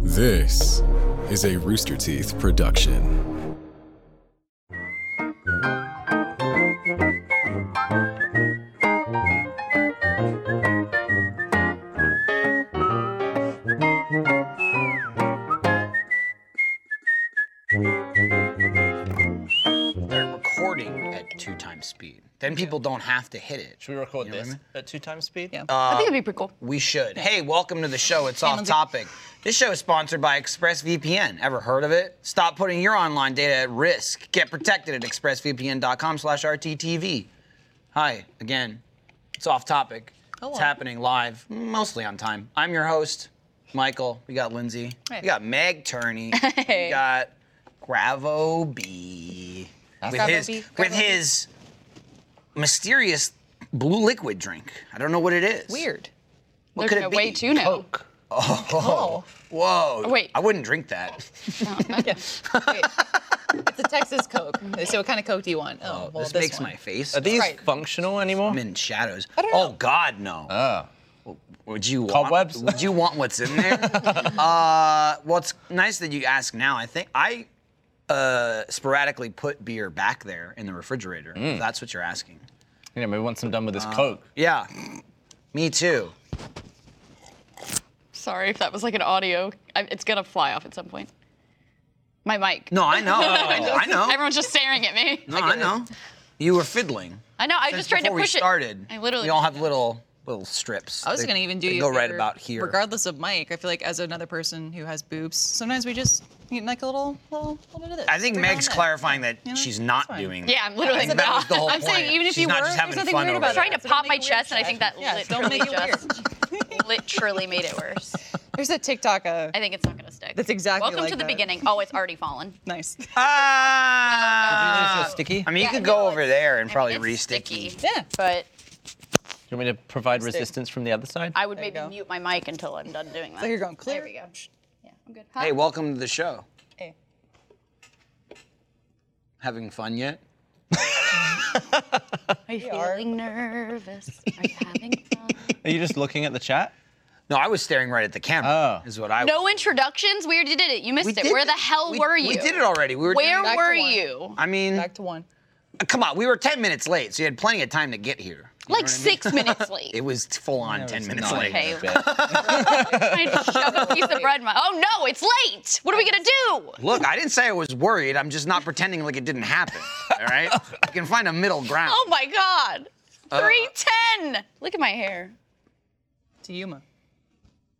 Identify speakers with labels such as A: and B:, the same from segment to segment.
A: This is a Rooster Teeth production.
B: they're recording at two times speed. Then people don't have to hit it.
C: Should we record this at two times speed? Oh. Yeah.
D: I think it'd be
B: Um,
D: pretty cool.
B: We should. Hey, welcome to the show. It's off
D: Hamilton.
B: topic. This show is sponsored by ExpressVPN. Ever heard of it? Stop putting your online data at risk. Get protected at expressvpn.com/rttv. Hi again. It's off topic. It's
D: Hello.
B: happening live, mostly on time. I'm your host, Michael. We got Lindsay.
D: Hey.
B: We got Meg Turney. We
D: Hey.
B: got Gravo B. With
D: Gravo
B: his,
D: B,
B: with
D: Gravo B.
B: his mysterious blue liquid drink. I don't know what it is.
D: Weird.
B: What
D: They're
B: could it
D: way
B: be?
D: too now.
C: Coke.
D: Oh.
B: Whoa.
D: Wait.
B: I wouldn't drink that.
E: Wait. it's a Texas Coke. They say, what kind of Coke do you want? Oh, well,
B: this,
E: this,
B: makes
E: one.
B: my face.
C: Are these
E: Right.
C: functional anymore?
B: I'm in shadows.
E: don't
B: oh
E: know.
B: God, no.
E: Oh.
B: Would you
C: Cobwebs?
B: want? Would you want what's in there? uh, well, it's nice that you ask now. I think I uh, sporadically put beer back there in the refrigerator.
E: Mm.
B: if that's what you're asking.
C: You know, maybe once I'm done with this Coke.
B: Yeah. Me too.
D: Sorry if that was like an audio. I, it's gonna fly off at some point. My mic.
B: No, I know. I know.
D: Everyone's just staring at me.
B: no, I know. You were fiddling.
D: I know. I
B: Since
D: just tried to
B: before
D: push
B: we started,
D: it. I literally.
B: we all have little little strips.
E: I was
B: They-
E: gonna even do
B: they
E: you a
B: go right
E: favor,
B: about here.
E: Regardless of Mike, I feel like as another person who has boobs, sometimes we just need like a little, little, little bit of this.
B: I think
E: every now
B: Meg's
E: and then.
B: clarifying that
E: You know,
B: she's
E: it's
B: not
E: fine.
B: doing.
D: Yeah, I'm literally.
B: I think that was the whole
D: I'm
B: point.
D: saying even if
B: She's
D: you
B: not
D: were
B: just
E: There's
B: having
E: nothing
B: fun
E: weird
B: over
E: about
B: there.
D: trying to
E: Don't
D: pop
E: make
D: my
E: it weird,
D: chest, and I think
E: Chad.
D: that
E: Yeah, don't
D: literally
E: make it weird.
D: just literally made it worse.
E: There's a TikTok. Uh,
D: I think it's not gonna stick.
E: That's exactly
D: Welcome
E: like
D: to the
E: that.
D: beginning. Oh, it's already fallen.
E: nice.
B: Ah!
C: Is it sticky?
B: I mean, you
D: Yeah,
B: could
D: no,
B: go
D: it's-
B: over there and probably
D: It's
B: re-sticky.
E: Yeah.
D: But
C: Do you want me to provide resistance from the other side?
D: I would
E: There you
D: maybe
E: go.
D: mute my mic until I'm done doing that.
E: So Oh, you're going clear.
D: There we go. Yeah, I'm good. Huh?
B: Hey, welcome to the show.
E: Hey.
B: Having fun yet?
D: Are you
E: are.
D: feeling nervous? Are you having fun?
C: Are you just looking at the chat?
B: No, I was staring right at the camera.
C: Oh.
B: Is what I.
D: No introductions. We already did it. You missed
B: We
D: it.
B: did
D: Where the
B: that.
D: hell
B: We-
D: were you?
B: We did it already. We were.
D: Where
B: doing-
E: Back to
D: were
E: one.
D: you?
B: I mean,
E: Back to one.
B: come on. We were 10 minutes late, so you had plenty of time to get here.
D: Like six minutes late.
B: It was full on 10 minutes late.
D: Okay. Trying to shove a piece of bread in my. Oh no, it's late. What are we gonna do?
B: Look, I didn't say I was worried. I'm just not pretending like it didn't happen. All right? You can find a middle ground.
D: Oh my God. Three ten. Look at my hair.
E: To Yuma.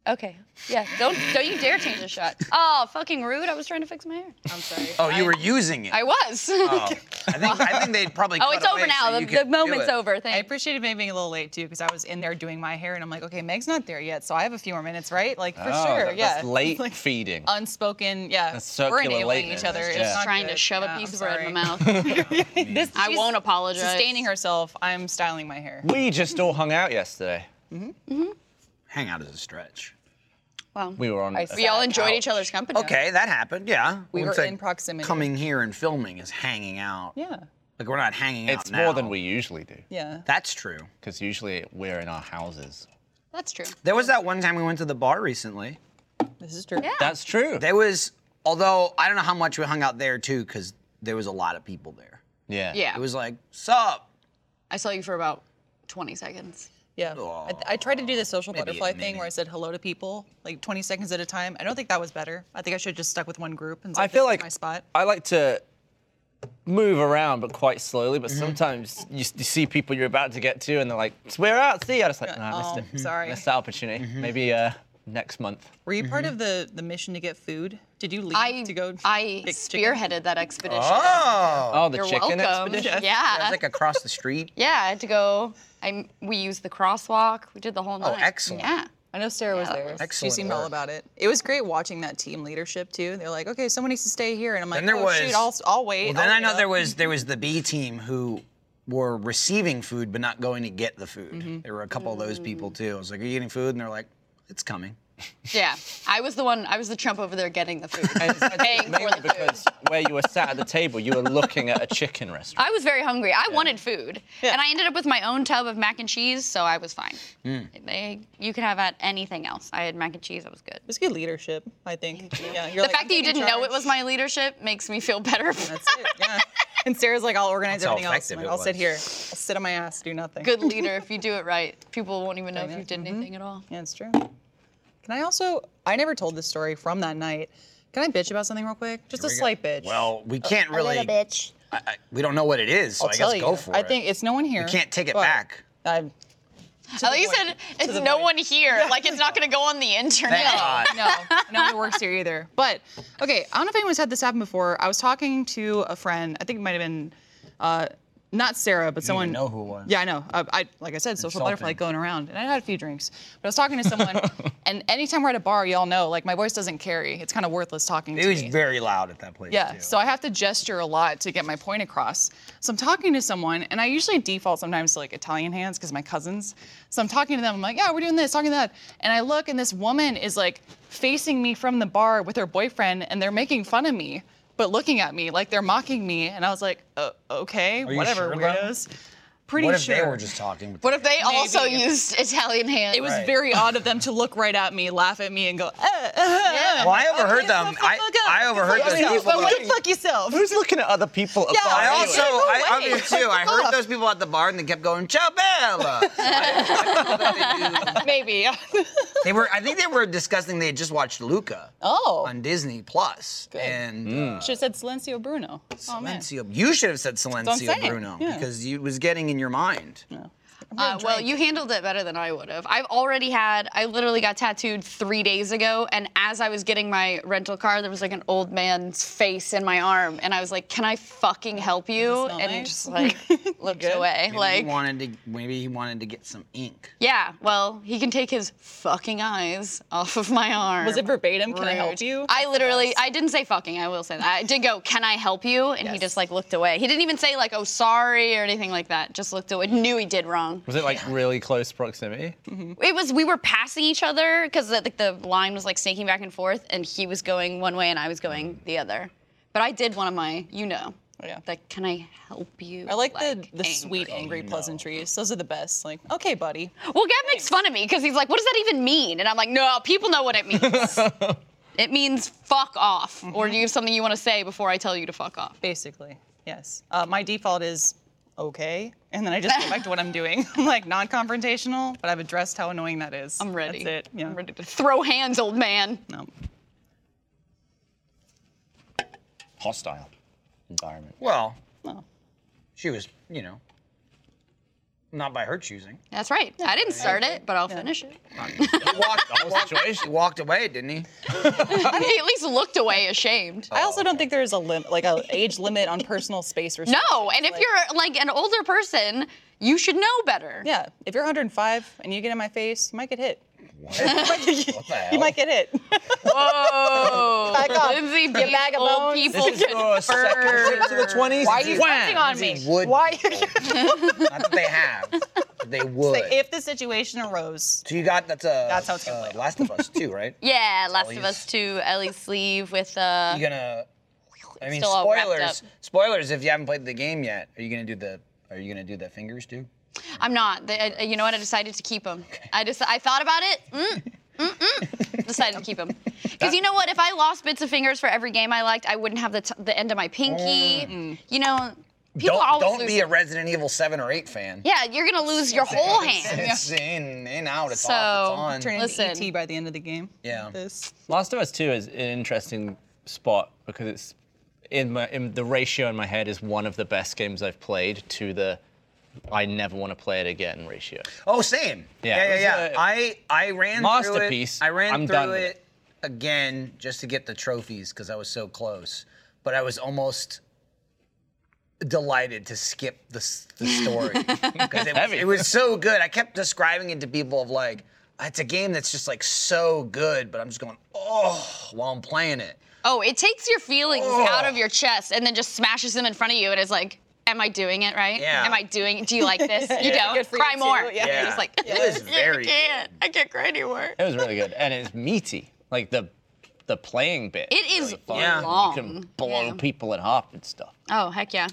D: Okay. Yeah. Don't don't you dare change the shot. Oh, fucking rude. I was trying to fix my hair.
E: I'm sorry.
B: Oh, you were using it.
D: I was.
B: Oh. I think I think they'd probably.
D: oh,
B: cut
D: it's over
B: away
D: now.
B: so
D: the
B: you
D: the
B: could do
D: moment's
B: it.
D: over.
E: I
D: Thank.
E: appreciated maybe being a little late too, because I was in there doing my hair, and I'm like, okay, Meg's not there yet, so I have a few more minutes, right? Like for
C: Oh,
E: sure,
C: that-
E: yeah. uh,
C: That's late feeding.
E: unspoken, yeah.
C: circular
E: we're enabling
C: lateness,
E: each other.
C: yeah.
E: It's
C: Just
E: not
D: Trying to
E: good.
D: shove
E: Yeah,
D: a piece
E: I'm
D: of bread in my
E: sorry.
D: mouth.
E: This-
D: I
E: she's
D: won't apologize.
E: Sustaining herself, I'm styling my hair.
C: We just all hung out yesterday.
B: Hang out is a stretch.
D: Wow.
C: We were on.
E: I
C: a-
D: We all enjoyed
C: Ouch.
D: each other's company.
B: Okay, that happened. Yeah.
E: We
B: It's
E: were
B: like
E: in proximity.
B: Coming here and filming is hanging out.
E: Yeah,
B: Like we're not hanging out
C: It's
B: now.
C: more than we usually do,
E: yeah.
B: That's true.
C: because usually we're in our houses.
D: That's true.
B: There was that one time we went to the bar recently.
E: This is true.
D: Yeah.
C: That's true.
B: There was, although I don't know how much we hung out there too, because there was a lot of people there.
C: yeah.
D: Yeah.
B: It was like, sup?
D: I saw you for about 20 seconds.
E: Yeah. I, I tried to do the social
B: Maybe
E: butterfly
B: it-
E: thing where I said hello to people, like 20 seconds at a time. I don't think that was better. I think I should have just stuck with one group and said,
C: I feel
E: "This is
C: like
E: my spot.
C: I like to move around, but quite slowly. But sometimes you, s- you see people you're about to get to, and they're like, "We're out." See, I just like, nah,
E: Oh,
C: missed it.
E: sorry.
C: missed the opportunity. Maybe uh, next month.
E: Were you
C: Mm-hmm.
E: part of the the mission to get food? Did you leave
D: I
E: to go?
D: I
E: pick chicken?
D: spearheaded that expedition.
B: Oh.
C: Oh, the
D: You're
C: chicken
D: welcome.
C: expedition.
B: It was
D: Yeah.
B: like across the street.
D: yeah, I had to go. I we used the crosswalk. We did the whole night.
B: excellent.
D: Yeah.
E: I know Sarah was
D: Yeah,
E: there.
B: excellent
E: she seemed all
B: work.
E: about it. It was great watching that team leadership too. They're like, okay, someone needs to stay here, and I'm like,
B: And there
E: oh
B: was.
E: shoot, I'll, I'll wait.
B: Well, then
E: I'll
B: I know
E: wait
B: there
E: up."
B: was there was the B team who were receiving
E: Mm.
B: food but not going to get the food. There were a couple of those people too. I was like, "Are you getting food?" And they're like, "It's coming."
D: Yeah, I was the one. I was the chump over there getting the food, paying for
C: Mainly
D: the food.
C: because where you were sat at the table, you were looking at a chicken restaurant.
D: I was very hungry. I wanted food,
E: Yeah.
D: and I ended up with my own tub of mac and cheese, so I was fine. They, you could have had anything else. I had mac and cheese. I was good.
E: It's good leadership, I think. Yeah, you're
D: The
E: like,
D: fact
E: I'm
D: that you
E: taking
D: didn't know it
E: charge.
D: was my leadership makes me feel better.
E: That's it. Yeah. And Sarah's like, I'll organize
B: That's how
E: everything else.
B: effective
E: I'm
B: it
E: like, I'll sit
B: was.
E: here. I'll sit on my ass, do nothing.
D: good leader if you do it right. People won't
E: Oh,
D: even know if you did
E: Mm-hmm.
D: anything at all.
E: Yeah, it's true. Can I also? I never told this story from that night. Can I bitch about something real quick? Just a slight bitch.
B: Well, we can't
E: a
B: really.
E: little bitch.
B: I, I, we don't know what it is, so
E: I'll
B: I
E: tell
B: guess go
E: you.
B: for
E: I
B: it.
E: think it's no one here.
B: you can't take it
E: but
B: back.
E: I'm
D: I thought you
E: point.
D: said
E: To
D: it's
E: the
D: no
E: point.
D: one here. Like it's not going to go on the internet.
B: Thank God.
E: no, no one works here either. But okay, I don't know if anyone's had this happen before. I was talking to a friend. I think it might have been uh, not Sarah, but someone.
B: even know who it was.
E: Yeah, I know. Uh, I like I said, social butterfly
B: Insulting.
E: going around, and I had a few drinks. But I was talking to someone, and anytime we're at a bar, y'all know, like my voice doesn't carry. It's kind of worthless talking.
B: It
E: to
B: was
E: me.
B: very loud at that place.
E: Yeah,
B: too.
E: so I have to gesture a lot to get my point across. So I'm talking to someone, and I usually default sometimes to like Italian hands because my cousins. So I'm talking to them, I'm like, yeah, we're doing this, talking to that. And I look, and this woman is like facing me from the bar with her boyfriend, and they're making fun of me, but looking at me like they're mocking me. And I was like, uh, okay,
B: you
E: whatever,
B: sure, though?
E: weirdos. Pretty
B: what if
E: sure.
B: they were just talking? With
D: What if they also
E: Maybe.
D: used Italian hands?
E: it was
B: Right.
E: very odd of them to look right at me, laugh at me, and go, eh,
D: Yeah.
B: well, I overheard them. I, I overheard
E: fuck
B: those
E: yourself.
B: people.
E: Go fuck yourself.
C: Who's looking at other people? at
E: Yeah,
C: bar
B: I
E: Anyway.
B: also,
E: Go
B: I, I
E: away.
B: did too. I
E: Oh.
B: heard those people at the bar and they kept going, Ciao Bella.
E: Maybe.
B: they were, I think they were discussing they had just watched Luca
E: oh.
B: on Disney Plus, and uh,
E: Should have said Silencio Bruno. Oh, man.
B: Silencio. You should have said
E: I'm
B: Silencio
E: saying,
B: Bruno
E: yeah.
B: because you- it was getting in your mind.
D: Uh, well, you handled it better than I would have. I've already had, I literally got tattooed three days ago, and as I was getting my rental car, there was like an old man's face in my arm, and I was like, Can I fucking help you?
E: smell
D: And he
E: nice?
D: just like looked away.
B: Maybe
D: like,
B: he wanted to, maybe he wanted to get some ink.
D: yeah, well, he can take his fucking eyes off of my arm.
E: Was it verbatim? Can I help
D: Rude.
E: you?
D: I literally, I didn't say fucking, I will say that. I did go, Can I help you? And he
E: Yes.
D: just like looked away. He didn't even say like, Oh, sorry, or anything like that. Just looked away, knew he did wrong.
C: Was it like really close proximity?
D: It was we were passing each other because the, like the line was like snaking back and forth, and he was going one way and I was going the other. But I did one of my, you know,
E: Oh, Yeah.
D: like can I help you?
E: I like the, the
D: angry.
E: sweet, angry pleasantries. Those are the best. Like, okay, buddy.
D: Well, Gab makes fun of me because he's like, what does that even mean? And I'm like, no, people know what it means. it means fuck off,
E: Mm-hmm.
D: or do you have something you want to say before I tell you to fuck off?
E: Basically, yes. Uh, my default is okay, and then I just go back to what I'm doing. I'm like non-confrontational, but I've addressed how annoying that is.
D: I'm ready.
E: That's it. Yeah.
D: I'm ready to throw hands, old man.
E: No.
B: Oh,
C: Hostile environment.
B: Well,
E: No.
B: she was, you know, not by her choosing.
D: That's right. I didn't start it, but I'll finish it.
B: He walked,
C: The whole
B: he
C: situation.
B: walked away, didn't he?
D: he at least looked away, ashamed.
E: I also don't think there is a limit, like a age limit on personal space restrictions.
D: No, and if
E: Like-
D: you're like an older person, you should know better.
E: Yeah, if you're 105 and you get in my face, you might get hit.
B: What the
E: You
B: hell?
E: might get hit.
D: Whoa.
E: Back off,
D: Lindsay,
E: you bag of
D: old
E: bones.
D: people
C: This is your second trip to the 20s.
E: Why are you focusing on me?
B: would.
E: Why?
B: Not that they have. but they would.
E: if the situation arose,
B: so you got that's a
E: That's how it's gonna
B: uh,
E: play out.
B: Last of Us too, right?
D: Yeah, Last of
B: Ellie's-
D: Us 2, Ellie's sleeve with uh
B: You gonna? I mean,
D: still all wrapped
B: spoilers.
D: up.
B: Spoilers. If you haven't played the game yet, are you gonna do the? Are you gonna do the fingers too?
D: I'm not. They, I, you know what? I decided to keep them. I just I thought about it. Mm. Mm-mm. Decided to keep them. Because you know what? If I lost bits of fingers for every game I liked, I wouldn't have the, t- the end of my pinky. You know, people
B: Mm. don't
D: always
B: don't
D: lose
B: be a
D: it.
B: Resident Evil seven or eight fan.
D: Yeah, you're going to lose your whole hand.
B: It's in, in, out, it's
D: So,
B: off, it's
E: turn
B: on.
E: into
D: Listen.
E: ET by the end of the game.
B: Yeah.
E: This.
C: Last of Us 2 is an interesting spot because it's in my in the ratio in my head is one of the best games I've played to the I never want to play it again ratio.
B: Oh, same.
C: Yeah,
B: Yeah,
C: it
B: yeah, yeah.
C: was a
B: I I ran
C: masterpiece.
B: through it. I ran
C: I'm
B: through
C: done with
B: it,
C: it.
B: again just to get the trophies because I was so close, but I was almost delighted to skip the s- the story because it, was-
C: Heavy.
B: it was so good. I kept describing it to people of like, it's a game that's just like so good, but I'm just going oh while I'm playing it. Oh.
D: Oh, it takes your feelings out of your chest and then just smashes them in front of you and is like, am I doing it right?
B: Yeah.
D: Am I doing? Do you like this? You don't.
F: Good for you
D: Cry
F: too,
D: more.
F: yeah.
D: You're
B: Yeah.
D: just like
B: It is very
D: I can't. I can't cry anymore.
C: It was really good, and it's meaty. Like the the playing bit.
D: It is
C: really fun.
B: Yeah.
D: long.
C: You can blow
D: Yeah.
C: people at half and stuff.
D: Oh heck yeah.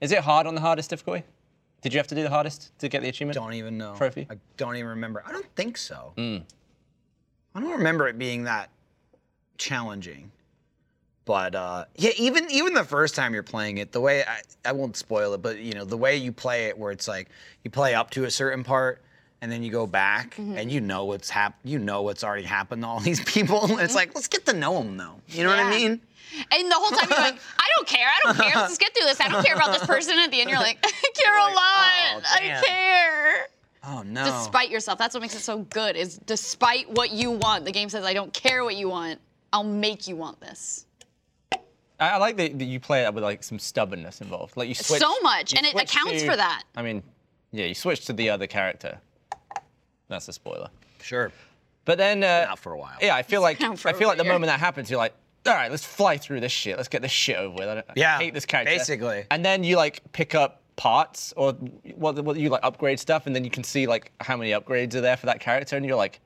C: Is it hard on the hardest difficulty? Did you have to do the hardest to get the achievement?
B: Don't even know.
C: Trophy?
B: I don't even remember. I don't think so. I don't remember it being that challenging. But uh, yeah, even even the first time you're playing it, the way I, I won't spoil it, but you know the way you play it, where it's like you play up to a certain part and then you go back
D: Mm-hmm.
B: and you know what's hap- you know what's already happened to all these people. It's like let's get to know them though. You know what I
D: Mm-hmm. Yeah.
B: mean?
D: And the whole time you're like, I don't care. I don't care. Let's just get through this. I don't care about this person. At the end, you're like, Caroline, I
B: damn.
D: care.
B: Oh no.
D: Despite yourself. That's what makes it so good. Is despite what you want. The game says, I don't care what you want. I'll make you want this.
C: I, I like that that you play it with like some stubbornness involved. Like you switch
D: so much,
C: you
D: and it
C: switch
D: accounts
C: to-
D: for that.
C: I mean, yeah, you switch to the other character. That's a spoiler.
B: sure.
C: But then uh,
B: Out for a while.
C: Yeah, I feel like I
D: out for
C: feel like the
D: a year.
C: moment that happens, you're like, all right, let's fly through this shit. Let's get this shit over with. I, don't, I
B: Yeah,
C: hate this character.
B: basically.
C: And then you like pick up parts or what what you like upgrade stuff, and then you can see like how many upgrades are there for that character, and you're like,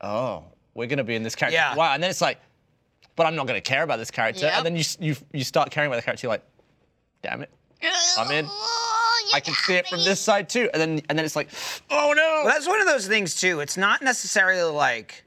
C: oh, we're gonna be in this character.
B: Yeah.
C: Wow. And then it's like, but I'm not gonna care about this character.
D: Yep.
C: And then you s- you you start caring about the character. You're like, damn it. I'm in. I can see it from this side too, and then and then it's like, oh no!
B: Well, that's one of those things too. It's not necessarily like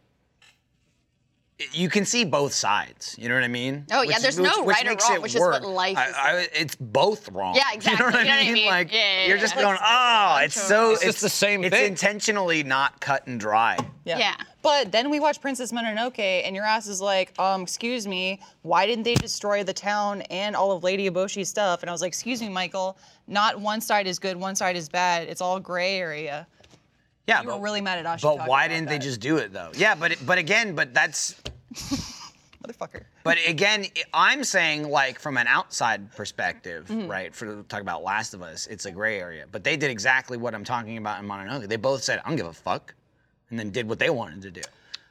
B: you can see both sides. You know what I mean?
D: Oh, yeah, there's no right or
B: makes
D: wrong,
B: it
D: which is
B: work.
D: what life
B: I-
D: is.
B: I- it's both wrong.
D: Yeah, exactly.
B: You know what I mean? Like
D: Yeah, yeah,
B: you're
D: yeah.
B: just
D: Like,
B: going, oh, it's so.
C: It's just the same
B: It's
C: thing.
B: intentionally not cut and dry.
D: Yeah.
E: But then we watch Princess Mononoke, and your ass is like, um, excuse me, why didn't they destroy the town and all of Lady Eboshi's stuff? And I was like, excuse me, Michael, not one side is good, one side is bad. It's all gray area.
B: Yeah,
E: You were really mad at Ashi.
B: But
E: talking
B: why
E: about
B: didn't they
E: that.
B: just do it though? Yeah, but it, but again, but that's
E: Motherfucker.
B: But again, I- I'm saying like from an outside perspective, right? For talk about Last of Us, it's a gray area. But they did exactly what I'm talking about in Mononoke. They both said, "I don't give a fuck," and then did what they wanted to do.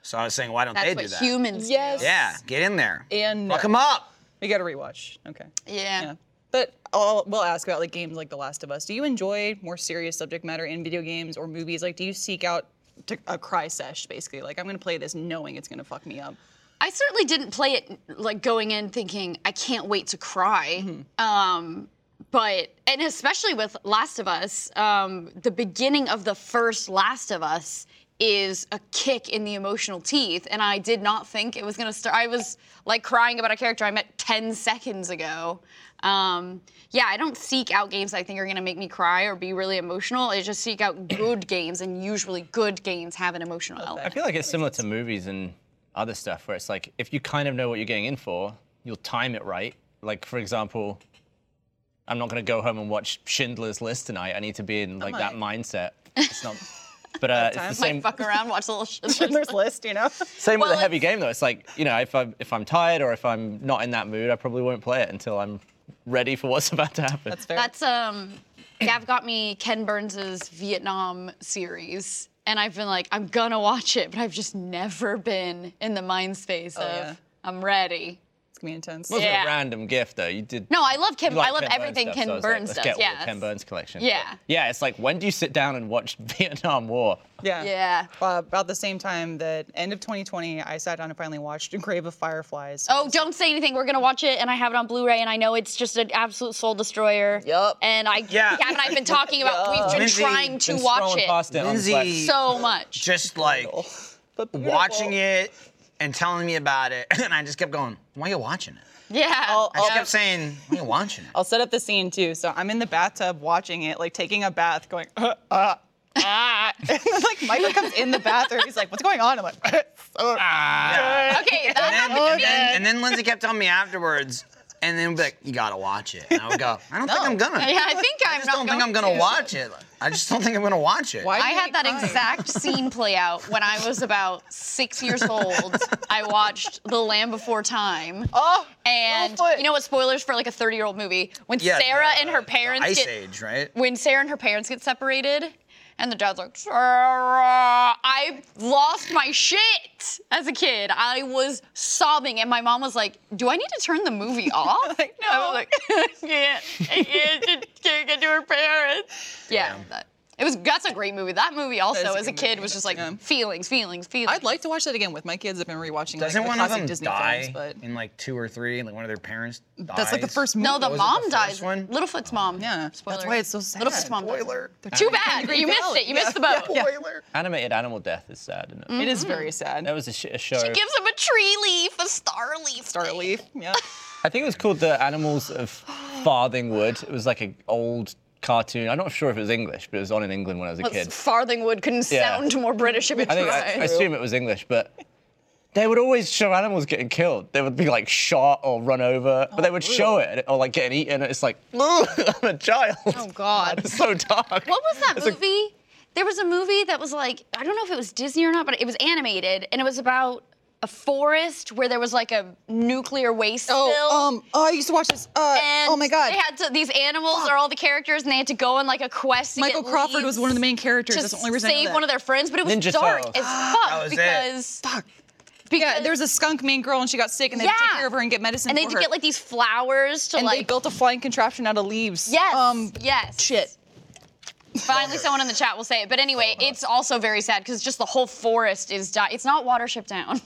B: So I was saying, why don't
D: That's
B: they do
D: what
B: that?
D: humans
E: Yes.
B: yeah, get in there.
E: And
B: fuck
E: no.
B: them up.
E: We got to rewatch. Okay.
D: do. Yeah.
E: Yeah. But I'll, we'll ask about like games like The Last of Us. Do you enjoy more serious subject matter in video games or movies? Like, do you seek out to, a cry sesh, basically? Like, I'm gonna play this knowing it's gonna fuck me up.
D: I certainly didn't play it like going in thinking I can't wait to cry. Um, but and especially with Last of Us, um, the beginning of the first Last of Us is a kick in the emotional teeth, and I did not think it was gonna start. I was like crying about a character I met ten seconds ago. Um, yeah, I don't seek out games that I think are gonna make me cry or be really emotional. I just seek out good games, and usually good games have an emotional
C: I
D: element.
C: feel like it's similar to movies and other stuff where it's like if you kind of know what you're getting in for, you'll time it right. Like for example, I'm not gonna go home and watch Schindler's List tonight. I need to be in like that mindset. It's not. But uh, it's the
D: Like
C: same.
D: fuck around, watch a little shit.
E: Schindler's List, you know?
C: Same
D: Well,
C: with a heavy game though. It's like you know if I'm if I'm tired or if I'm not in that mood, I probably won't play it until I'm ready for what's about to happen.
E: That's fair.
D: That's um, Gav got me Ken Burns's Vietnam series, and I've been like, I'm gonna watch it, but I've just never been in the mind space of
E: Oh, yeah.
D: I'm ready.
E: it's gonna be intense.
C: It wasn't
D: yeah.
C: a random gift though. You did.
D: No, I love Ken.
C: you like
D: I love
C: Ken Burns
D: everything
C: stuff,
D: Ken
C: so I was like,
D: Burns
C: let's
D: does.
C: Get all the
D: yes.
C: Ken Burns collection.
D: Yeah.
C: Yeah, it's like when do you sit down and watch Vietnam War?
E: Yeah.
D: Yeah.
E: Uh, about the same time that end of 2020, I sat down and finally watched Grave of Fireflies.
D: Oh, don't say anything. We're gonna watch it, and I have it on Blu-ray, and I know it's just an absolute soul destroyer.
E: Yup.
D: And I,
B: Yeah.
D: yeah. and I've been talking about. We've been
B: Lindsay,
D: trying to
C: Been
D: watch
C: scrolling
D: it
C: past it on the
B: Lindsay-
C: flex.
D: so much.
B: Just like
E: But beautiful.
B: watching it and telling me about it, and I just kept going, "Why are you watching it?"
D: Yeah.
E: I'll-
B: I just kept saying, "Why are you watching it?"
E: I'll set up the scene too. So I'm in the bathtub watching it, like taking a bath, going, uh, uh, ah. and then, like Michael comes in the bathroom. He's like, what's going on? I'm like, so
B: Yeah.
D: okay,
B: And
D: that
B: then, and
D: happened to me.
B: then, and then Lindsay kept telling me afterwards, and then be like, "You gotta watch it." And I would go, "I don't think I'm gonna.
D: Yeah, I think I'm
B: I just
D: not
B: don't think I'm
D: going
B: gonna watch it. I just don't think I'm gonna watch it."
E: Why do
D: I
E: you
D: had
E: hate
D: that
E: crying?
D: exact scene play out when I was about six years old. I watched The Land Before Time.
E: Oh,
D: and
E: Littlefoot.
D: you know what? Spoilers for like a 30 year old movie. When
B: Yeah,
D: Sarah
B: the-
D: and her
B: the
D: parents
B: Ice
D: get
B: Age, right?
D: when Sarah and her parents get separated. And the dad's like, Sarah, I lost my shit as a kid. I was sobbing, and my mom was like, Do I need to turn the movie off? like, no. I was like, I can't, I can't, just can't get to her parents. Yeah. that- it was that's a great movie. That movie also,
E: a
D: as a
E: good
D: kid,
E: movie.
D: was just like
E: Yeah.
D: feelings, feelings, feelings.
E: I'd like to watch that again with my kids. I've been rewatching
B: Doesn't
E: like,
B: one
E: the
B: of
E: classic
B: them
E: Disney
B: die
E: films, but
B: in like two or three, and like one of their parents dies?
E: that's like the first movie.
D: No, the
B: was it, the
D: mom
B: first
D: dies.
B: one?
D: Littlefoot's mom.
E: Yeah, that's
D: Spoiler.
E: why it's so sad.
D: Littlefoot's mom. dies.
B: Spoiler.
D: Too bad. You missed it. You missed the boat.
B: Spoiler.
C: Animated animal death is sad. Isn't it?
E: It is very sad.
C: That was a, sh- a show.
D: Mm-hmm. She gives him a tree leaf, a star leaf.
E: Star Leaf. Yeah.
C: I think it was called The Animals of Farthingwood. It was like an old cartoon. I'm not sure if it was English, but it was on in England when I was a kid.
D: Farthingwood couldn't
C: Yeah.
D: sound more British if it
C: I think I, I assume it was English, but they would always show animals getting killed. They would be like shot or run over,
D: Oh,
C: but they would show it or like getting eaten. And it's like, "Ugh, I'm a child.
D: Oh God.
C: It's so dark. What
D: What was that movie? there was a movie that was like I don't know if it was Disney or not, but it was animated and it was about a forest where there was like a nuclear waste spill.
E: Oh, um, oh, I used to watch this. Uh,
D: and
E: oh my God.
D: They had to, these animals are all the characters, and they had to go on like a quest. To
E: Michael
D: get
E: Crawford was
D: leaves
E: one of the main characters.
D: To
E: That's the only reason I know
D: save
E: that.
D: one of their friends, but it was
C: Ninja
D: dark
C: Turtles.
D: as fuck
B: was it.
D: because
E: Fuck.
D: because
E: Yeah, there was a skunk main girl and she got sick and they had to take care of her and get medicine
D: and they
E: for
D: had
E: her.
D: to get like these flowers to
E: and
D: like
E: they built a flying contraption out of leaves.
D: Yes.
E: Um,
D: yes.
E: shit.
D: Finally, someone in the chat will say it. But anyway, it's also very sad because just the whole forest is di- It's not Watership Down.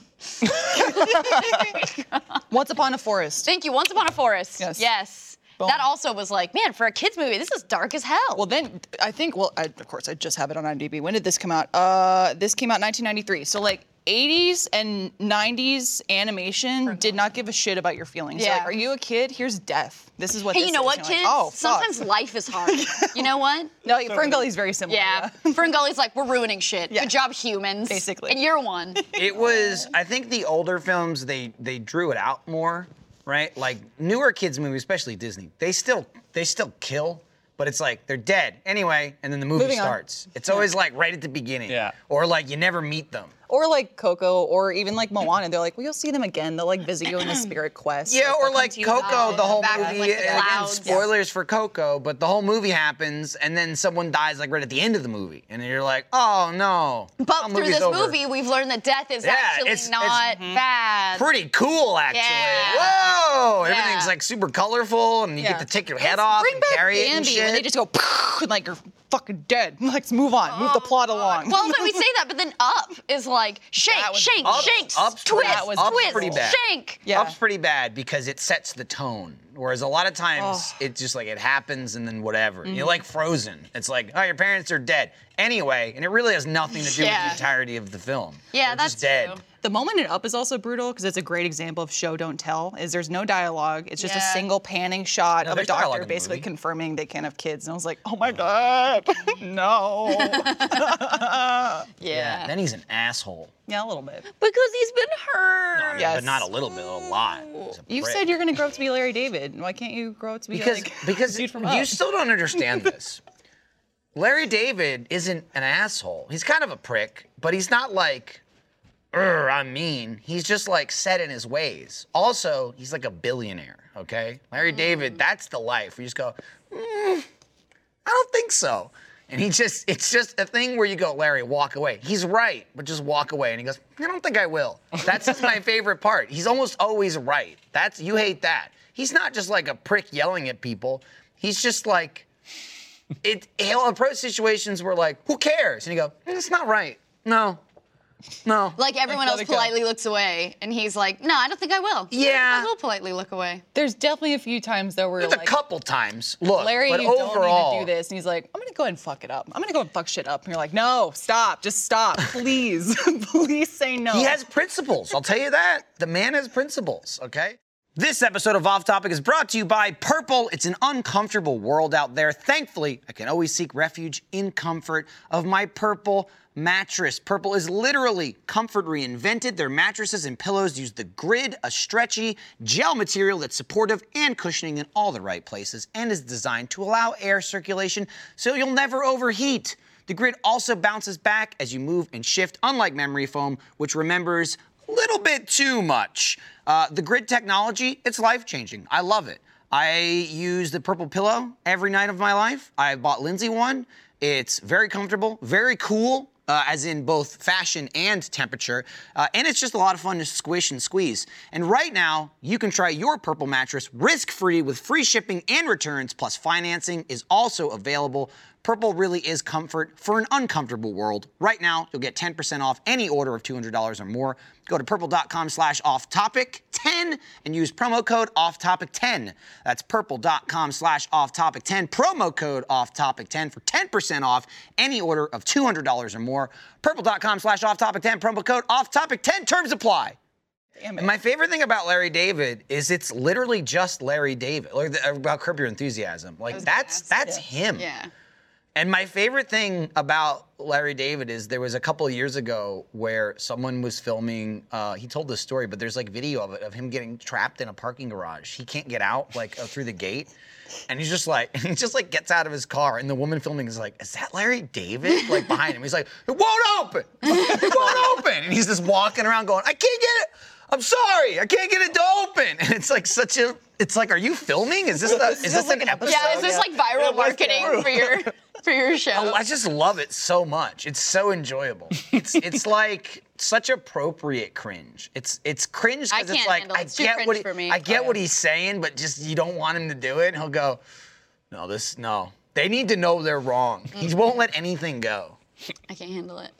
E: Once Upon a Forest.
D: Thank you. Once Upon a Forest.
E: Yes.
D: Yes. That also was like, man, for a kids movie, this is dark as hell.
E: Well, then I think, well, I, of course, I just have it on IMDb. When did this come out? Uh, this came out in 1993. So, like, 80s and 90s animation did not give a shit about your feelings. They're
D: Yeah.
E: Like, are you a kid? Here's death. This is what
D: hey,
E: this
D: you know
E: is.
D: what,
E: And
D: kids?
E: you're like, oh, fuck.
D: Sometimes life is hard. you know what?
E: No, Ferngully's very similar.
D: Yeah. Ferngully's like, we're ruining shit.
E: Yeah.
D: Good job, humans.
E: Basically.
D: And you're one.
B: It was. I think the older films they they drew it out more, right? Like newer kids movies, especially Disney, they still they still kill, but it's like they're dead anyway, and then the movie
E: Moving on.
B: starts. It's always like right at the beginning,
C: Yeah.
B: or like you never meet them.
E: Or like Coco, or even like Moana. They're like, well, you'll see them again. They'll like visit you in the spirit quest.
B: Yeah,
E: they'll
B: or
E: come
B: like
E: to you
B: Coco,
E: about
B: the
E: it.
B: whole
D: back, like,
B: movie.
D: the
B: again,
D: clouds.
B: spoilers for Coco, but the whole movie happens, and then someone dies like right at the end of the movie, and you're like, oh no.
D: But
B: the
D: through
B: movie's
D: this
B: over.
D: movie, we've learned that death is
B: Yeah,
D: actually
B: it's- it's
D: not bad.
B: Pretty cool, actually.
D: Yeah.
B: Whoa!
D: Yeah.
B: Everything's like super colorful, and you
E: Yeah.
B: get to take your
E: Let's
B: head off
E: Bring
B: and
E: back
B: carry
E: Bambi
B: it and shit.
E: when they just go and like you're fucking dead. Let's move on. move the plot along.
D: Oh, Well, but we say that, but then up is like shank,
E: was-
D: shank,
B: Up-
D: shanks,
B: up's
D: twist,
B: pretty-
E: was
B: up's
D: twist,
B: pretty bad.
D: shank.
E: Yeah.
B: Up's pretty bad because it sets the tone. Whereas a lot of times it just like it happens and then whatever.
E: Mm-hmm.
B: You're like frozen. It's like, oh, your parents are dead anyway, and it really has nothing to do
D: Yeah.
B: with the entirety of the film.
D: Yeah,
B: They're
D: that's
B: just dead.
D: true.
E: the moment in Up is also brutal because it's a great example of show don't tell. Is there's no dialogue. It's just
D: Yeah.
E: a single panning shot of a
B: there's dialogue in
E: doctor
B: the
E: basically
B: movie.
E: confirming they can't have kids. And I was like, oh my god, no.
D: Yeah.
B: Yeah. Then he's an asshole.
E: yeah, a little bit.
D: Because he's been hurt.
E: Yes.
B: But not a little bit, a lot. He's a
E: You
B: prick.
E: said you're gonna grow up to be Larry David. Why can't you grow up to be
B: because
E: like?
B: because
E: dude from
B: you
E: Up?
B: still don't understand this. Larry David isn't an asshole. He's kind of a prick, but he's not like, "Urgh, I'm mean. He's just like set in his ways. Also, he's like a billionaire. Okay,
E: Mm.
B: Larry David, that's the life. You just go, "Mm, I don't think so. And he just, it's just a thing where you go, Larry, walk away. He's right, but just walk away. And he goes, I don't think I will. That's just my favorite part. He's almost always right. That's, you hate that. He's not just like a prick yelling at people. He's just like, it, he'll approach situations where like, who cares? And you go, it's not right. No, no.
D: Like everyone
E: Let
D: else
E: it go.
D: politely looks away, and he's like, no, I don't think I will. I
B: Yeah.
D: think I will politely look away.
E: There's definitely a few times though where
B: There's a
E: like.
B: couple times. Look,
E: Larry,
B: but
E: you
B: overall,
E: don't need to do this. And he's like, I'm gonna go ahead and fuck it up. I'm gonna go and fuck shit up. And you're like, no, stop, just stop, please, please say no.
B: He has principles. I'll tell you that. The man has principles, okay? This episode of Off Topic is brought to you by Purple. It's an uncomfortable world out there. Thankfully, I can always seek refuge in comfort of my Purple mattress. Purple is literally comfort reinvented. Their mattresses and pillows use the grid, a stretchy gel material that's supportive and cushioning in all the right places and is designed to allow air circulation so you'll never overheat. The grid also bounces back as you move and shift, unlike memory foam, which remembers a little bit too much. Uh, the grid technology, it's life changing. I love it. I use the purple pillow every night of my life. I bought Lindsay one, It's very comfortable, very cool, uh, as in both fashion and temperature, uh, and it's just a lot of fun to squish and squeeze. And right now, you can try your Purple mattress risk-free with free shipping and returns, plus financing is also available. Purple really is comfort for an uncomfortable world. Right now, you'll get 10% off any order of $200 or more. Go to purple.com slash off topic 10 and use promo code off topic 10. That's purple.com slash off topic 10, promo code off topic 10 for 10% off any order of $200 or more. Purple.com slash off topic 10, promo code off topic 10, terms apply.
E: Damn it.
B: And my favorite thing about Larry David is it's literally just Larry David, like the- about Curb Your Enthusiasm. Like that's that's him.
D: Yeah.
B: And my favorite thing about Larry David is there was a couple of years ago where someone was filming. Uh, he told this story, but there's like video of it of him getting trapped in a parking garage. He can't get out like uh, through the gate, and he's just like he just like gets out of his car, and the woman filming is like, "Is that Larry David?" Like behind him, he's like, "It won't open. It won't open," and he's just walking around going, "I can't get it." I'm sorry, I can't get it to open. And it's like such a, it's like, are you filming? Is this, a, is this like an episode?
D: Yeah, is this like viral marketing for your for your show?
B: I just love it so much. It's so enjoyable. It's it's like such appropriate cringe. It's it's cringe
D: I
B: because it's
D: can't
B: like
D: handle it.
B: I
D: It's too
B: get
D: cringe
B: what he,
D: for me.
B: I get
D: Oh,
B: what
D: yeah.
B: he's saying, but just you don't want him to do it. And he'll go, no, this no. They need to know they're wrong.
D: Mm-hmm.
B: He won't let anything go.
D: I can't handle it.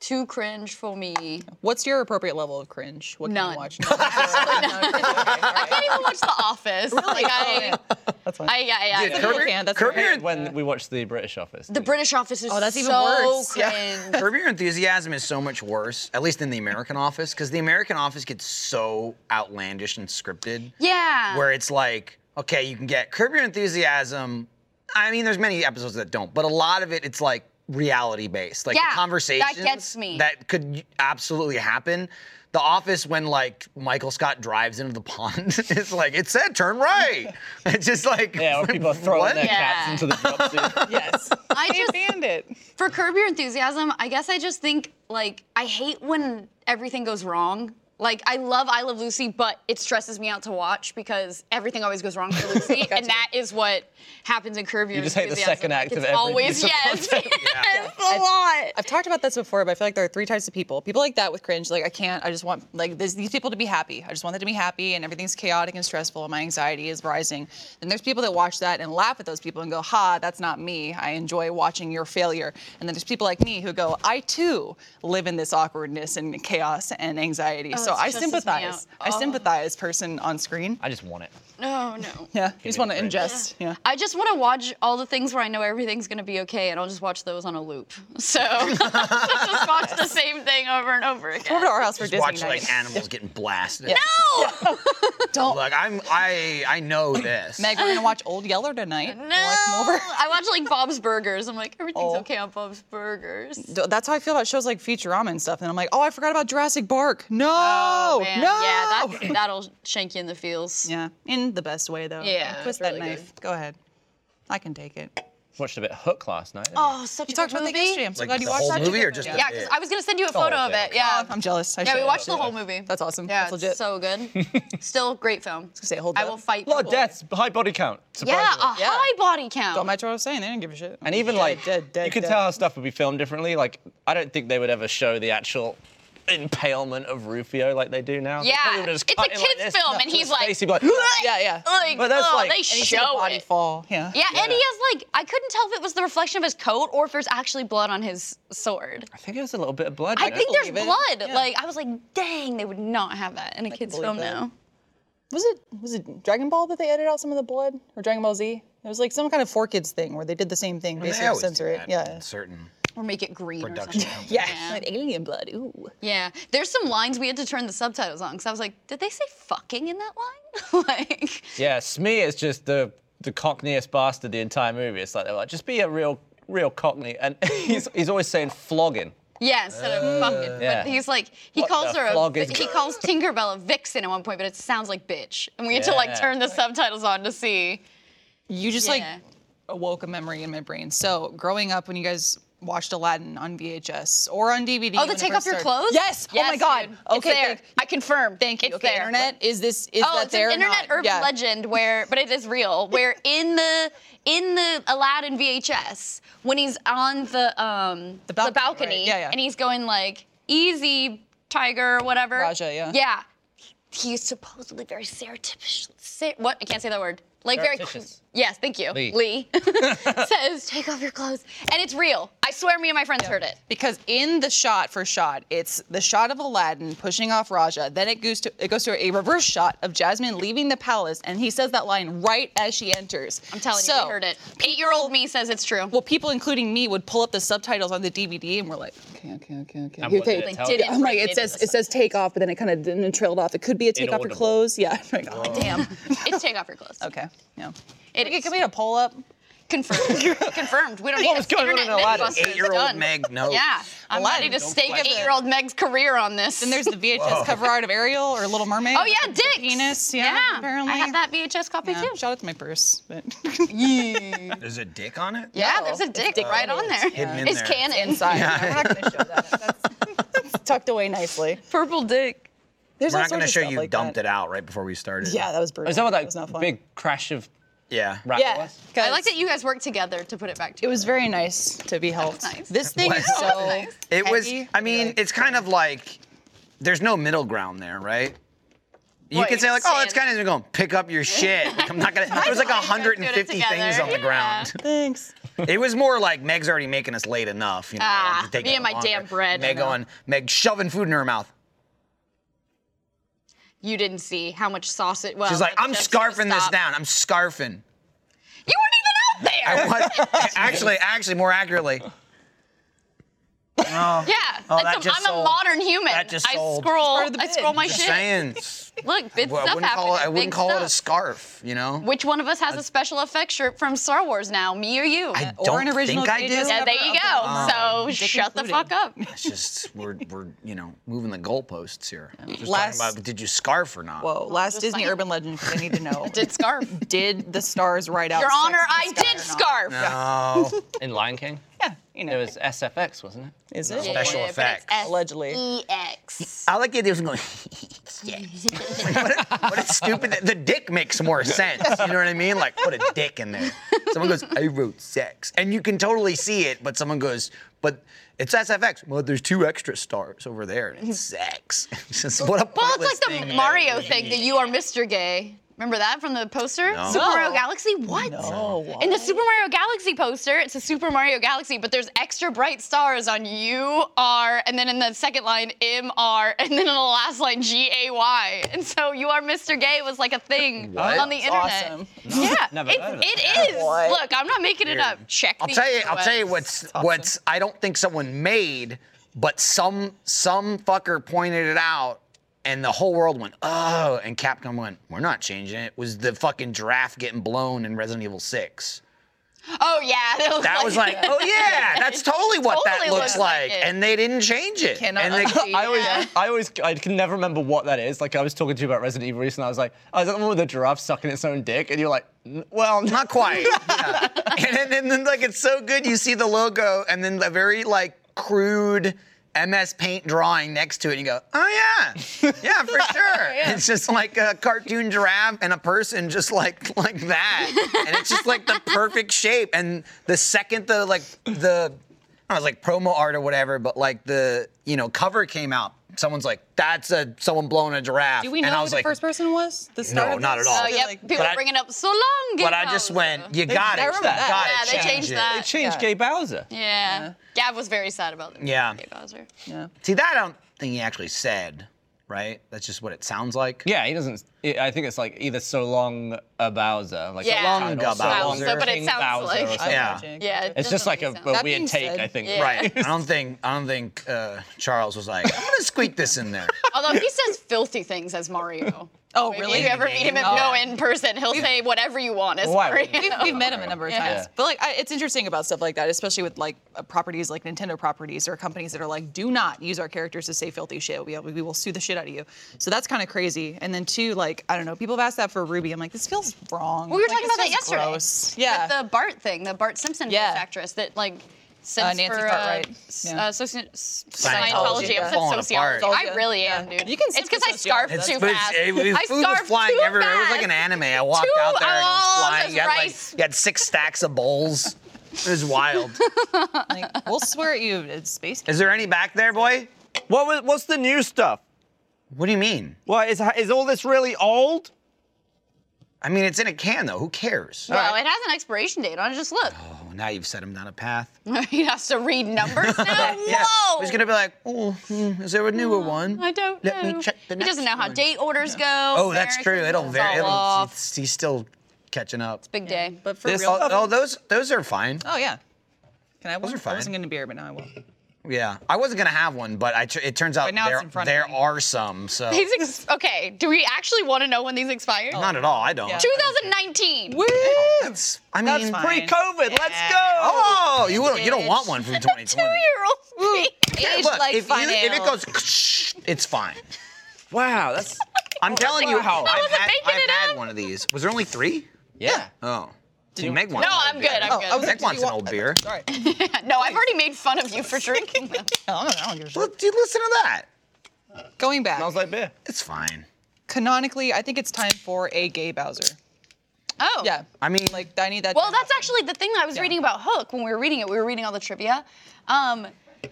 D: Too cringe for me.
E: What's your appropriate level of cringe? What
D: None.
E: can you watch?
D: I can't even watch The Office. Like I,
E: That's fine.
D: I, I, I,
B: Yeah,
E: Curb
B: Curb,
E: Your-
B: your,
E: that's
B: curb,
E: okay.
B: your,
C: When we watched the British Office.
D: the British Office is
E: Oh, that's even
D: so
E: worse. Yeah.
D: cringe.
B: Curb Your enthusiasm is so much worse, at least in the American office, because the American office gets so outlandish and scripted.
D: Yeah.
B: where it's like, okay, you can get Curb Your Enthusiasm. I mean, there's many episodes that don't, but a lot of it, it's like reality based, like the
D: Yeah, that
B: conversations
D: gets me.
B: that could absolutely happen. The Office, when like Michael Scott drives into the pond, it's like it said turn right. It's just like
C: yeah, or people are throwing
B: what?
C: their
D: Yeah.
C: cats into the dropsuit.
E: yes.
D: I just
E: Band it.
D: for curb your enthusiasm, I guess I just think like I hate when everything goes wrong. Like I love I Love Lucy, but it stresses me out to watch because everything always goes wrong for Lucy, and that is what happens in Curb Your
C: You just hate the
D: Enthusiasm.
C: second
D: Like,
C: act of
D: it's
C: every
D: Always
C: piece of
D: yes,
C: content.
D: yes, a
E: I've-
D: lot.
E: I've talked about this before, but I feel like there are three types of people. People like that with cringe, like I can't. I just want like this, these people to be happy. I just want them to be happy, and everything's chaotic and stressful. And my anxiety is rising. Then there's people that watch that and laugh at those people and go, "Ha, that's not me. I enjoy watching your failure." And then there's people like me who go, "I too live in this awkwardness and chaos and anxiety." so
D: Oh, it
E: I
D: stresses me
E: sympathize.
D: out. Oh.
E: I sympathize, person on screen.
C: I just want it.
D: no, no.
E: Yeah, you just
C: me
E: want to
C: the cringe.
E: ingest. Yeah.
D: I just want to watch all the things where I know everything's gonna be okay, and I'll just watch those on a loop. So just watch the same thing over and over
E: Over to
D: again.
E: our house for
B: Just
E: Disney
B: watch
E: night.
B: like animals getting blasted.
D: No,
E: Don't.
B: Like I'm, I, I know this.
E: Meg, we're gonna watch Old Yeller tonight.
D: no.
E: Wanna come over?
D: I watch like Bob's Burgers. I'm like everything's
E: Oh.
D: okay on Bob's Burgers.
E: Th- That's how I feel about shows like Futurama and stuff. And I'm like, oh, I forgot about Jurassic Park. No,
D: Oh, man.
E: no.
D: Yeah, that, that'll shank you in the feels.
E: Yeah, in the best way though.
D: Yeah, it's
E: twist
D: really
E: that knife. Go ahead. I can take it.
C: Watched a bit of Hook last night. didn't
D: Oh, such
E: You
D: a
E: talked
D: good
E: about that
D: movie.
E: yesterday. I'm so
B: Like
E: glad you
B: the
E: watched
B: whole
E: that.
B: movie or
E: together.
B: just
E: yeah.
B: the-
D: Yeah, 'cause I was gonna send you a
C: whole
D: photo of
C: thing.
D: it. Yeah.
E: Oh, I'm jealous. I
D: yeah, we
E: should.
D: watched the whole movie.
E: That's awesome.
D: Yeah,
E: That's legit.
D: it's so good. Still great film.
E: say, hold
D: I
E: up.
D: will fight.
C: A lot of
D: people.
C: deaths, high body count.
D: Yeah, oh.
C: Surprisingly.
D: a
E: Yeah.
D: high body count.
E: Don't match what I was saying. They didn't give a shit.
C: And even
E: Dead,
C: like,
E: dead, dead,
C: you could
E: dead.
C: tell how stuff would be filmed differently. Like, I don't think they would ever show the actual impalement of Rufio like they do now. They
D: Yeah.
C: probably would've just
D: It's a
C: cut him like
D: kid's
C: this,
D: film,
C: cut to
D: and he's
C: his
D: like-
C: face, he'd be like,
E: Yeah, yeah.
D: Like,
C: But that's
D: oh,
C: like-
D: they
C: And
E: You see the
D: show
E: body
D: it.
E: fall. Yeah.
D: Yeah, and he has like I couldn't tell if it was the reflection of his coat or if there's actually blood on his sword.
C: I think there's a little bit of blood.
D: I
C: in it.
D: think there's
E: believe it.
D: blood.
E: Yeah.
D: Like I was like, dang, they would not have that in a kid's
E: believe
D: film
E: that.
D: now.
E: Was it was it Dragon Ball that they edited out some of the blood or Dragon Ball Z? It was like some kind of four kids thing where they did the same thing,
B: They
E: basically
B: always do
E: censor it.
B: that
E: Yeah.
B: in Certain
D: Or make it green or
B: production.
D: something.
B: companies.
E: Yeah. Like alien blood. Ooh.
D: Yeah, there's some lines we had to turn the subtitles on because I was like, did they say fucking in that line? like,
C: Yeah, Smee is just the the cockneyest bastard the entire movie. It's like they're like, just be a real real cockney, and he's he's always saying flogging.
D: yeah, instead of
E: Uh,
D: fucking.
C: Yeah.
D: But he's like, he
C: What
D: calls
C: the
D: her a,
C: flog
D: vi-
C: is
D: he calls Tinkerbell a vixen at one point, but it sounds like bitch, and we had to like
C: Yeah.
D: turn the subtitles on to see.
E: You just
D: Yeah.
E: like awoke a memory in my brain. So growing up, when you guys watched Aladdin on VHS or on DVD.
D: Oh,
E: when
D: the
E: it
D: take off
E: first
D: your
E: started.
D: clothes?
E: Yes. Oh my
D: Yes,
E: God.
D: dude.
E: Okay.
D: It's there.
E: Thank,
D: I confirm.
E: thank you.
D: It's
E: okay.
D: there.
E: Internet is this is
D: oh,
E: that
D: it's
E: there
D: an
E: or
D: internet
E: not?
D: urban
E: Yeah.
D: legend where, but it is real. Where in the in the Aladdin VHS, when he's on the um
E: The balcony, right. Yeah, yeah.
D: and he's going like easy tiger or whatever.
E: Raja, yeah.
D: Yeah, he's supposedly very surreptitious. Ser- what I can't say that word. Like very. cl-
C: Surreptitious.
D: Yes, thank you.
C: Lee.
D: says, "Take off your clothes," and it's real. I swear, me and my friends heard it.
E: Because in the shot for shot, it's the shot of Aladdin pushing off Raja. Then it goes to it goes to a reverse shot of Jasmine leaving the palace, and he says that line right as she enters.
D: I'm telling
E: so,
D: you, we heard it. Eight-year-old me says it's true.
E: Well, people, including me, would pull up the subtitles on the DVD, and we're like, okay, okay, okay, okay.
C: And
E: Here,
C: what did
E: take-
C: it
D: Like,
C: tell
D: did
C: you?
D: it
E: I'm like,
D: break
E: it
D: into
E: says
D: the
E: it says take off, but then it kind of then trailed off. It could be a take off your
C: Inaudible.
E: clothes. Yeah. I'm like, oh,
D: Damn, it's take off your clothes.
E: Okay. Yeah.
D: It is
E: Can we get a poll up?
D: confirmed. confirmed. We don't need
C: was
D: a
C: going on
D: internet
C: in Aladdin?
D: Mythbusters.
B: Eight-year-old
D: Done.
B: Meg knows.
D: Yeah, I'm
E: Aladdin,
D: ready to
E: don't
D: stake
E: question it.
D: eight-year-old Meg's career on this.
E: Then there's the VHS cover art of Ariel or Little Mermaid.
D: oh
E: with
D: yeah,
E: the
D: dicks.
E: Penis. Yeah. Apparently.
D: I have that VHS copy
E: Yeah.
D: too.
E: Shout out to my purse, but
B: There's a dick on it.
D: Yeah,
E: No,
D: there's a
E: it's
D: dick
E: dick
D: right on there.
B: Hidden in
D: It's
B: there.
D: canon.
E: inside. Yeah. We're not gonna show that. That's, that's tucked away nicely.
D: Purple dick.
E: There's
B: We're
E: all
B: not going to
E: sorts
B: show
E: of stuff
B: you
E: like
B: dumped
E: that.
B: it out right before we started.
E: Yeah, that was brutal.
C: Is that what
E: was not
C: that
E: fun.
C: big crash of
B: Yeah.
C: rap
E: Yeah.
C: was?
E: 'cause
D: I like that you guys work together to put it back to.
E: It was very nice to be helped.
D: nice.
E: This thing is
B: Wow.
E: so.
B: It was.
E: heavy.
B: I mean, it's kind of like there's no middle ground there, right? You
D: What,
B: can say
D: you're
B: like, oh, it's
D: saying-
B: kind of going pick up your shit. Like, I'm not gonna. There was like
D: like you guys doing it
B: 150 things
D: together.
B: on the
D: Yeah.
B: ground.
E: Thanks.
B: It was more like Meg's already making us late enough. You know,
D: Ah,
B: I'm just taking
D: me and
B: it
D: my damn
B: longer.
D: bread.
B: Meg
D: I know.
B: going, Meg shoving food in her mouth.
D: You didn't see how much sauce it was.
B: She's like, I'm scarfing this down. I'm scarfing.
D: You weren't even out there.
B: I was actually, actually, more accurately. No.
D: Yeah,
B: Oh,
D: that's
B: that
D: a-
B: just
D: I'm a
B: sold.
D: modern human.
B: That just
D: I
B: sold.
D: scroll.
E: Part of the
D: I
E: bid.
D: scroll my
B: Just
D: shit.
B: saying.
D: Look, big
B: Well, I
D: stuff
B: wouldn't call it.
D: happening,
B: I wouldn't
D: big
B: call it a
D: stuff.
B: scarf. You know.
D: Which one of us has a special effect shirt from Star Wars now? Me or you?
B: I
E: Or
B: don't
E: an original
B: think I
E: pages
B: do.
D: yeah, there you
E: Okay.
D: go.
E: Oh.
D: so
E: Dick
D: shut the fuck
E: included.
D: up.
B: It's just we're we're you know moving the goalposts here. Just
E: Last-
B: talking about did you scarf or not?
E: Whoa, last Disney urban legend 'cause I need to know.
D: Did scarf.
E: did the stars write out?
D: Your
E: Sex
D: Honor,
E: in the Sky
D: I
E: or
D: did
E: not?
D: scarf.
B: Oh,
C: In Lion King?
E: Yeah, you know.
C: It was SFX, wasn't it?
E: is it?
B: Yeah. Special effects.
E: Allegedly.
D: Mm. EX.
B: I like the idea of going. yes. Like, what, a, what a stupid. The dick makes more sense. You know what I mean? Like put a dick in there. Someone goes, I wrote sex, and you can totally see it. But someone goes, but it's SFX. Well, there's two extra stars over there. And it's sex. It's just, what a
D: Well,
B: pointless
D: it's like
B: thing.
D: the Mario thing that you are Mr. Gay. Remember that from the poster?
B: No.
D: Super Mario
E: No.
D: Galaxy? What?
E: No, what?
D: In the Super Mario Galaxy poster, it's a Super Mario Galaxy, but there's extra bright stars on U R, and then in the second line M R, and then in the last line G A Y. And so you are Mr. Gay was like a thing
B: What?
D: on the
E: That's
D: internet.
E: awesome.
D: Yeah,
C: never
D: it,
C: heard of
D: it is.
E: What?
D: Look, I'm not making it up. Check.
B: I'll
D: the
B: tell you. I'll tell you
D: interwebs.
B: what's what's. I don't think someone made, but some some fucker pointed it out, and the whole world went oh, and Capcom went, we're not changing it. Was the fucking giraffe getting blown in Resident Evil Six?
D: Oh yeah, that was
B: That was like, oh yeah, that's totally what that
D: Totally
B: looks
D: looks
B: like,
D: like it.
B: and they didn't change it.
E: Cannot
B: and they,
E: unsee
C: I always,
D: Yeah.
C: I always, I can never remember what that is. Like I was talking to you about Resident Evil recently. I was like, oh, is that the one with the giraffe sucking its own dick? And you're like, "N- well, no.
B: not quite. Yeah. and, then, and then like it's so good, you see the logo, and then the very like crude MS Paint drawing next to it, and you go, oh yeah, yeah for sure. It's just like a cartoon giraffe and a person just like like that, and it's just like the perfect shape. And the second the like the I was like promo art or whatever, but like the you know cover came out. Someone's like, "That's a someone blowing a giraffe."
E: Do we
B: and
E: know
B: I
E: who
B: was
E: the
B: like,
E: first person was? The star of
B: not
E: this?
B: at all.
D: Oh, yep.
E: Like,
D: People
B: but
D: are
B: I-
D: bringing up so long.
B: But
D: Gabe
B: I just
D: Bowser."
B: went, "You got
E: I
B: it,
E: remember that.
B: got
D: Yeah,
B: it."
D: they changed that.
C: change
E: Yeah.
C: Gay Bowser.
D: Yeah. Gab was very sad about that.
B: Yeah.
D: Gabe Bowser.
E: Yeah.
B: See, that I don't think he actually said, right? That's just what it sounds like.
C: Yeah, he doesn't. It, I think it's like either so long a Bowser, like
D: Yeah.
C: so
D: Long
B: a
D: Bowser. So, but it
C: King
D: sounds
C: Bowser or
D: like-
C: something.
B: Yeah.
E: Magic.
D: Yeah. it
C: It's just
D: doesn't
C: like a,
D: really sound-
C: a
E: That being
C: weird take,
E: said,
C: I think.
D: yeah.
B: Right. I don't think I don't think uh, Charles was like, I'm gonna squeak this in there.
D: Although he says filthy things as Mario.
E: Oh,
D: If
E: really?
D: you ever meet him in,
E: Oh.
D: no, in person, he'll say whatever you want as
C: Why
D: Mario.
C: wouldn't he?
E: We've met him a number of
D: Yeah.
E: times, but like I, it's interesting about stuff like that, especially with like uh, properties like Nintendo properties or companies that are like, do not use our characters to say filthy shit. We, we will sue the shit out of you. So that's kind of crazy. And then two, like I don't know, people have asked that for Ruby. I'm like, this feels wrong.
D: We were
E: Like,
D: talking
E: this
D: about that
E: feels
D: yesterday.
E: gross. Yeah.
D: With the Bart thing, the Bart Simpson voice
E: Yeah.
D: actress that like since
E: Uh, Nancy
D: for uh,
E: Cartwright.
D: s-
E: Yeah.
D: uh, soci- s-
B: Scientology.
E: Yeah.
D: Scientology. I
B: Falling
D: said
B: apart.
D: sociology. I
E: Sociology.
D: really am,
E: Yeah.
D: dude.
E: You can sit
D: It's because
E: for
D: I starved
E: sociology.
D: too
B: But
D: fast.
B: it was-
D: I
B: food was
D: starved
B: flying
D: too
B: everywhere. It was like an
D: fast.
B: anime. I walked
D: Too-
B: out there and it was
D: oh,
B: flying.
D: there's
B: You had, like,
D: rice.
B: you had six stacks of bowls. It was wild.
E: Like, we'll swear at you. It's space.
B: Is there any back there, boy?
F: What was, what's the new stuff?
B: What do you mean?
F: What is is all this really old?
B: I mean, it's in a can though. Who cares?
D: Well, it has an expiration date on it. Just look.
B: Oh, now you've set him down a path.
D: he has to read numbers now.
B: Yeah.
D: Whoa.
B: He's gonna be like, oh, hmm, is there a newer one?
D: Mm, I don't
B: Let
D: know.
B: me check the
D: he doesn't
B: next
D: know how
B: one."
D: date orders go.
B: Oh, that's true.
D: Americans,
B: It'll
D: it's
B: vary.
D: all
B: It'll,
D: off.
B: it's, he's still catching up.
D: Big day.
E: But for
F: This-
E: real.
B: Oh, oh, those those are fine.
E: Oh yeah. Can I?
B: Those are
E: I wasn't
B: fine.
E: gonna beer, but now I will.
B: Yeah, I wasn't gonna have one, but I tr- it turns out
E: But now it's
B: there,
E: in front of
B: there
E: me.
B: are some. So
D: These ex- okay, do we actually want to know when these expire?
B: not at all. I don't.
E: Yeah.
D: 2019.
B: That's, I
E: That's
B: mean,
E: fine.
F: Pre-COVID, let's go.
B: oh, you don't, you don't want one from 2020.
D: Two-year-old me. Aged
B: Look,
D: like
B: if, you,
D: fun
B: if it
D: ale.
B: goes, it's fine.
F: Wow, that's
B: I'm telling you,
F: wow. I
B: I've,
D: wasn't
B: had,
D: making
B: I've
D: it
B: had
D: up.
B: one of these. Was there only three?
F: yeah.
B: Oh, did you make one?
D: No, I'm good. I'm good.
E: I was
B: Nick
E: like,
B: wants
E: do you
B: an
E: want-
B: old beer.
E: Sorry.
D: no, I've already made fun of you for drinking them.
E: I don't, Oh, I don't give a shit.
B: Look, dude, listen to that.
E: Going back.
F: Smells like beer.
B: It's fine.
E: canonically, I think it's time for a gay Bowser.
D: Oh.
E: Yeah.
B: I mean,
E: Like I need that.
D: Well, that's actually the thing that I was reading about Hook when we were reading it. We were reading all the trivia. Um,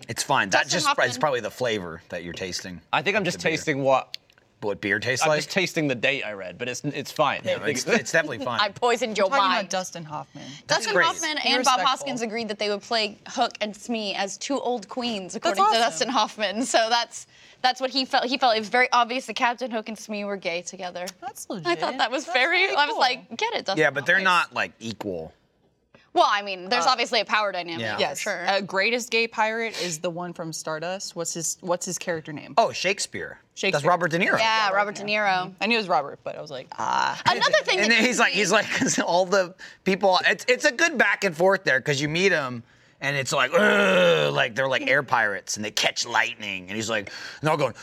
B: it's fine. That
D: Dustin
B: just
D: Hoffman-
B: it's probably the flavor that you're tasting.
C: I think I'm just
B: The beer.
C: tasting what
B: What beer tastes
C: I'm
B: like?
C: just tasting the date I read, but it's it's fine.
B: it's, it's definitely fine.
D: I poisoned your
E: talking
D: mind.
E: about Dustin Hoffman.
D: Dustin
B: great.
D: Hoffman
E: Be
D: and Bob
E: respectful.
D: Hoskins agreed that they would play Hook and Smee as two old queens, according
E: awesome.
D: to Dustin Hoffman. So that's that's what he felt. He felt it was very obvious that Captain Hook and Smee were gay together.
E: That's legit.
D: I thought that was
E: That's
D: very.
E: pretty
D: I was
E: cool.
D: like, get it, Dustin.
B: yeah, but they're
D: Hoffman.
B: not like equal.
D: Well, I mean, there's obviously a power dynamic.
B: Yeah.
D: Yeah.
E: Yes.
D: oh, Sure.
E: Uh, greatest gay pirate is the one from Stardust. What's his What's his character name?
B: Oh, Shakespeare. That's
E: Shakespeare.
B: Robert De Niro.
D: yeah, Robert De Niro.
E: I knew it was Robert, but I was like, ah.
D: Another thing.
B: And
D: that
B: then he's like, he's like, 'cause all the people. It's it's a good back and forth there because you meet him. And it's like, "Ugh," like they're like air pirates, and they catch lightning, and he's like, and they're all going,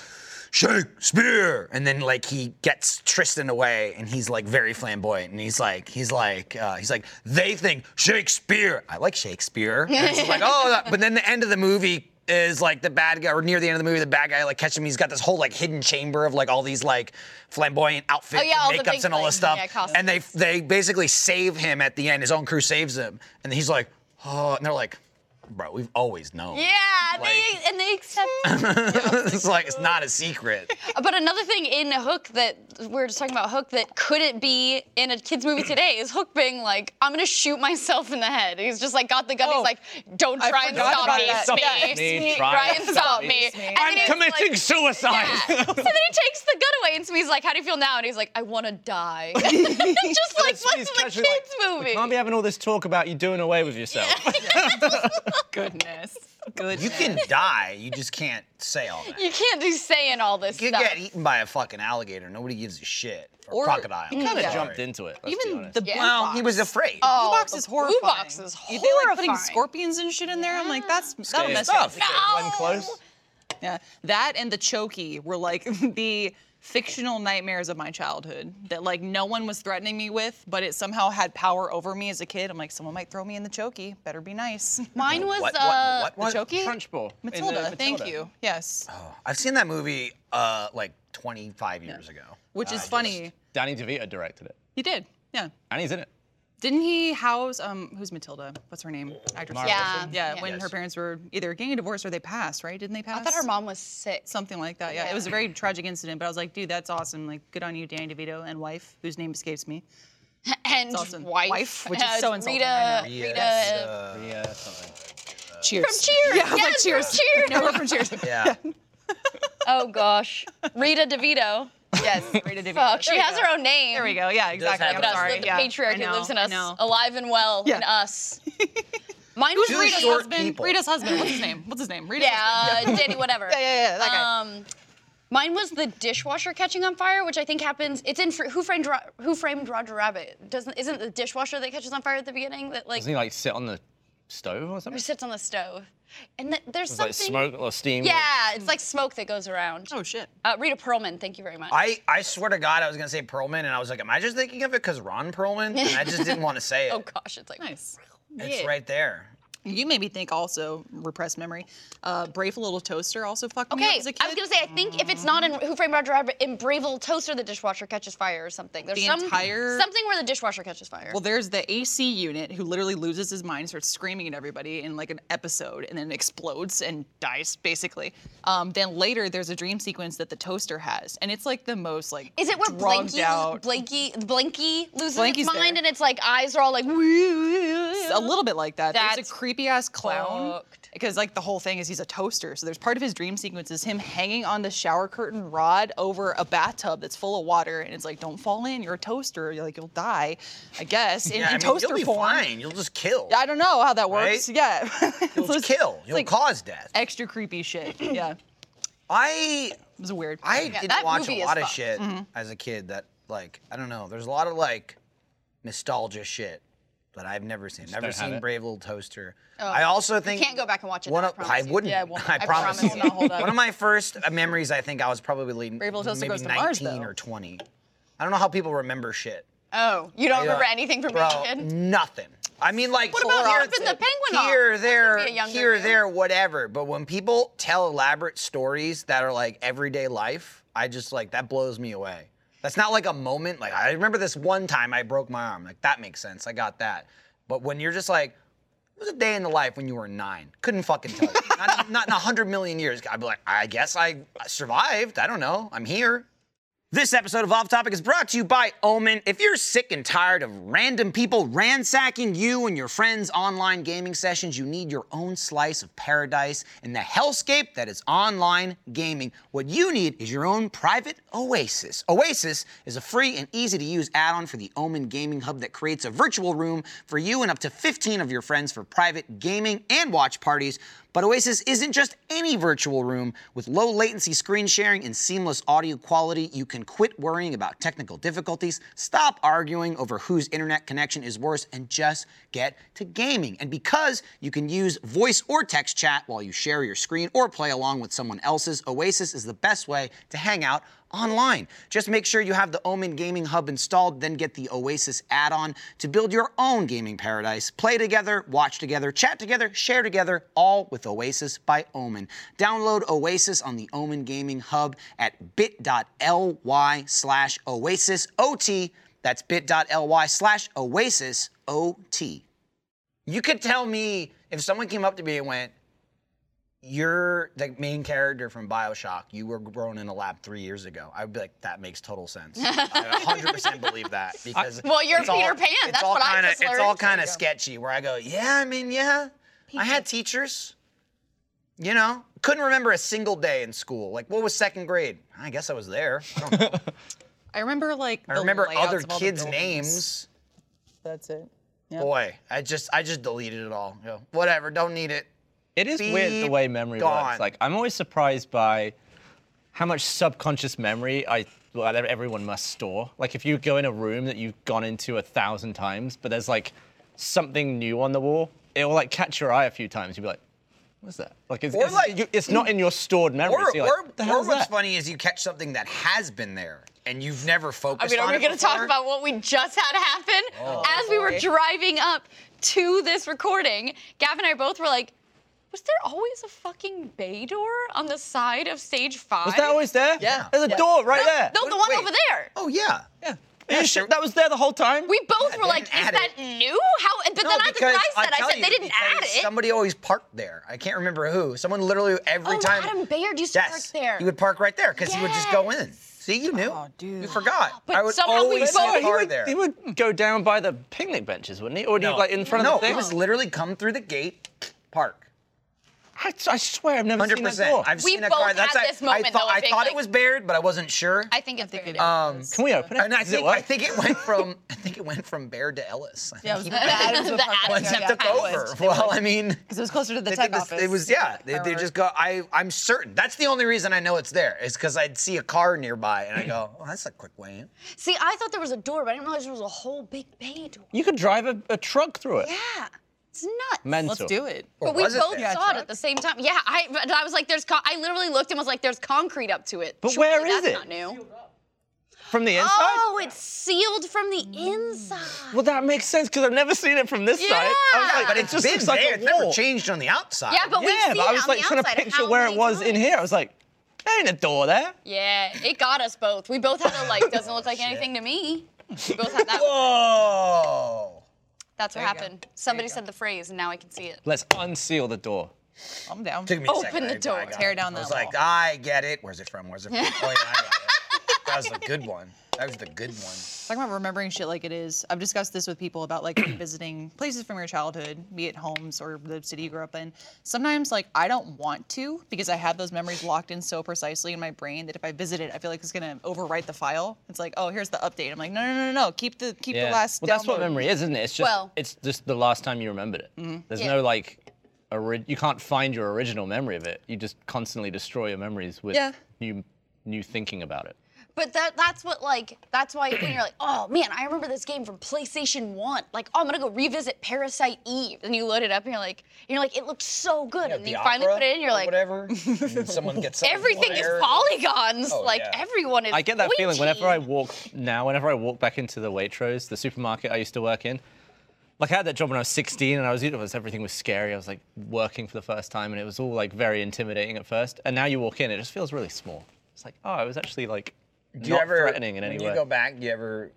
B: Shakespeare, and then like he gets Tristan away, and he's like very flamboyant, and he's like, he's like, uh, he's like, they think Shakespeare. I like Shakespeare. And it's just like, oh, that- but then the end of the movie is like the bad guy, or near the end of the movie, the bad guy like catches him. He's got this whole like hidden chamber of like all these like flamboyant outfits,
D: Oh, yeah, all
B: and
D: the
B: makeups,
D: big,
B: and all this stuff.
D: like, yeah, costumes.
B: and they they basically save him at the end. His own crew saves him, and he's like, oh, and they're like, bro, we've always known.
D: Yeah, they, and they accept.
B: it's like it's not a secret.
D: But another thing in Hook that we we're just talking about Hook that couldn't be in a kids movie today is Hook being like, "I'm gonna shoot myself in the head." He's just like got the gun.
E: Oh,
D: he's like, "Don't
E: I
D: try and
E: forgot
D: stop
E: about
D: me,
E: that.
D: Smee.
E: Yeah.
C: Smee, try
D: Try
C: and
D: and stop me."
E: Smee.
D: And then
C: I'm
D: he's
C: committing
D: like-
C: suicide.
D: Yeah. so then he takes the gun away, and Smee's like, "How do you feel now?" And he's like, "I want to die." just like what's in
C: He's
D: the kids
C: casually like,
D: movie?
C: We can't be having all this talk about you doing away with yourself.
E: goodness. Good.
B: You can die, you just can't say all that. You
D: you can't be saying all this
B: could
D: stuff.
B: get eaten by a fucking alligator. Nobody gives a shit. Or,
E: Or-
B: crocodile.
E: you
C: kind
E: kinda
C: of
E: Yeah.
C: jumped into it. let's be
E: Even
C: honest.
E: the
D: Yeah.
E: blue
B: well,
E: box.
B: he was afraid.
D: Oh,
E: Blue box is horrifying.
D: box is
E: You- They like putting
D: horrifying.
E: scorpions and shit in there. I'm like, that's that'll
C: Scary
E: mess you up.
F: Stuff.
C: Glenn Close.
E: Yeah. That and the Choki were like the fictional nightmares of my childhood that like no one was threatening me with, but it somehow had power over me as a kid. I'm like, someone might throw me in the Choki. Better be nice.
D: Mine was
B: What, what,
D: uh,
B: what, what?
E: the Choki?
C: Crunchball. in, uh,
E: Matilda, thank
C: Matilda.
E: you. Yes.
B: I've seen that movie uh, like 25 years ago.
E: Which is funny.
C: Danny DeVito directed it,
E: You did. Yeah.
C: and he's in it.
E: Didn't he house um who's Matilda? What's her name? Actress.
C: Mara
D: Yeah,
E: Wilson. Yeah.
D: yeah.
E: When her
B: Yes.
E: parents were either getting a divorce or they passed, right? Didn't they pass?
D: I thought her mom was sick.
E: Something like that. Yeah. It was a very tragic incident, but I was like, dude, that's awesome. Like, good on you, Danny DeVito and wife, whose name escapes me.
D: and
E: also
D: wife,
E: wife, which is so
D: Uh,
E: insulting, I
D: Rita,
E: know.
D: Rita, uh,
C: Yeah, something.
E: Cheers.
D: from Cheers.
E: Yeah, I was
D: yes,
E: like, cheers.
D: From cheers.
E: No, we're from Cheers.
B: Yeah.
D: Oh gosh, Rita DeVito.
E: Yes, Rita DeVito.
D: Fuck, she
E: There we
D: has
E: go.
D: her own name.
E: There we go. Yeah, exactly.
B: have
E: I'm
B: it.
D: Does
E: sorry.
D: the, the
E: yeah.
D: patriarchy
E: I know,
D: lives in
E: I
D: us,
E: know.
D: alive and well in
E: Yeah.
D: us. Mine was
B: Two
D: Rita.
E: Rita's
B: short
E: husband.
B: people.
E: Rita's husband. What's his name? What's his name? Rita's
D: Yeah, uh, Danny, whatever.
E: husband. Yeah, yeah, yeah. That guy.
D: Um, mine was the dishwasher catching on fire, which I think happens. It's in Fr- Who Framed Ro- Who Framed Roger Rabbit. Doesn't isn't the dishwasher that catches on fire at the beginning that like
C: Doesn't he like sit on the stove or something?
D: or sits on the stove, and th- there's
C: It's
D: something.
C: like smoke or steam.
D: Yeah, it's like smoke that goes around.
E: hmm. oh shit.
D: Uh, Rita Perlman, thank you very much.
B: I, I swear to God, I was going to say Perlman, and I was like, am I just thinking of it because Ron Perlman? And I just didn't want to say it.
D: oh gosh, it's like
E: Nice.
B: It's right there.
E: You made me think also repressed memory. Uh, Brave Little Toaster also fucked me up
D: Okay,
E: as a kid. Mm.
D: I was gonna say I think if it's not in Who Framed Roger Rabbit, in Brave Little Toaster, the dishwasher catches fire or something. There's
E: The
D: some
E: entire-
D: something where the dishwasher catches fire.
E: Well, there's the AC unit who literally loses his mind, starts screaming at everybody in like an episode, and then explodes and dies basically. Um, then later, there's a dream sequence that the toaster has, and it's like the most like
D: Is it where
E: drugged
D: Blanky,
E: out.
D: Blanky, Blanky loses
E: Blanky's
D: its mind
E: there.
D: and its like eyes are all like.
E: a little bit like that. there's
D: That's
E: a creepy ass clown
D: fucked.
E: because like the whole thing is he's a toaster. So there's part of his dream sequence is him hanging on the shower curtain rod over a bathtub that's full of water, and it's like don't fall in, you're a toaster, you're like you'll die, I guess. In,
B: Yeah, I
E: in
B: mean,
E: toaster
B: you'll be
E: form.
B: fine. You'll just kill.
E: I don't know how that works.
B: Right?
E: Yeah.
B: You'll just kill. You'll cause death.
E: extra creepy shit. Yeah, it
B: I
E: was weird.
B: I
D: that
B: didn't watch
D: movie
B: a
D: is mm-hmm.
B: lot of
D: fucked.
B: shit as a kid that like I don't know. There's a lot of like nostalgia shit that I've never seen. Never
C: don't have
B: seen
C: it.
B: Brave Little Toaster. I also think
D: Oh. can't go back and watch it,
B: One
D: though, I
B: of, I,
D: promise you.
B: wouldn't.
E: Yeah, it won't-
B: I,
E: I
B: promise.
E: promise
B: you.
E: it will not hold up.
B: One of my first uh, memories, I think I was probably Brave
E: Little Toaster
B: maybe
E: goes to
B: 19
E: Mars, though.
B: or 20. I don't know how people remember shit.
D: Oh, you don't remember
B: Yeah.
D: anything from
B: Bro,
D: being a kid?
B: Nothing. I mean, like
D: What about Herb and the Penguin?
B: Here,
D: That's
B: there,
D: gonna be a younger
B: here,
D: dude.
B: there, whatever. But when people tell elaborate stories that are like everyday life, I just like that blows me away. That's not like a moment. Like I remember this one time I broke my arm. Like that makes sense. I got that. But when you're just like, it was a day in the life when you were nine. Couldn't fucking tell you. not, not in a hundred million years. I'd be like, I guess I survived. I don't know. I'm here. This episode of Off Topic is brought to you by Omen. If you're sick and tired of random people ransacking you and your friends' online gaming sessions, you need your own slice of paradise in the hellscape that is online gaming. What you need is your own private oasis. Oasis is a free and easy to use add on for the Omen Gaming Hub that creates a virtual room for you and up to 15 of your friends for private gaming and watch parties. But Oasis isn't just any virtual room. With low latency screen sharing and seamless audio quality, you can quit worrying about technical difficulties, stop arguing over whose internet connection is worse, and just get to gaming. And because you can use voice or text chat while you share your screen or play along with someone else's, Oasis is the best way to hang out online. Just make sure you have the Omen Gaming Hub installed, then get the Oasis add on to build your own gaming paradise. Play together, watch together, chat together, share together, all with Oasis by Omen. Download Oasis on the Omen Gaming Hub at bit.ly slash oasis OT. That's bit.ly slash oasis OT. You could tell me if someone came up to me and went, you're the main character from Bioshock. You were grown in a lab three years ago. I would be like, that makes total sense. I 100% believe that because
D: Well, you're
B: it's
D: Peter
B: all-
D: Pan.
B: it's
D: That's
B: all
D: what I
B: kinda,
D: just
B: It's
D: learned.
B: all kind of sketchy. Where I go, yeah, I mean, yeah, I had teachers. You know, couldn't remember a single day in school. Like, what was second grade? I guess I was there. I, don't know.
E: I remember like
B: I remember other kids' names.
E: That's it.
B: Boy, I just I just deleted it all. You know, whatever, don't need it.
C: It is weird the
B: Beep,
C: way memory
B: gone.
C: works. Like I'm always surprised by how much subconscious memory I well, everyone must store. Like if you go in a room that you've gone into a thousand times, but there's like something new on the wall, it will like catch your eye a few times. You'll be like, "What's that?" Like it's
B: Or,
C: it's,
B: like-
C: you- it's not in your stored memory.
B: Or,
C: so you're like,
B: or,
C: "What the
B: or
C: hell is
B: what's
C: that?"
B: funny is you catch something that has been there and you've never
D: I
B: focused
D: mean, are
B: on
D: we
B: it
D: gonna talk
B: before.
D: about what we just had happen?
B: Oh,
D: As we were
E: boy.
D: driving up to this recording, Gavin and I both were like, was there always a fucking bay door on the side of stage five?
C: Was that always there?
E: Yeah.
C: There's a
E: Yeah.
C: door right there.
D: No, the one
B: Wait.
D: over there.
B: Oh yeah. Yeah.
C: Are you sure that was there the whole time?
D: We both
B: Yeah,
D: were
B: they
D: like,
B: didn't
D: is
B: add
D: that
B: it.
D: new? How? But then that's what I said. I said they didn't add it.
B: Somebody always parked there. I can't remember who. Someone literally every
D: Oh,
B: time.
D: Adam Bayard used to park
B: yes,
D: there.
B: He would park right there because he would just go in.
D: Yes.
B: See, you knew.
E: Oh, dude.
B: You forgot.
D: But
B: I would
D: somehow we
B: always see
D: both-
B: a
C: he,
B: car
C: would,
B: there.
C: he would go down by the picnic benches, wouldn't he? Or would
B: no.
C: he like in front
B: no,
C: of the thing?
B: it was literally come through the gate, park.
C: I, I swear I've never
B: Hundred
C: seen that door.
B: percent. I've
D: We
B: seen a
D: both
B: car. That's
D: had
B: I,
D: this moment,
B: I
D: though,
B: thought,
D: of
B: I
D: being
B: thought
D: like-
B: it was Baird, but I wasn't sure.
D: I think it's very
B: um,
C: Can we open it?
B: and I
C: Does it
B: think,
C: work?
B: I think it went from I think it went from Baird to Ellis. I
E: Yeah, it was
B: think
E: the
B: he-
E: Adams
D: The
E: apartment.
D: Adams
E: Yeah,
B: Once it took
E: yeah, it was.
B: over. Well, I mean,
E: 'Cause it was closer to the
B: they
E: tech
B: did this-
E: office.
B: It was yeah. They, they
E: Fireworks.
B: just go. I I'm certain. That's the only reason I know it's there is because I'd see a car nearby and I go, oh, that's a quick way in.
D: See, I thought there was a door, but I didn't realize there was a whole big bay door.
C: You could drive a, a truck through it.
D: Yeah, it's nuts.
C: Mental.
E: Let's do it.
D: But we
B: was it
D: both
B: there?
D: saw it at the same time. Yeah, I but I was like, there's. Con- I literally looked and was like, there's concrete up to it.
C: But
D: Surely
C: where is
D: that's
C: it?
D: Not new.
F: from the inside?
D: Oh, it's sealed from the inside.
F: Well, that makes sense because I've never seen it from this side. I was
D: Yeah.
F: like,
D: But
F: but it
D: it's
F: just
B: Been
F: looks like
B: there,
F: a
B: it's
F: wall.
B: never changed on the outside.
D: Yeah, but we've
F: yeah,
D: seen
F: but I
D: it
F: was
D: on
F: like
D: the
F: trying to
D: outside of
F: picture
D: how
F: where it
D: many
F: was in
D: times.
F: here. I was like, there ain't a door there.
D: Yeah, it got us both. We both had a like doesn't look like anything to me. We both had that.
B: Whoa.
D: That's what happened. Somebody said the phrase, and now I can see it.
C: Let's unseal the door.
E: I'm down.
B: Took me a
D: Open
B: second.
D: the
B: I- I
D: door.
B: got
E: Tear
B: it.
E: down
B: I was
E: that
B: like, "Ah."
E: wall.
B: I get it. Where's it from? Where's it from? oh, yeah, I got it. That was the good one. That was the good one.
E: Talking about remembering shit like it is. I've discussed this with people about like revisiting places from your childhood, be it homes or the city you grew up in. Sometimes like I don't want to because I have those memories locked in so precisely in my brain that if I visit it, I feel like it's gonna overwrite the file. It's like, oh, here's the update. I'm like, no, no, no, no, no. keep the keep the last.
C: well, that's
E: download."
C: what memory is, isn't it? It's just
D: Well- Mm-hmm.
C: it's just the last time you remembered it. There's
D: Yeah.
C: no like, ori- you can't find your original memory of it. You just constantly destroy your memories with
E: Yeah.
C: new new thinking about it.
D: But that that's what like that's why when you're like, oh man, I remember this game from PlayStation One. Like, oh, I'm gonna go revisit Parasite Eve, and you load it up, and you're like, and you're like, it looks so good, and
B: the
D: then you finally
B: opera
D: put it in, you're
B: or
D: like,
B: whatever. and then someone gets something
D: everything is
B: wired.
D: polygons.
B: Oh,
D: like
B: yeah.
D: everyone is.
C: I get that feeling whenever I
D: pointy.
C: walk now, whenever I walk back into the Waitrose, the supermarket I used to work in. Like I had that job when I was 16 and I was, it was everything was scary. I was like working for the first time and it was all like very intimidating at first. And now you walk in, it just feels really small. It's like, oh, it was actually like
B: Do
C: not threatening in any
B: when
C: way.
B: you go back, do you ever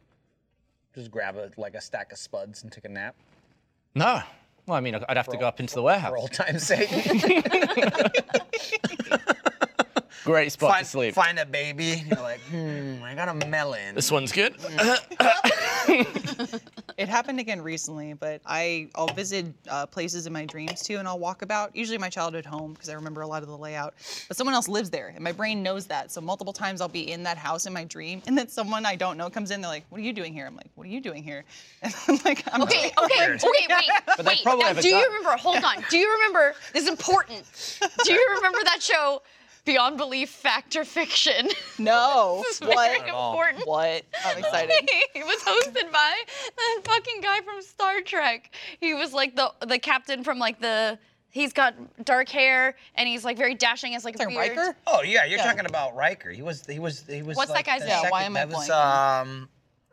B: just grab a, like a stack of spuds and take a nap
C: no. Well, I mean, I'd have to go up into the warehouse.
B: for old time's sake?
C: Great spot
B: find,
C: to sleep.
B: find a baby. and You're like, hmm, I got a melon.
C: This one's good.
F: Mm.
E: It happened again recently, but I I'll visit uh, places in my dreams too, and I'll walk about usually my childhood home because I remember a lot of the layout. But someone else lives there, and my brain knows that. So multiple times I'll be in that house in my dream, and then someone I don't know comes in. They're like, "What are you doing here?" I'm like, "What are you doing here?" And I'm like, "I'm
D: Okay,
E: like, "Oh,
D: okay, okay, wait.
C: they
D: wait.
C: probably
D: now,
C: have a
D: do you
C: gun.
D: remember? Hold on. Do you remember? This is important. Do you remember that show, Beyond Belief, Fact or Fiction?
E: no,
D: this is
E: what?
D: very important.
E: What? I'm excited.
D: It was hosted by that fucking guy from Star Trek. He was like the the captain from like the. He's got dark hair and he's like very dashing. It's like a
E: Like
D: beard.
E: Riker?
B: Oh yeah, you're
E: Yeah.
B: talking about Riker. He was, he was, he was.
D: What's that
B: like
D: guy's
B: the
D: name?
E: Yeah, why
B: second-
E: am I
B: That was,
E: blanking?
B: um,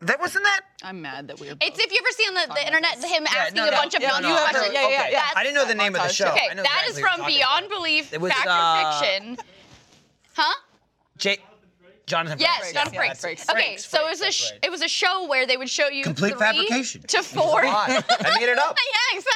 B: that wasn't that.
E: I'm mad that we we're.
D: It's if you ever see on the, the internet him
B: Yeah,
D: asking
B: no,
D: a
B: no,
D: bunch of
B: yeah,
D: non
B: no, I
D: questions.
B: know- okay.
E: yeah.
B: I didn't know the name of the
E: montage.
B: show.
D: Okay,
B: I know
D: that is
B: exactly what
D: from
B: you're talking
D: Beyond
B: about.
D: Belief,
B: It was,
D: Fact
B: uh,
D: or Fiction. Huh?
B: Jake, Jonathan.
D: Yes,
B: Frakes.
D: Jonathan
E: yeah,
D: Frakes.
E: that's right.
D: Okay,
B: Frakes,
D: so
B: Frakes,
D: it was a
B: that's
D: sh-
B: right.
D: it was a show where they would show you
B: Complete
D: three
B: fabrication. It
D: to
B: was a
D: four.
B: lie. I made it up.
D: yeah, exactly.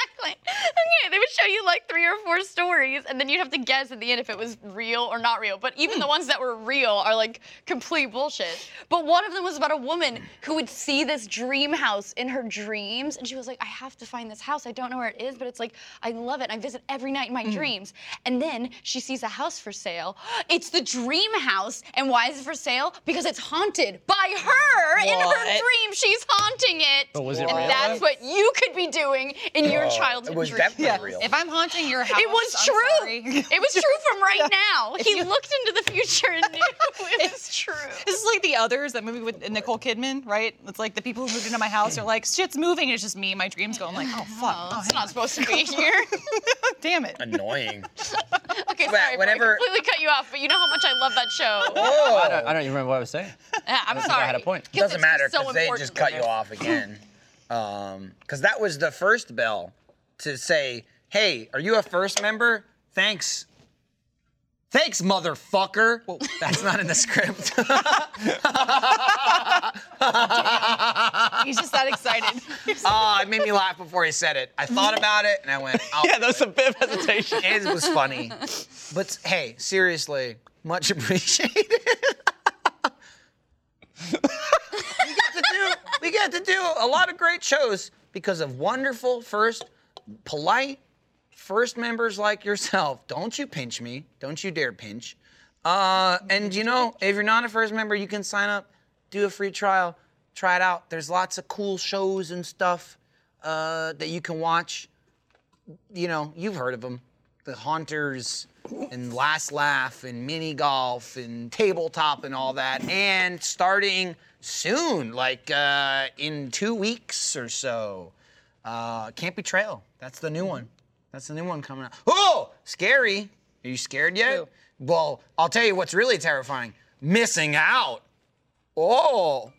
D: Okay, they would show you like three or four stories, and then you'd have to guess at the end if it was real or not real. But
B: Hmm.
D: even the ones that were real are like complete bullshit. But one of them was about a woman who would see this dream house in her dreams, and she was like, I have to find this house. I don't know where it is, but it's like, I love it. And I visit every night in
B: Hmm.
D: my dreams. And then she sees a house for sale. It's the dream house. And why is it for sale? Because it's haunted by her in her
E: What?
D: dream. She's haunting it.
C: But was it
D: and
C: real?
D: that's what you could be doing in your
B: Oh,
D: childhood
B: It was
D: dream.
B: definitely
E: Yeah.
B: real.
E: If I'm haunting your house,
D: It was
E: I'm
D: true.
E: sorry.
D: It was true from right now. He
E: you-
D: looked into the future and knew it was true.
E: This is like the others, that movie with Nicole Kidman, right? It's like the people who moved into my house are like, shit's moving. It's just me. My dreams going like, oh fuck, oh,
D: It's
E: hang
D: not
E: on.
D: supposed to be here.
E: damn it.
B: Annoying.
D: Okay,
B: But
D: sorry,
B: whenever-
D: I completely cut you off, but you know how much I love that show.
B: Oh,
C: I, don't, I don't even remember what I was saying.
D: Yeah, I'm
C: think I
D: sorry.
C: had a point.
D: 'Cause it's
B: doesn't matter
D: so
B: because they
D: important.
B: just cut you off again. Um, because that was the first bell to say, "Hey, are you a first member? Thanks." Thanks, motherfucker. That's not in the script.
E: He's just that excited.
B: Ah, it made me laugh before he said it. I thought about it and I went, oh,
F: Yeah, there was a bit of hesitation.
B: it was funny. But hey, seriously, much appreciated. we got to do we got to do a lot of great shows because of wonderful first polite first members like yourself. Don't you pinch me. Don't you dare pinch. Uh, and you know, if you're not a first member, you can sign up, do a free trial, try it out. There's lots of cool shows and stuff uh, that you can watch you know, you've heard of them. The Haunters and Last Laugh and Mini Golf and Tabletop and all that. And starting soon, like uh, in two weeks or so, uh, Campy Trail. That's the new one. That's the new one coming out. Oh, scary. Are you scared yet?
E: Who?
B: Well, I'll tell you what's really terrifying missing out. Oh.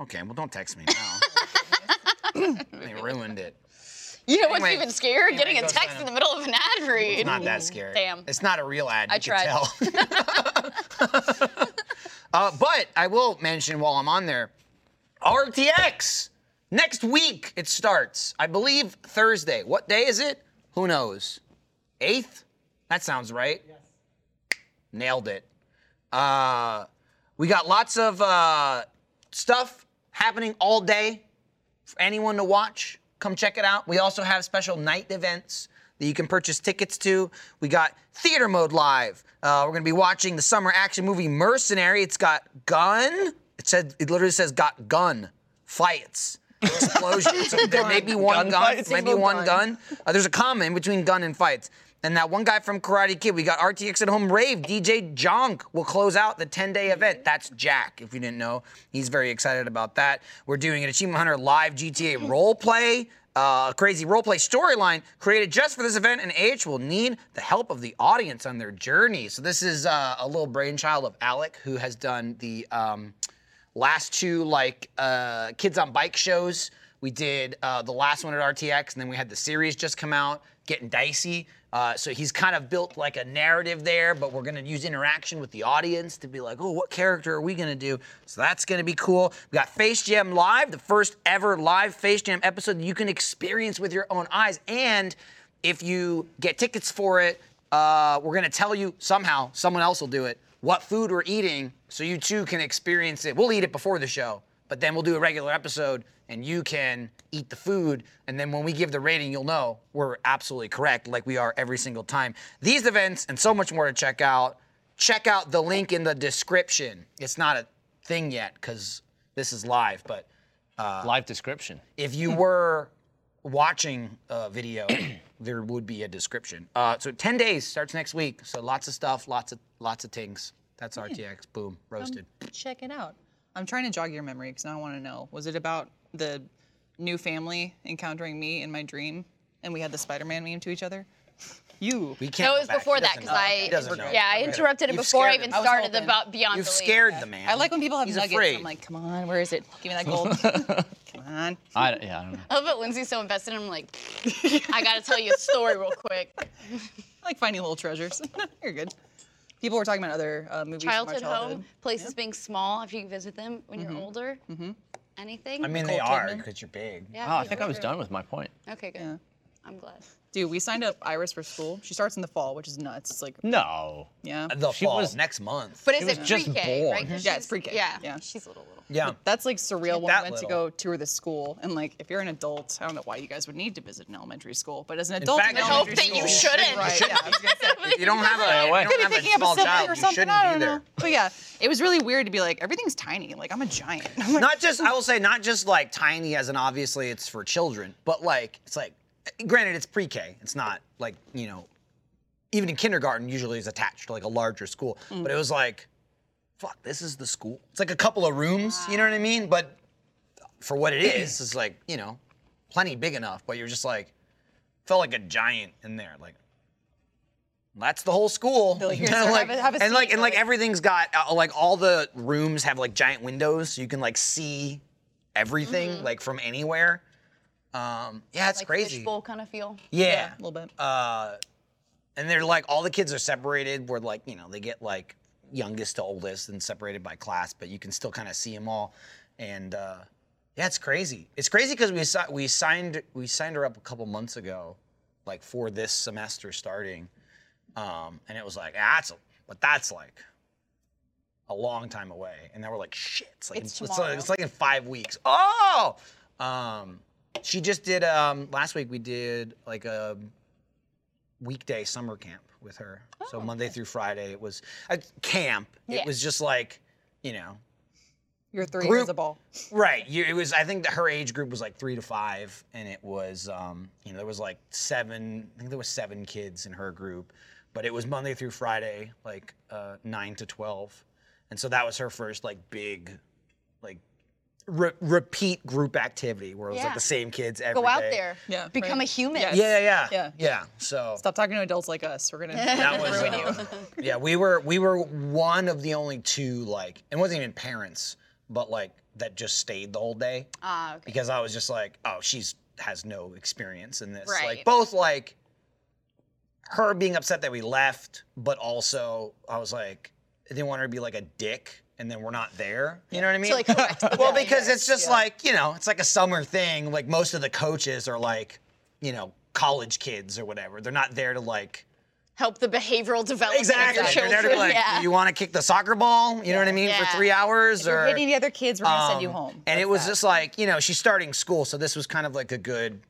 B: Okay, well, don't text me now. they ruined it.
D: You know what's
B: Anyway,
D: even scarier?
B: anyway,
D: Getting a
B: go
D: text
B: sign
D: in
B: up.
D: the middle of an ad read.
B: It's not that scary.
D: Mm-hmm. Damn.
B: It's not a real ad.
D: I
B: you
D: tried.
B: Can tell. uh, but I will mention while I'm on there, RTX next week it starts. I believe Thursday. What day is it? Who knows? Eighth? That sounds right. Nailed it. Uh, we got lots of uh, stuff happening all day for anyone to watch. Come check it out. We also have special night events that you can purchase tickets to. We got Theater Mode Live. Uh, we're gonna be watching the summer action movie Mercenary. It's got gun. It said it literally says got gun fights. Explosions. So there may be one
C: Gun
B: gun.
C: fights?
B: maybe
C: Gun
B: one
C: fights.
B: gun. Uh, there's a comma in between gun and fights. And that one guy from Karate Kid, we got RTX at Home Rave, DJ Jonk will close out the 10 day event. That's Jack, if you didn't know. He's very excited about that. We're doing an Achievement Hunter live GTA roleplay, uh, crazy roleplay storyline created just for this event, and AH will need the help of the audience on their journey. So, this is uh, a little brainchild of Alec, who has done the. Um, last two like uh, kids on bike shows. We did uh, the last one at RTX, and then we had the series just come out, getting dicey. Uh, so he's kind of built like a narrative there, but we're gonna use interaction with the audience to be like, oh, what character are we gonna do? So that's gonna be cool. We got Face Jam Live, the first ever live Face Jam episode that you can experience with your own eyes. And if you get tickets for it, uh, we're gonna tell you somehow, someone else will do it, what food we're eating so you too can experience it. We'll eat it before the show, but then we'll do a regular episode and you can eat the food. And then when we give the rating, you'll know we're absolutely correct, like we are every single time. These events and so much more to check out. Check out the link in the description. It's not a thing yet because this is live, but
C: Live description.
B: if you were watching a video, there would be a description. Uh, so 10 days starts next week. So lots of stuff, lots of lots of things. That's
D: Hmm.
B: RTX.
D: Um,
B: Boom, roasted.
E: Check it out. I'm trying to jog your memory because I want to know. Was it about the new family encountering me in my dream, and we had the Spider-Man meme to each other? You.
B: we can't.
D: No,
B: go
D: it was
B: back. He
D: before that
B: doesn't
D: because
B: know.
D: I
B: He doesn't know.
D: yeah I interrupted it
B: You've
D: before I
B: scared
D: even
B: him. I was
D: started
E: hoping.
D: about Beyond
B: You've
D: Belief.
B: scared the man.
E: I like when people have
B: He's
E: nuggets.
B: afraid.
E: I'm like, come on, where is it? Give me that gold. come on.
C: I don't, yeah, I don't know.
D: I love that Lindsay's so invested. I'm like, I gotta tell you a story real quick.
E: I like finding little treasures. You're good. People were talking about other uh, movies. from our
D: Childhood, home,
E: childhood. Mm-hmm.
D: places being small. If you can visit them when you're older, anything.
B: I mean, they
E: Nicole
B: are
E: Kidman.
B: because you're big.
D: yeah,
C: Oh,
E: Ah,
C: I
D: if
C: think
D: you're
C: I was
D: older.
C: done with my point.
D: Okay, good.
E: Yeah.
D: I'm glad.
E: Dude, we signed up Iris for school. She starts in the fall, which is nuts. It's like,
C: No.
E: yeah.
B: The
C: She
B: fall
C: was-
B: next month.
D: But is it
C: just
D: pre-K?
C: born.
D: Right? 'Cause
E: Yeah, it's
D: she's-
E: pre-K.
D: Yeah,
E: Yeah.
D: she's little little.
B: yeah.
E: That's like surreal when
B: that
E: we went to
B: little.
E: go tour the school. And like, if you're an adult, I don't know why you guys would need to visit an elementary school, but as an adult,
B: fact,
E: in
B: I hope
E: elementary
D: that you
E: school,
D: shouldn't.
E: Right, yeah. I was gonna say,
B: If you don't have a,
C: way.
B: if you don't have a
E: picking
B: small
E: up a sibling
B: child,
E: or
B: you
E: something.
B: shouldn't
E: I
B: be
E: don't know.
B: there.
E: But yeah, it was really weird to be like, everything's tiny. Like, I'm a giant. I'm like,
B: Not just, I will say, not just like tiny, as in obviously it's for children, but like, it's like, granted, it's pre K. It's not like, you know, even in kindergarten, usually is attached to like a larger school.
E: Mm.
B: But it was like, fuck, this is the school. It's like a couple of rooms, you know what I mean? But for what it is, it's like, you know, plenty big enough, but you're just like, felt like a giant in there. Like, that's the whole school.
E: like,
B: You
E: "Here,
B: know,
E: sir,
B: like-
E: have a- have a
B: and like,
E: seat,"
B: and
E: or,
B: like
E: like-
B: everything's got uh, like all the rooms have like giant windows, so you can like see everything
E: Mm-hmm.
B: like from anywhere. Um, yeah, it's
D: Like
B: crazy.
D: fishbowl kind of feel.
B: Yeah,
E: a little bit.
B: and they're like all the kids are separated. Where like you know they get like youngest to oldest and separated by class, but you can still kind of see them all. And uh, yeah, it's crazy. It's crazy because we si- we signed we signed her up a couple months ago, like for this semester starting, um, and it was like "Ah, that's a, but that's like a long time away. And now we're like shit. It's like
D: It's
B: in-
D: tomorrow.
B: like, it's like in five weeks. Oh. Um, she just did um, last week. We did like a weekday summer camp with her. so Monday through Friday, it was a camp.
D: Oh, Yeah.
B: It was just like, you know,
E: You're three
B: group-
E: as a ball.
B: right. You, it was. I think that her age group was like three to five, and it was, um, you know, there was like seven. I think there was seven kids in her group, but it was Monday through Friday, like uh, nine to twelve, and so that was her first like big, like. Re- repeat group activity where it was
D: Yeah.
B: like the same kids every
D: Go out
B: day.
D: there.
E: Yeah,
D: Become
E: right.
D: a human.
E: Yeah.
B: Yeah, yeah, yeah,
E: Yeah.
B: yeah. So
E: Stop talking to adults like us. We're going to.
B: that was uh, yeah we were we were one of the only two like it wasn't even parents but like that just stayed the whole day.
D: Ah, okay.
B: Because I was just like, oh, she's has no experience in this. Like
D: Right.
B: both like her being upset that we left, but also I was like, I didn't want her to be like a dick and then we're not there. You know what I mean?
G: like,
E: oh,
G: correct the
B: well,
G: guy,
B: because
G: yes,
B: it's just
G: yeah.
B: like, you know, it's like a summer thing. Like most of the coaches are like, you know, college kids or whatever. They're not there to like
G: help the behavioral development
B: Exactly.
G: of your
B: They're there
G: children.
B: to be like,
D: Yeah.
B: you want to kick the soccer ball? You know what I mean?
D: Yeah.
B: For three hours
E: If you're
B: or
E: hitting the other kids, we're gonna send you
B: um,
E: home.
B: And it was just like, you know, she's starting school, so this was kind of like a good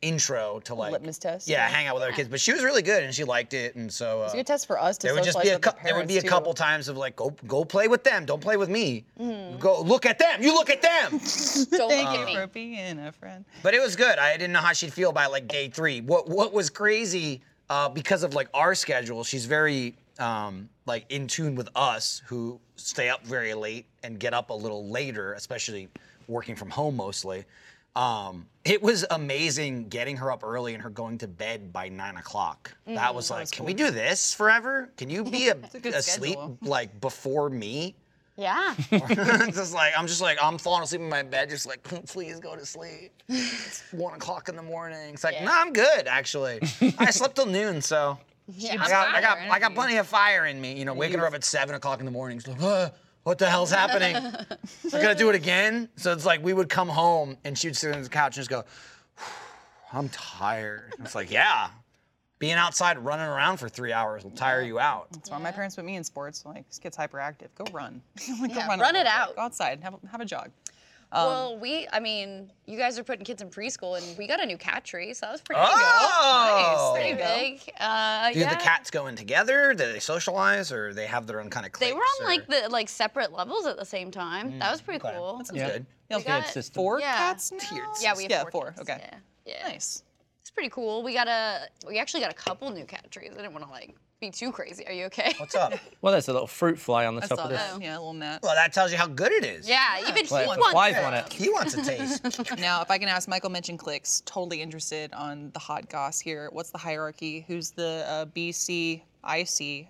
B: intro to like
E: litmus test,
B: Yeah,
E: yeah.
B: hang out with other kids. But she was really good and she liked it, and so uh,
E: It's a good test for us to
B: there would just be a cou-
E: couple.
B: there would be a couple times of like go go play with them, don't play with me.
E: Mm.
B: Go look at them, you look at them.
D: Don't
E: Thank
D: look at
E: you
D: me.
B: uh,
E: for being a friend.
B: But it was good. I didn't know how she'd feel by like day three. What what was crazy uh, because of like our schedule, she's very um, like in tune with us who stay up very late and get up a little later, especially working from home mostly. Um, it was amazing getting her up early and her going to bed by nine o'clock. Mm, that was like, can we do this forever? Can you be a,
E: good
B: asleep
E: schedule.
B: like before me?
D: Yeah.
B: it's just like I'm just like I'm falling asleep in my bed, just like please go to sleep. It's one o'clock in the morning. It's like no, I'm good actually. I slept till noon, so I got I got I got plenty of fire in me. You know, waking her up at seven o'clock in the morning, it's like "Ah, what the hell's happening? I gotta do it again. So it's like we would come home and she'd sit on the couch and just go, I'm tired. It's like yeah. Being outside running around for three hours will tire you out.
E: That's why my parents put me in sports. Like, this kid's hyperactive. Go run. Like,
D: Yeah,
E: go run, a little
D: run it
E: bit.
D: out.
E: Go outside. Have, a- have a jog.
D: well, we, I mean, you guys are putting kids in preschool, and we got a new cat tree, so that was pretty
B: Oh!
D: big. Pretty big. Uh,
B: Do
D: yeah.
B: the cats go in together? Do they socialize, or they have their own kind of?
D: They were on
B: cliques,
D: like
B: or-
D: the like separate levels at the same time. that was pretty cool.
B: That's good.
E: Yeah,
D: got
C: system.
E: four
D: yeah.
E: cats now?
D: Yeah, we have
E: yeah,
D: four. kids,
E: Okay.
D: Yeah. yeah.
E: Nice.
D: It's pretty cool. We got a we actually got a couple new cat trees. I didn't want to like be too crazy. Are you okay?
B: What's up?
C: Well, there's a little fruit fly on the
E: I
C: top
E: saw
C: of this.
E: that. Yeah, a little gnat.
B: Well, that tells you how good it is.
D: yeah, even he
C: Like, the
D: wants
C: flies
D: it.
C: on it.
B: He wants a taste.
E: Now, if I can ask, Michael mentioned clicks. Totally interested on the hot goss here. What's the hierarchy? Who's the uh, BC, IC,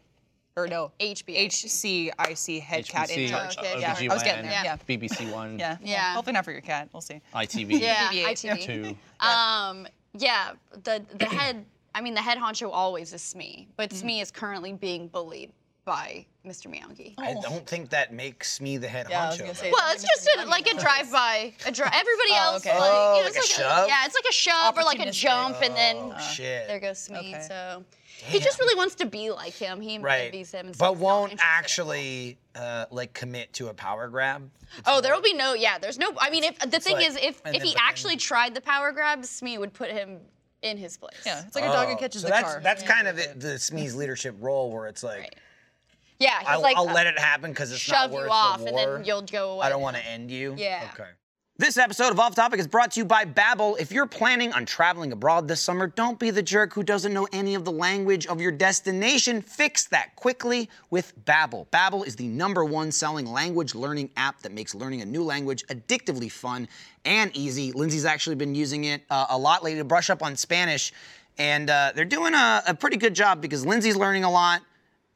E: or no,
D: HB.
E: HC, IC head cat in
C: HBC,
E: charge?
D: Oh, okay,
E: uh, Yeah, I was getting
C: OBGYN,
E: there. Yeah. yeah.
C: BBC One,
E: Yeah.
D: Yeah.
E: Hopefully not for your cat. We'll see.
C: ITV
D: Yeah,
E: BB-8.
D: ITV.
C: Two.
D: Um, yeah, the the head. I mean, the head honcho always is Smee, but
B: Mm-hmm.
D: Smee is currently being bullied by Mr. Miyagi.
B: I don't think that makes me the head
E: Yeah, I was
B: honcho.
E: gonna
B: though.
E: say-
D: Well, it's just a, like a drive-by. A dri- everybody else,
E: okay.
D: like,
B: Oh,
D: you know,
B: like
D: it's
B: a
D: like
B: shove? Oh.
D: yeah, it's like a shove or like a
E: Opportunistic.
D: jump, and then
B: Shit.
D: there goes Smee.
E: Okay.
D: So he just really wants to be like him. He
B: Right.
D: envies him, and so
B: But
D: he's not
B: won't
D: interested.
B: actually uh, like commit to a power grab.
D: Oh, there will be no. Yeah, there's no. I mean, if the thing
B: like-
D: is, if
B: and
D: if
B: then-
D: he
B: but then-
D: actually tried the power grab, Smee would put him in his place.
E: Yeah, it's like a dog who catches
B: so
E: the
B: that's
E: car.
B: that's kind of it, the Smee's leadership role, where it's like
D: Right. Yeah, he's
B: I'll,
D: like
B: I'll
D: uh,
B: let it happen because it's not
D: shove
B: worth
D: you
B: the
D: off, and
B: war.
D: then you'll go away.
B: I don't want to end you.
D: Yeah.
B: Okay. This episode of Off Topic is brought to you by Babbel. If you're planning on traveling abroad this summer, don't be the jerk who doesn't know any of the language of your destination. Fix that quickly with Babbel. Babbel is the number one selling language learning app that makes learning a new language addictively fun and easy. Lindsay's actually been using it uh, a lot lately to brush up on Spanish, and uh, they're doing a, a pretty good job because Lindsay's learning a lot.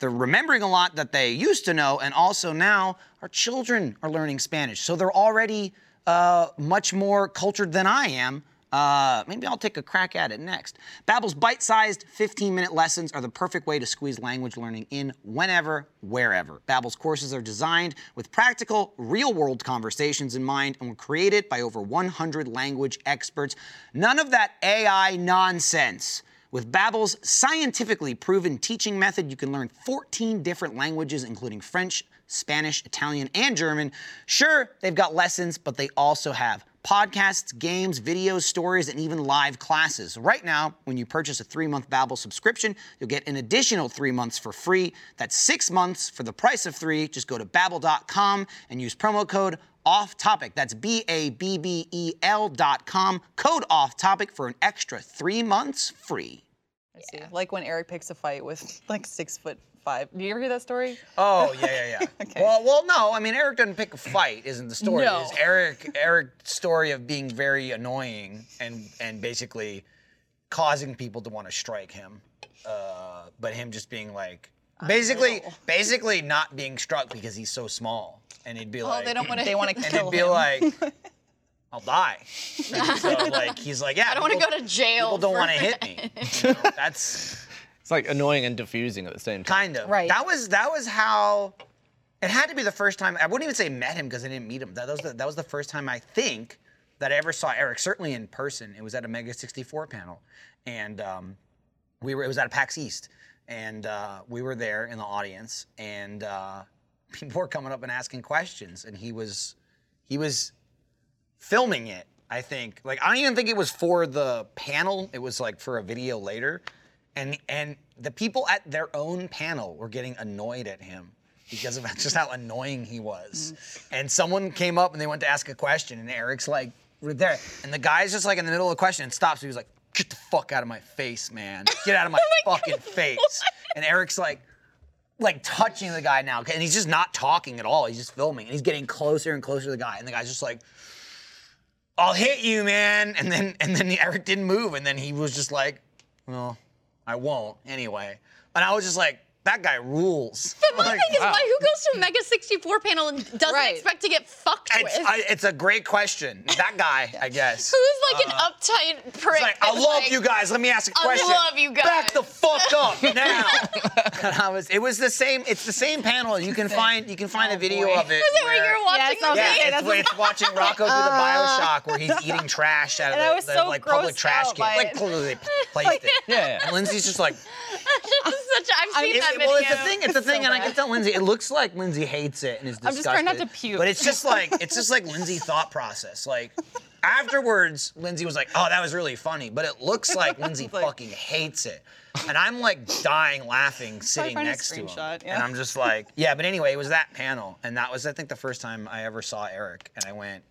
B: They're remembering a lot that they used to know, and also now our children are learning Spanish. So they're already uh, much more cultured than I am. Uh, maybe I'll take a crack at it next. Babbel's bite-sized 15-minute lessons are the perfect way to squeeze language learning in whenever, wherever. Babbel's courses are designed with practical, real-world conversations in mind and were created by over 100 language experts. None of that AI nonsense. With Babbel's scientifically proven teaching method, you can learn 14 different languages, including French, Spanish, Italian, and German. Sure, they've got lessons, but they also have podcasts, games, videos, stories, and even live classes. Right now, when you purchase a three-month Babbel subscription, you'll get an additional three months for free. That's six months for the price of three. Just go to babbel.com and use promo code off topic. That's B A B B E L dot com. Code off topic for an extra three months free.
E: I see. Like when Eric picks a fight with like six foot five. Do you ever hear that story?
B: Oh yeah, yeah, yeah. Well, well, no. I mean, Eric doesn't pick a fight. Isn't the story?
E: No.
B: It's Eric Eric's story of being very annoying and and basically causing people to want to strike him, uh, but him just being like, Basically, basically not being struck because he's so small, and he'd be
D: Oh,
B: like,
D: they don't want to.
E: They want to
B: and
E: kill
B: it'd be
E: him.
B: like, I'll die. And so like he's like, yeah, I
D: don't want to go to jail.
B: People don't
D: for-
B: want to hit me. You know, that's
C: It's like annoying and diffusing at the same time.
B: kind of
E: Right.
B: That was that was how. It had to be the first time. I wouldn't even say met him because I didn't meet him. That, that was the, that was the first time I think that I ever saw Eric, certainly in person. It was at a Mega 64 panel, and um, we were. It was at PAX East, and uh, we were there in the audience, and uh, people were coming up and asking questions, and he was he was filming it. I think. Like I don't even think it was for the panel. It was like for a video later, and and the people at their own panel were getting annoyed at him because of just how annoying he was. And someone came up and they went to ask a question, and Eric's like, "We're there," and the guy's just like in the middle of a question and stops. He was like, "Get the fuck out of my face, man! Get out of my, fucking face!" And Eric's like like touching the guy now, and he's just not talking at all. He's just filming, and he's getting closer and closer to the guy, and the guy's just like, "I'll hit you, man!" And then and then Eric didn't move, and then he was just like, "Well, I won't anyway." And I was just like, "That guy rules."
D: But my
B: Like,
D: thing is, why? Who goes to a Mega 64 panel and doesn't
E: Right.
D: expect to get fucked
B: it's,
D: with?
B: I, it's a great question. That guy, I guess.
D: Who's like an uptight prick?
B: It's like, Uh, I
D: that's
B: love you guys. Let me ask a
D: I
B: question.
D: love you
B: Back the
D: guys."
B: fuck up now. and I was. It was the same. It's the same panel. You can find. You can
D: Oh,
B: find a video
E: boy.
B: of it.
D: Is it where you're watching
E: Yes,
D: the
E: I'll
B: Yeah,
E: Okay,
D: video?
B: it's,
E: that's Uh.
B: when it's watching Rocco do the Bioshock where he's eating trash out of
E: And I
B: the,
E: was
B: the,
E: so
B: like public
E: grossed
B: trash
E: out
B: can.
E: by
B: Like
E: it.
B: clearly they placed it.
C: Yeah.
B: And Lindsay's just like,
D: Such, I've seen
B: it-
D: that
B: well, it's
D: video.
B: the thing. It's the thing, and I can tell Lindsay. It looks like Lindsay hates it and is
E: I'm
B: disgusted.
E: just trying not to puke.
B: But it's just like it's just like Lindsay's thought process. Like afterwards, Lindsay was like, "Oh, that was really funny," but it looks like Lindsay
E: Like-
B: fucking hates it, and I'm like dying laughing sitting
E: find a
B: next to him,
E: screenshot, yeah.
B: and I'm just like, "Yeah." But anyway, it was that panel, and that was I think the first time I ever saw Eric, and I went.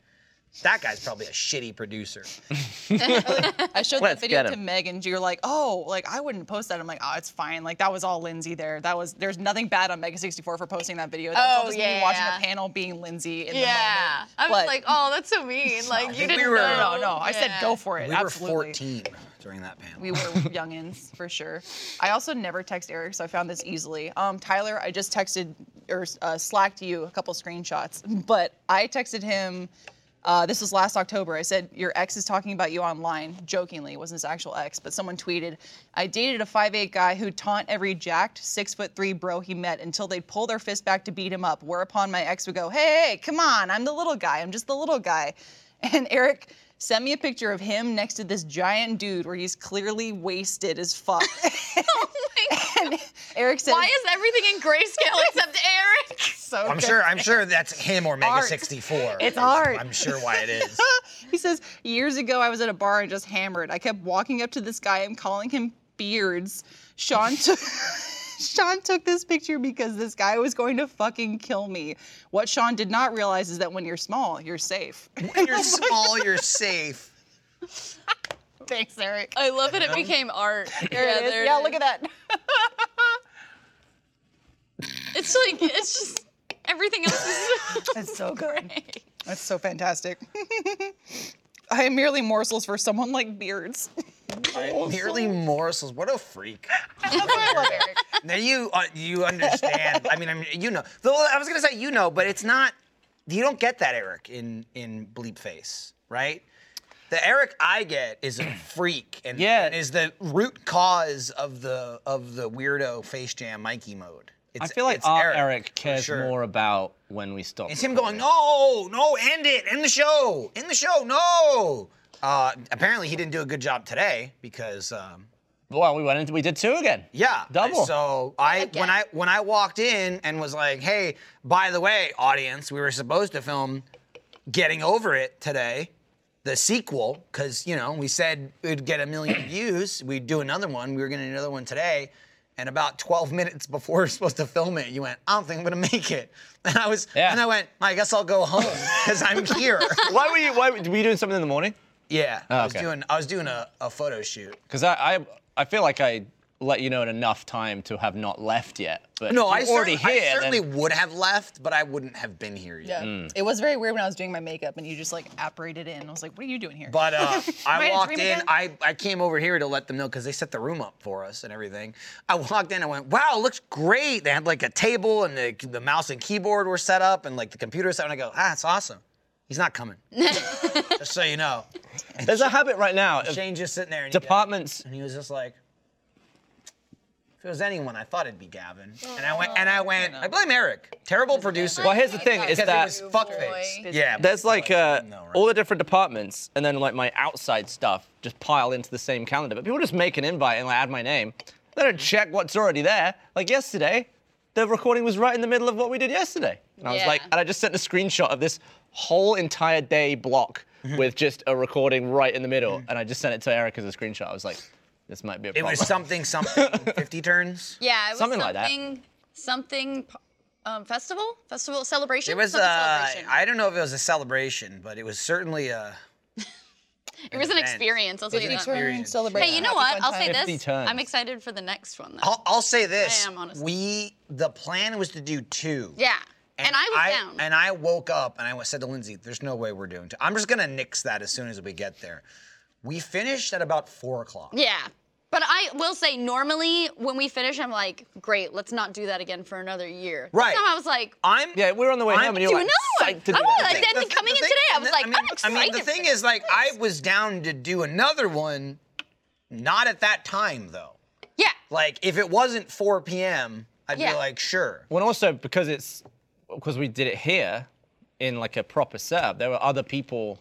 B: That guy's probably a shitty producer.
E: I showed
F: Let's
E: that video
F: get
E: to
F: him.
E: Meg, and you were like, "Oh, like I wouldn't post that." I'm like, "Oh, it's fine. Like that was all Lindsay there. That was there's nothing bad on Mega 64 for posting that video. That's all
D: Oh,
E: just
D: yeah,
E: me watching
D: yeah.
E: a panel being Lindsay in the
D: Yeah, I
E: moment."
D: was
E: But-
D: like, oh, that's so mean. Like you
B: think we
D: didn't
B: were-
E: no,
D: know.
E: no, no. I said
D: Yeah.
E: go for it.
B: We
E: Absolutely.
B: were 14 during that panel.
E: We were youngins for sure. I also never text Eric, so I found this easily. Um, Tyler, I just texted or uh, slacked you a couple screenshots, but I texted him. Uh, this was last October. I said your ex is talking about you online, jokingly. It wasn't his actual ex, but someone tweeted, "I dated a 5'8 guy who'd taunt every jacked six foot three bro he met until they'd pull their fist back to beat him up. Whereupon my ex would go, "Hey, hey, come on! I'm the little guy. I'm just the little guy." And Eric sent me a picture of him next to this giant dude where he's clearly wasted as fuck. and Eric says,
D: Why is everything in grayscale except Eric?
E: so
B: I'm
E: good.
B: sure. I'm sure that's him or Mega
E: art.
B: 64.
E: It's art.
B: I'm sure why it is.
E: He says, years ago I was at a bar and just hammered. I kept walking up to this guy and calling him Beards. Sean took Sean took this picture because this guy was going to fucking kill me. What Sean did not realize is that when you're small, you're safe.
B: When you're small, you're safe.
E: Thanks, Eric.
D: I love that it became art.
E: There it is. yeah look at that.
D: It's like it's just everything else is
E: That's so good.
D: great.
E: That's so fantastic. I am merely morsels for someone like Beards.
B: Merely morsels. What a freak.
E: That's why I love Eric.
B: Now you uh, you understand. I mean, I mean, you know. Though I was gonna say you know, but it's not. You don't get that Eric in in Bleep Face, right? The Eric I get is a freak, and,
C: Yeah.
B: and is the root cause of the of the weirdo face jam Mikey mode.
C: I
B: It's,
C: feel like
B: it's
C: our
B: Eric,
C: Eric,
B: for
C: cares
B: sure.
C: more about when we stop.
B: It's him going, no, no, end it, end the show, end the show, no. Uh, apparently, he didn't do a good job today because, um,
C: Well, we went into we did two again.
B: yeah.
C: Double.
B: So I
D: Again.
B: when I when I walked in and was like, hey, by the way, audience, we were supposed to film Getting Over It today, the sequel, because you know we said we'd get a million views, we'd do another one, we were gonna do another one today. And about 12 minutes before we are supposed to film it, you went, I don't think I'm gonna make it. And I was,
C: Yeah.
B: and I went, I guess I'll go home because I'm here.
C: Why were you? Why were you doing something in the morning?
B: Yeah, I was
C: okay.
B: doing I was doing a, a photo shoot.
C: Because I, I I feel like I let you know in enough time to have not left yet. But
B: No,
C: if
B: I,
C: you're
B: cer-
C: already
B: I
C: here.
B: certainly
C: then-
B: would have left, but I wouldn't have been here yet.
E: Yeah. It was very weird when I was doing my makeup and you just like apparated in. I was like, what are you doing here?
B: But uh,
E: Am I
B: I
E: to
B: walked
E: dream
B: in.
E: again?
B: I, I came over here to let them know because they set the room up for us and everything. I walked in. I went, "Wow, it looks great." They had like a table and the, the mouse and keyboard were set up and like the computer set. up. And I go, "Ah, it's awesome." He's not coming. just so you know,
C: there's a habit right now. Of
B: Shane's just sitting there. And he goes-
C: departments.
B: and he was just like, "If it was anyone, I thought it'd be Gavin." And I went. And I went. I blame Eric. Terrible producer.
C: Well, here's the thing: is
B: because
C: that
B: he was fuckface. Yeah.
C: There's like uh,
B: No, right.
C: all the different departments, and then like my outside stuff just pile into the same calendar. But people just make an invite and like add my name. They don't check what's already there. Like yesterday, the recording was right in the middle of what we did yesterday, and I was
D: Yeah.
C: like, and I just sent a screenshot of this whole entire day block with just a recording right in the middle, and I just sent it to Eric as a screenshot. I was like, this might be a
B: It
C: problem.
B: was something something. Fifty turns.
D: Yeah, it was
C: Something
D: something
C: like that.
D: Something um, festival, festival celebration.
B: It was.
D: Something
B: Uh,
D: celebration.
B: I don't know if it was a celebration, but it was certainly a.
D: it was an
B: event.
D: experience. I'll
B: It was
D: tell you
B: an
D: that.
B: experience.
E: Celebrate
D: Hey, you know
E: Happy fun
D: what? I'll
E: time.
D: say
C: 50
D: this.
C: turns.
D: I'm excited for the next one. Though.
B: I'll, I'll say this.
D: am, honestly.
B: We the plan was to do two.
D: yeah, and, I was down.
B: And I woke up and I wa- said to Lindsay, "There's no way we're doing two. I'm just gonna nix that as soon as we get there." We finished at about four o'clock.
D: yeah, but I will say normally when we finish, I'm like, great, let's not do that again for another year. This
B: Right. Uh,
D: time I was like,
B: I'm.
C: yeah, we were on the way
B: I'm-
C: home, and
D: do
C: you're like,
D: another one.
C: psyched to do
D: I was
C: that.
D: like, then coming in
B: thing-
D: today, I was like,
B: I
D: I
B: mean,
D: am excited.
B: I mean, the
D: for
B: thing
D: this.
B: is, like, I was down to do another one, not at that time though.
D: yeah,
B: Like, if it wasn't 4 p.m., I'd
D: Yeah.
B: be like, sure.
C: Well, and also because it's because we did it here in like a proper setup. There were other people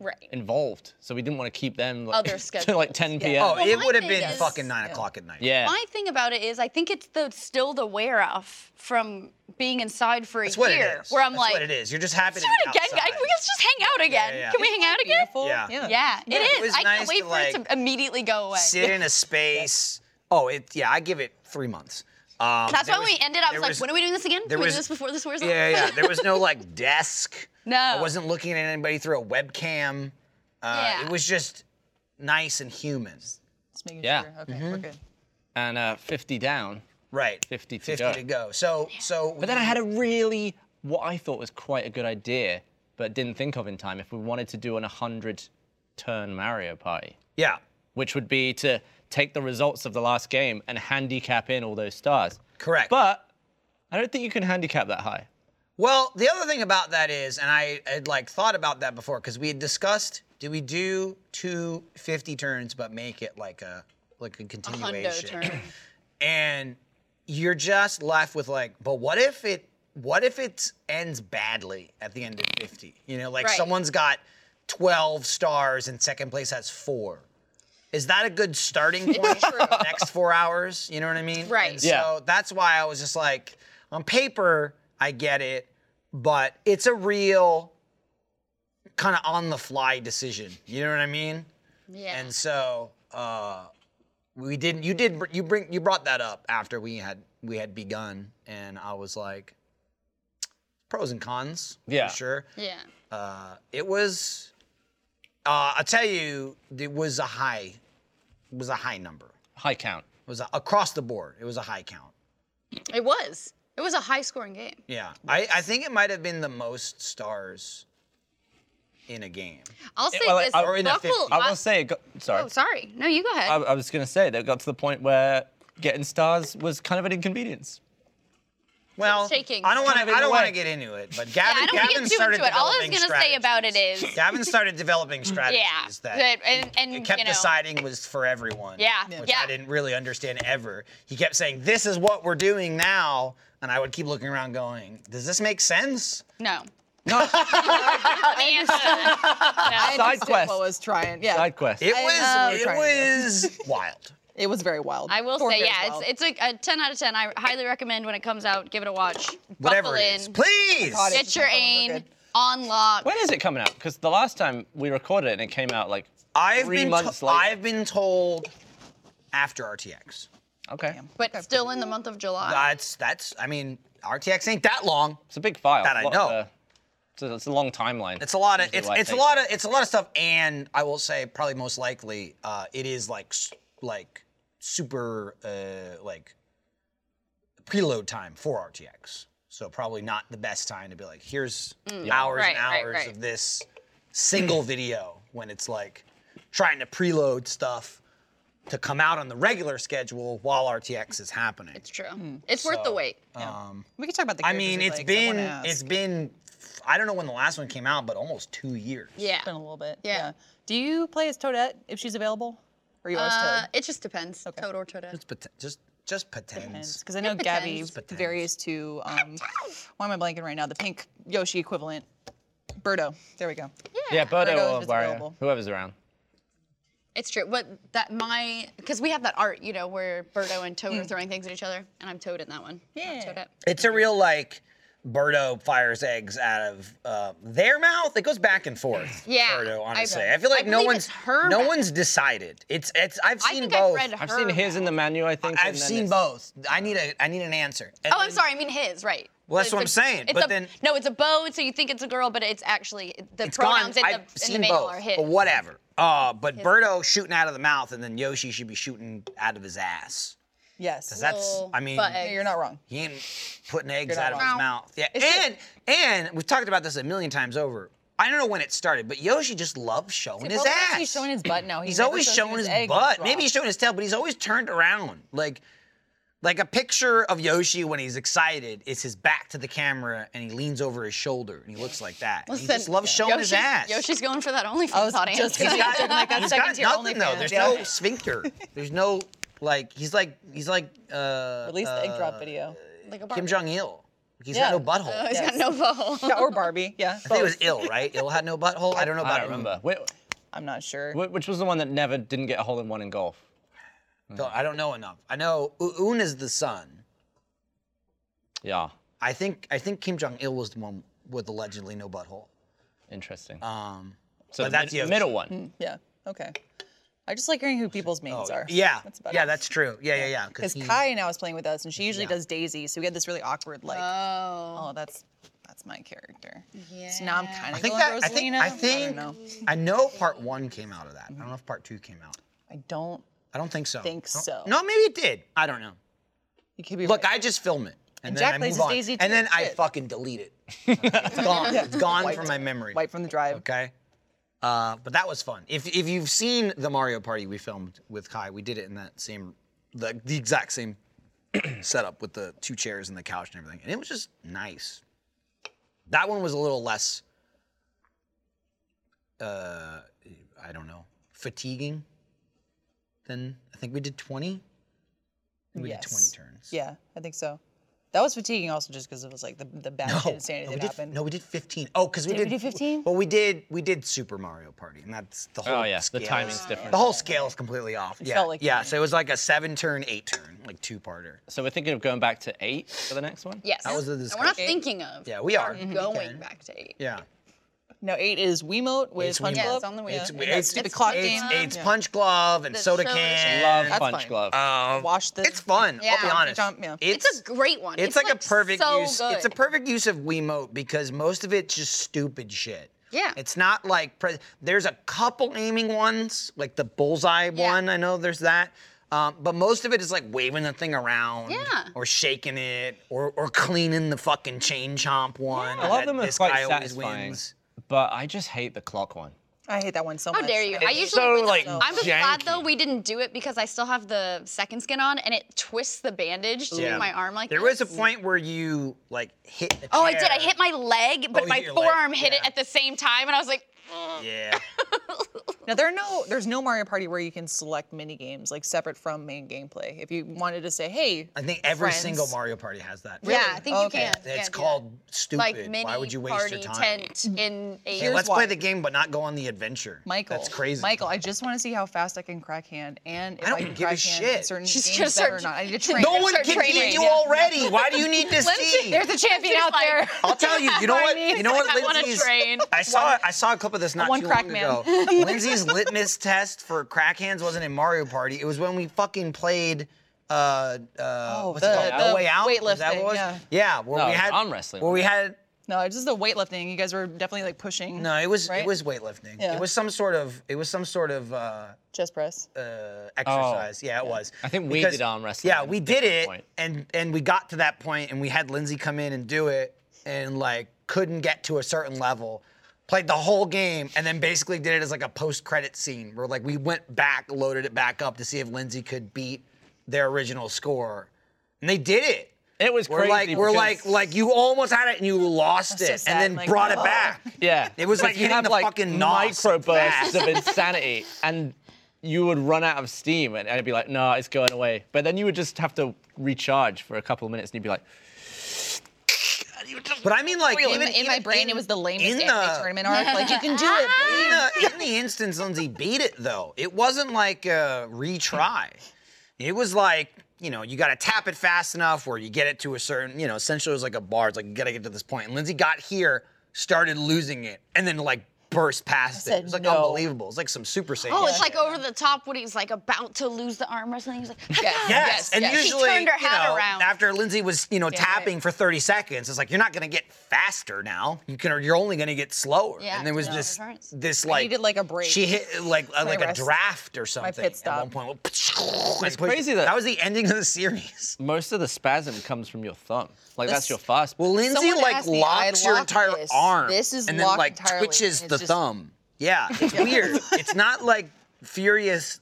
D: right.
C: involved, so we didn't want to keep them like,
D: Other
C: to
D: schedules,
C: like 10 p.m.
B: Oh,
D: Well,
B: it
D: my
B: would have
D: thing
B: been
D: is-
B: fucking nine o'clock at night.
C: yeah.
D: My thing about it is, I think it's the still the wear off from being inside for a
B: That's what
D: year,
B: it is.
D: where I'm
B: That's
D: like,
B: what it is. You're just happy
D: let's
B: to be
D: do it again, guys.
B: outside.
D: Let's just hang out again.
B: yeah.
D: Can we hang out again?
E: Beautiful.
B: Yeah.
D: Yeah, it is.
B: it was
D: I
B: nice
D: can't wait
B: to,
D: for
B: like,
D: it to immediately go away.
B: Sit in a space. Oh, it. Yeah, I give it three months. Um,
D: That's
B: there
D: why when we ended up, I
B: there
D: was like, when are we doing this again?
B: there
D: Can we
B: was-
D: do this before this wears off?
B: Yeah, yeah. There was no like desk.
D: No.
B: I wasn't looking at anybody through a webcam. Uh,
D: Yeah.
B: It was just nice and human.
E: Just making
C: Yeah.
E: sure. Okay, we're good.
C: And uh, 50 down.
B: Right.
C: 50 to
B: 50
C: go.
B: to go. So, so.
C: But then I had a really what I thought was quite a good idea, but didn't think of in time. If we wanted to do an 100 turn Mario Party,
B: Yeah.
C: which would be to take the results of the last game and handicap in all those stars.
B: Correct.
C: But I don't think you can handicap that high.
B: Well, the other thing about that is, and I had like thought about that before because we had discussed: do we do two 50 turns, but make it like a like a
D: Hundo
B: continuation?
D: turn.
B: and you're just left with like, but what if it? What if it ends badly at the end of 50? You know, like
D: Right.
B: someone's got 12 stars and second place has four. Is that a good starting point for the next four hours? You know what I mean?
D: Right.
B: And
C: Yeah.
B: So that's why I was just like, on paper, I get it, but it's a real kind of on the fly decision. You know what I mean?
D: Yeah.
B: And so uh, we didn't. You did. br- You bring. You brought that up after we had we had begun, and I was like, pros and cons.
C: Yeah.
B: For sure.
D: yeah.
B: Uh, it was. Uh, I'll tell you, it was a high. It was a high number. It
C: High count.
B: was a, across the board. It was a high count.
D: It was. It was a high scoring game.
B: Yeah. I, I think it might have been the most stars in a game.
D: I'll say
C: well,
D: this.
C: I- or in
B: a
D: Buckle,
B: 50.
C: I will say, it got, sorry.
D: oh, sorry. No, you go ahead.
B: Uh,
C: I, I was going to say that it got to the point where getting stars was kind of an inconvenience.
B: Well,
D: shaking.
B: I don't want
C: Kind
B: to.
C: of in
B: I
C: a
B: don't
C: way.
B: want to get into it, but
D: yeah,
B: Gavin,
D: I don't
B: Gavin
D: want to get too
B: started
D: into it. All I was
B: developing
D: gonna say about it
B: strategies.
D: is,
B: Gavin started developing strategies that
D: yeah, that- and, and
B: he kept
D: you know,
B: deciding was for everyone.
D: Yeah,
B: which
D: yeah.
B: I didn't really understand ever. He kept saying, "This is what we're doing now," and I would keep looking around, going, "Does this make sense?"
D: No. No. the answer.
E: I understood
C: quest.
E: What was trying? Yeah.
C: Side quest.
B: It
E: I
B: was
D: um,
E: know.
B: it
E: Trying to.
B: was wild.
E: It was very wild.
D: I will
E: Four
D: say,
E: very
D: yeah,
E: wild.
D: it's, it's a, a 10 out of 10. I highly recommend when it comes out, give it a watch.
B: Whatever
D: Buckle
B: it is,
D: in.
B: please.
E: Got it.
D: Get your aim on lock.
C: When is it coming out? Because the last time we recorded it and it came out like
B: I've
C: three
B: been to-
C: months later.
B: I've been told after RTX.
C: okay.
D: But still in the month of July.
B: That's that's. I mean, RTX ain't that long.
C: It's a big file.
B: That I
C: It's a lot
B: know.
C: of, uh, it's, a, it's a long timeline.
B: It's a lot of
C: Usually
B: it's
C: why it
B: it's a
C: takes
B: lot
C: it.
B: of it's a lot of stuff, and I will say probably most likely uh, it is like s- like super uh, like preload time for RTX. So probably not the best time to be like, here's hours
D: Mm,
B: and
D: Right, right,
B: hours
D: right.
B: of this single video when it's like trying to preload stuff to come out on the regular schedule while RTX is happening.
D: It's true. It's worth the wait.
B: uh,
E: We can talk about the.
B: I mean,
E: it's
B: it's been it's been I don't know when the last one came out, but almost two years.
D: Yeah.
E: been a little bit.
D: Yeah.
E: Yeah. Do you play as Toadette if she's available, or are you always
D: Uh,
E: Toad?
D: it just depends. Toad or Toadette.
B: It's poten- just just pretends.
E: Because I know Gabby
D: depends.
E: varies to um, why am I blanking right now? The pink Yoshi equivalent, Birdo. There we go.
C: Yeah, Birdo
E: Birdo
C: or
E: is
C: Wario,
E: available.
C: whoever's around.
D: It's true. But that my because we have that art, you know, where Birdo and
B: Hmm.
D: Toad are throwing things at each other, and I'm Toad in that one. Yeah. Toadette.
B: It's a real like Birdo fires eggs out of uh, their mouth. It goes back and forth.
D: Yeah,
B: Birdo,
D: I-
B: honestly, I, feel like
D: I
B: no
D: believe
B: one's
D: it's her
B: no
D: mouth.
B: one's decided. It's it's I've
D: I
B: seen
D: think
B: both.
D: I've read.
C: I've
D: her
C: seen his in the manual, I think.
B: I've
C: and then
B: seen
C: it's-
B: both. I need a I need an answer. And
D: Oh, I'm
B: then-
D: sorry. I mean his, right?
B: Well, that's
D: It's
B: what
D: a-
B: I'm saying,
D: It's
B: but
D: a,
B: then-
D: no, it's a bode, so you think it's a girl, but it's actually the
B: It's gone.
D: pronouns in the,
B: I've
D: in the
B: seen
D: manual
B: both.
D: are his.
B: But whatever. Uh, but Birdo shooting out of the mouth, and then Yoshi should be shooting out of his ass.
E: Yes.
B: That's
D: Oh,
B: I mean.
D: butt egg.
E: You're not wrong.
B: He ain't putting eggs
E: You're
B: out
E: not
B: of
E: wrong.
B: his mouth. Yeah, and and we've talked about this a million times over. I don't know when it started, but Yoshi just loves showing his
E: well,
B: ass.
E: he's showing his butt now. He
B: He's
E: never
B: always
E: shows
B: showing his,
E: his egg when
B: butt.
E: it's raw.
B: Maybe he's showing his tail, but he's always turned around. Like, like a picture of Yoshi when he's excited is his back to the camera, and he leans over his shoulder, and he looks like that. And he just
D: Listen,
B: loves showing his
D: Yoshi's-
B: ass.
D: Yoshi's going for that OnlyFans
E: was
D: audience.
E: just gonna-
B: he's got,
E: Oh my God,
B: he's
E: second
B: got
E: tier
B: nothing though.
E: OnlyFans,
B: There's
E: yeah.
B: no sphincter. There's no like. He's like. He's like. Uh,
E: Release the egg drop video.
D: like a
B: Kim
D: Barbie.
B: Jong Il. He's
E: Yeah.
B: got
E: Uh,
B: no butthole.
D: Oh, he's
E: Yes.
D: got no butthole.
E: Yeah, or Barbie. Yeah.
B: I think it
E: both.
B: was ill, right? Ill had no butthole. I don't know
C: I
B: about
C: don't
B: it.
C: remember. Wait,
E: I'm not sure.
C: wh- which was the one that never didn't get a hole in one in golf?
B: So I don't know enough. I know U- Un is the son.
C: Yeah,
B: I think I think Kim Jong Il was the one with allegedly no butthole.
C: interesting.
B: Um, but
C: so the
B: that's
C: mid-
B: Yoshi.
C: middle one.
E: Yeah. Okay. I just like hearing who people's
B: Oh,
E: mains are.
B: yeah,
E: That's about
B: yeah,
E: it.
B: that's true. Yeah, yeah, yeah.
E: Because
B: he-
E: Kai now is playing with us, and she usually does Daisy, so we had this really awkward like, oh, that's that's my character. Yeah. So now I'm kind
B: I
E: of
B: think
E: going
B: that I think
E: Rosalina.
B: I think
E: don't know.
B: I know part one came out of that. I don't know if part two came out.
E: I don't.
B: I don't think so.
E: Think
B: I don't-
E: so.
B: No, maybe it did. I don't know.
E: You could be
B: Look,
E: right.
B: I just film it. And
E: Jack
B: then I
E: plays
B: move
E: his
B: on.
E: Daisy
B: and
E: too.
B: then I
E: Shit.
B: fucking delete it. It's gone. It's gone from my memory.
E: Wipe from the drive.
B: Okay. Uh, but that was fun. If if you've seen the Mario Party we filmed with Kai, we did it in that same, the, the exact same setup with the two chairs and the couch and everything, and it was just nice. That one was a little less. Uh, I don't know, fatiguing. Than I think we did twenty. I think We did twenty
E: Yes.
B: turns.
E: Yeah, I think so. That was fatiguing also just because it was like the the bad shit insanity
B: no, we
E: that
B: did,
E: happened.
B: No, we did 15. Oh, because we
E: Did
B: did.
E: we do 15?
B: Well, we did. We did Super Mario Party, and that's the whole.
C: Oh yeah,
B: scale
C: the
B: is-
C: timing's different.
B: The whole scale is completely off. yeah,
E: felt like
B: yeah.
E: that.
B: So it was like a seven turn, eight turn, like two parter.
C: So we're thinking of going back to eight for the next one.
D: Yes.
B: That was the
D: And we're not
B: discussion.
D: thinking of.
B: Yeah, we are.
E: Mm-hmm.
B: Mhm.
D: going
B: Okay.
D: back to eight.
B: Yeah.
E: No, eight is Wiimote with
B: It's
E: Punch
B: Wiimote.
E: Club.
D: Yeah, it's on the Wii.
B: It's,
D: Yeah.
B: it's,
E: That's
B: it's,
E: stupid clock game.
B: It's, punch glove and
D: The
B: soda
D: soda
B: can.
D: can.
C: Love
E: That's
C: Punch
E: fine.
C: Glove.
E: Wash the.
B: It's fun. I'll be
D: Yeah.
B: honest.
E: Jump, yeah.
D: It's, a great one.
B: It's, like, a perfect
D: so
B: use.
D: Good.
B: It's a perfect use of Wiimote because most of it's just stupid shit.
D: Yeah.
B: It's not like pre- there's a couple aiming ones, like the bullseye
D: Yeah.
B: one. I know there's that. Um, but most of it is like waving the thing around,
D: Yeah.
B: or shaking it, or or cleaning the fucking chain chomp one.
C: A lot of
B: that
C: them are
B: this
C: quite
B: guy always
C: satisfying,
B: wins.
C: but I just hate the clock one.
E: I hate that one so
D: How
B: Oh,
E: much.
D: dare you? I
C: It's
D: usually
C: so,
D: win those.
C: like,
D: I'm just glad
C: janky.
D: though we didn't do it because I still have the second skin on and it twists the bandage to make my arm like
B: There was a
D: this.
B: point where you like hit. The
D: Oh, I did. I
B: chair.
D: hit my leg, but
B: Oh, you
D: my
B: hit your leg.
D: forearm hit it
B: Yeah.
D: at the same time, and I was like,
B: Yeah.
E: Now there are no, there's no Mario Party where you can select mini games like separate from main gameplay. If you wanted to say, hey,
B: I think every
E: Friends.
B: single Mario Party has that.
D: "Yeah, I think
E: Okay.
D: you can." Yeah,
B: It's
D: do
B: called
D: that.
B: stupid.
D: like mini
B: Why would you waste
D: party
B: your time?
D: tent in a.
B: Yeah, let's
E: why.
B: play the game but not go on the adventure.
E: Michael.
B: That's crazy.
E: Michael, I just want to see how fast I can crack hand and if I,
B: don't
E: can
B: give a
E: crack hand
B: shit.
E: in certain
D: She's gonna
E: games better or
D: start-
E: not. I need to train.
B: no
D: Let's
B: one
D: start
B: can beat
D: training.
B: you
D: Yeah.
B: already. Why do you need to
D: Lindsay,
B: see?
D: there's a
E: champion
D: out there.
B: I'll tell you. You know what? You know what?
D: like, I wanna
B: Lindsay's.
D: train.
B: I saw. I saw a clip of this not
E: One
B: too
E: crack
B: long
E: man.
B: ago. Lindsay's litmus test for crack hands wasn't in Mario Party. It was when we fucking played. Uh, uh,
E: Oh,
B: what's
E: the-
B: it called? no
E: Oh, the
B: way out. Is that what
E: weightlifting,
B: it was?
E: yeah.
B: Yeah, where
C: No,
B: we had
C: arm wrestling.
B: Where we had.
E: No, it's just the weightlifting. You guys were definitely like pushing.
B: No, it was
E: right?
B: it was weightlifting.
E: Yeah.
B: It was some sort of it was some sort of uh,
E: chest press.
B: exercise. yeah, it was.
C: Oh, I think we
B: Because-
C: did arm wrestling
B: Yeah,
C: at a
B: we did
C: different
B: it,
C: point.
B: and and we got to that point, and we had Lindsay come in and do it, and like couldn't get to a certain level. Played the whole game, and then basically did it as like a post-credit scene, where like we went back, loaded it back up to see if Lindsay could beat their original score, and they did it.
C: It was
B: We're
C: crazy.
B: like we're like
C: because-
B: like you almost had it and you lost
E: so
B: it,
E: sad,
B: and then
E: like,
B: brought
E: oh.
B: it back.
C: Yeah.
B: It was
C: It's
B: like hitting
C: you have
B: the
C: like
B: fucking nos fast.
C: microbursts of insanity and you would run out of steam and I'd be like, no, it's going away. But then you would just have to recharge for a couple of minutes and you'd be like,
B: But I mean, like
E: Really,
B: even,
E: in my
B: even
E: brain, it was the lamest
B: in
E: anime
B: the-
E: tournament arc. Like you can do it.
B: in the, in the instance Lindsay beat it though, it wasn't like a retry. It was like, you know, you gotta tap it fast enough where you get it to a certain, you know, essentially it was like a bar. It's like you gotta get to this point. And Lindsay got here, started losing it, and then like burst past it. It was like
E: no.
B: unbelievable. It's like some super saiyan.
D: Oh, it's
B: shit.
D: like over the top when he's like about to lose the arm wrestling. He's like,
B: Yes, and
D: yes. She
B: usually
D: turned her
B: you
D: hat
B: know,
D: around.
B: after Lindsay was you know
E: right.
B: tapping for 30 seconds, it's like you're not gonna get faster now. You can, you're only gonna get slower.
D: Yeah,
B: and there was
D: no
B: this
D: difference.
B: this like
E: needed, like, a break.
B: She hit like a, like a
E: rest.
B: draft or something at
E: stop.
B: one point. It's
C: crazy that-
B: that was the ending of the series.
C: most of the spasm comes from your thumb. Like that's,
E: That's-
C: your fast.
B: Well, Lindsay
E: Someone
B: like
E: asked me, I
B: locks your
E: locked
B: entire
E: this.
B: arm.
E: This is
B: and then
E: locked
B: like
E: entirely,
B: twitches
E: and
B: the
E: it's just-
B: thumb. Yeah, it's weird. It's not like furious.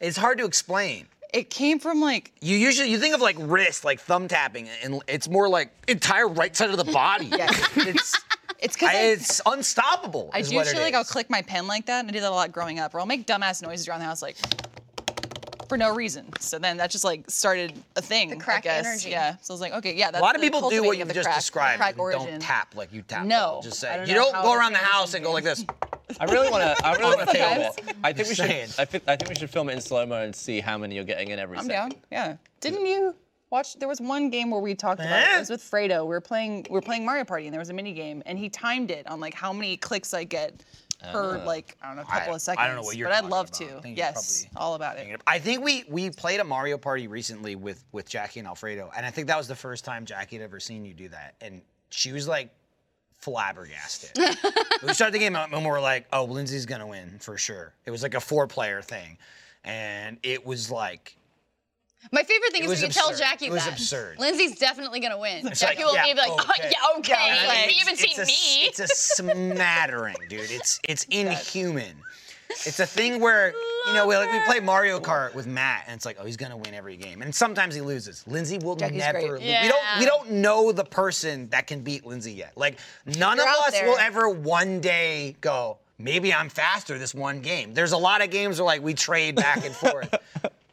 B: It's hard to explain.
E: It came from like
B: You usually you think of like wrist, like thumb tapping, and it's more like entire right side of the body. it's
E: it's because
B: I,
E: I,
B: it's unstoppable.
E: I
B: is
E: do
B: what
E: feel
B: it
E: like I'll
B: is.
E: click my pen like that, and I did that a lot growing up. Or I'll make dumbass noises around the house like for no reason. So then that just like started a thing. The
D: crack
E: I guess.
D: energy.
E: Yeah. So I was like, okay, yeah. That's
B: A lot of
E: the
B: people do what
E: cultivating
B: you
E: of the
B: just
E: crack,
B: described.
E: Crack
B: you
E: origin.
B: don't tap like you tap.
E: No
B: though. just
E: I
B: say
E: don't
B: you
E: know
B: don't
E: how
B: go
E: this
B: around the
E: origin
B: house and go like this.
C: I really want to. I really want to film
E: Sometimes.
C: it. I think we should.
B: Saying.
C: I think, I think we should film it in slow mo and see how many you're getting in every
E: I'm
C: second.
E: down. Yeah. Didn't you watch? There was one game where we talked about it.
B: Eh?
E: It was with Fredo. We were playing. We were playing Mario Party, and there was a mini game, and he timed it on like how many clicks I get per like I don't know, a couple of seconds.
B: Uh, I don't know what you're
E: But I'd
B: talking
E: love
B: about. I
E: to.
B: think you're
E: Yes,
B: probably
E: all about it.
B: I think we we played a Mario Party recently with with Jackie and Alfredo, and I think that was the first time Jackie had ever seen you do that, and she was like flabbergasted. we started the game out and we were like, "Oh, Lindsay's gonna win for sure." It was like a four-player thing, and it was like
D: My favorite thing
B: It
D: is when
B: was
D: you tell
B: absurd.
D: Jackie
B: It was
D: that.
B: absurd.
D: Lindsay's definitely gonna win.
B: like,
D: Jackie will
B: yeah,
D: be like, oh,
B: okay.
D: yeah, okay.
B: I
D: like,
B: mean,
D: you haven't seen
B: a, s-
D: me.
B: It's a smattering, dude. It's it's inhuman. It's a thing where you know we like we play Mario Kart with Matt, and it's like, oh, he's gonna win every game, and sometimes he loses. Lindsay will never.
E: great.
B: Lose. We don't we
D: Yeah.
B: don't know the person that can beat Lindsay yet. Like none of
E: You're out
B: us will
E: there.
B: ever one day go. Maybe I'm faster this one game. There's a lot of games where like we trade back and forth.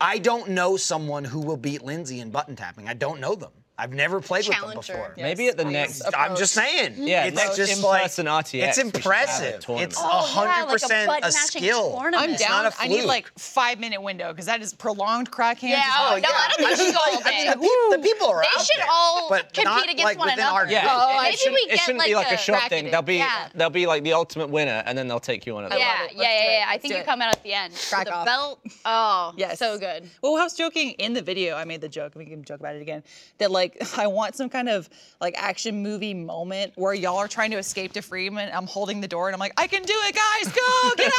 B: I don't know someone who will beat Lindsay in button tapping. I don't know them. I've never played with
D: Challenger.
B: them before.
C: Maybe at the next.
B: I'm just saying.
D: Mm-hmm.
C: Yeah,
B: it's
C: next
B: just
C: in
B: like
C: person RTX,
B: it's
C: we should have a
B: impressive.
C: tournament.
B: It's
C: Oh,
D: yeah,
B: hundred
D: like a
B: percent a
D: butt-matching
B: skill.
D: tournament.
E: I'm
D: It's
E: down.
B: not a
E: I need
B: fluke.
E: like five minute window because that is prolonged crack hands.
D: Yeah, oh, no, I don't think she go all
B: I mean,
D: day.
B: the, peop- the people are
D: They
B: out
D: should
B: there,
D: all
B: but
D: compete
B: not,
D: against
B: like,
D: one
B: within
D: another. Oh,
B: Our
C: Yeah,
B: group.
C: it-
D: maybe
C: it shouldn't,
D: we
C: it
D: get,
C: shouldn't be
D: like,
C: like a,
D: a
C: short thing.
D: bracketed.
C: They'll be
D: Yeah.
C: they'll be like the ultimate winner, and then they'll take you on at the
D: Yeah,
E: love it.
D: yeah,
E: Let's do
D: yeah,
E: it.
D: yeah. I
E: Let's
D: think
E: do
D: you
E: it.
D: come out at the end.
E: Crack
D: the
E: off.
D: belt. Oh,
E: Yes.
D: so good.
E: Well, I was joking in the video. I made the joke. We can joke about it again. That like I want some kind of like action movie moment where y'all are trying to escape to freedom. And I'm holding the door and I'm like, I can do it, guys. Go get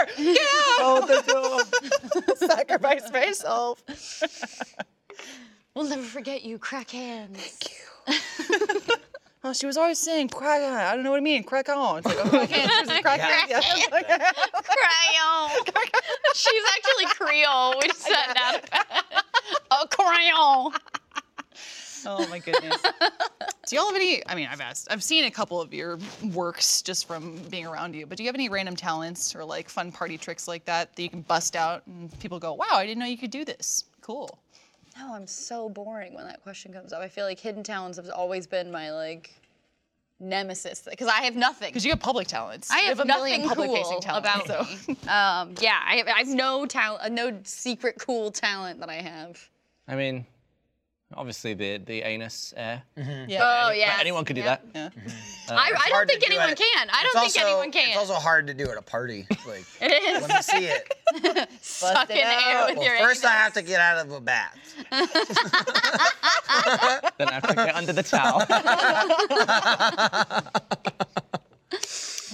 E: out of here. Get out.
C: Hold the door.
E: Sacrifice myself.
D: We'll never forget you, crack hands.
E: Oh, she was always saying crack on. I don't know what I mean. Crack on. It's like, oh, I can't. She was a crack on. Yeah.
D: Crayon. She's actually Creole. We just sat down. Oh, crayon.
E: Oh my goodness. Do y'all have any? I mean, I've asked. I've seen a couple of your works just from being around you. But do you have any random talents or like fun party tricks like that that you can bust out and people go, "Wow, I didn't know you could do this. Cool."
D: No, Oh, I'm so boring when that question comes up. I feel like hidden talents has always been my like nemesis because I have nothing.
E: Because you have public talents.
D: I
E: You
D: have,
E: a million
D: nothing cool
E: public-facing
D: about
E: talents,
D: me. Um, yeah, I uh, have, I have no talent, no secret cool talent that I have.
C: I mean, Obviously, the the anus air.
D: Oh yeah.
C: Anyone could do that.
E: Yeah.
D: I, I don't
B: Uh, Hard to
D: think
B: do
D: anyone
B: at-
D: can. I
B: It's
D: don't think
B: also-
D: anyone can.
B: It's also hard to do at a party. Like,
D: it is
B: let me see it.
D: suck in air with your
B: Well, first I
D: anus.
B: have to get out of a bath.
C: Then I have to get under the towel.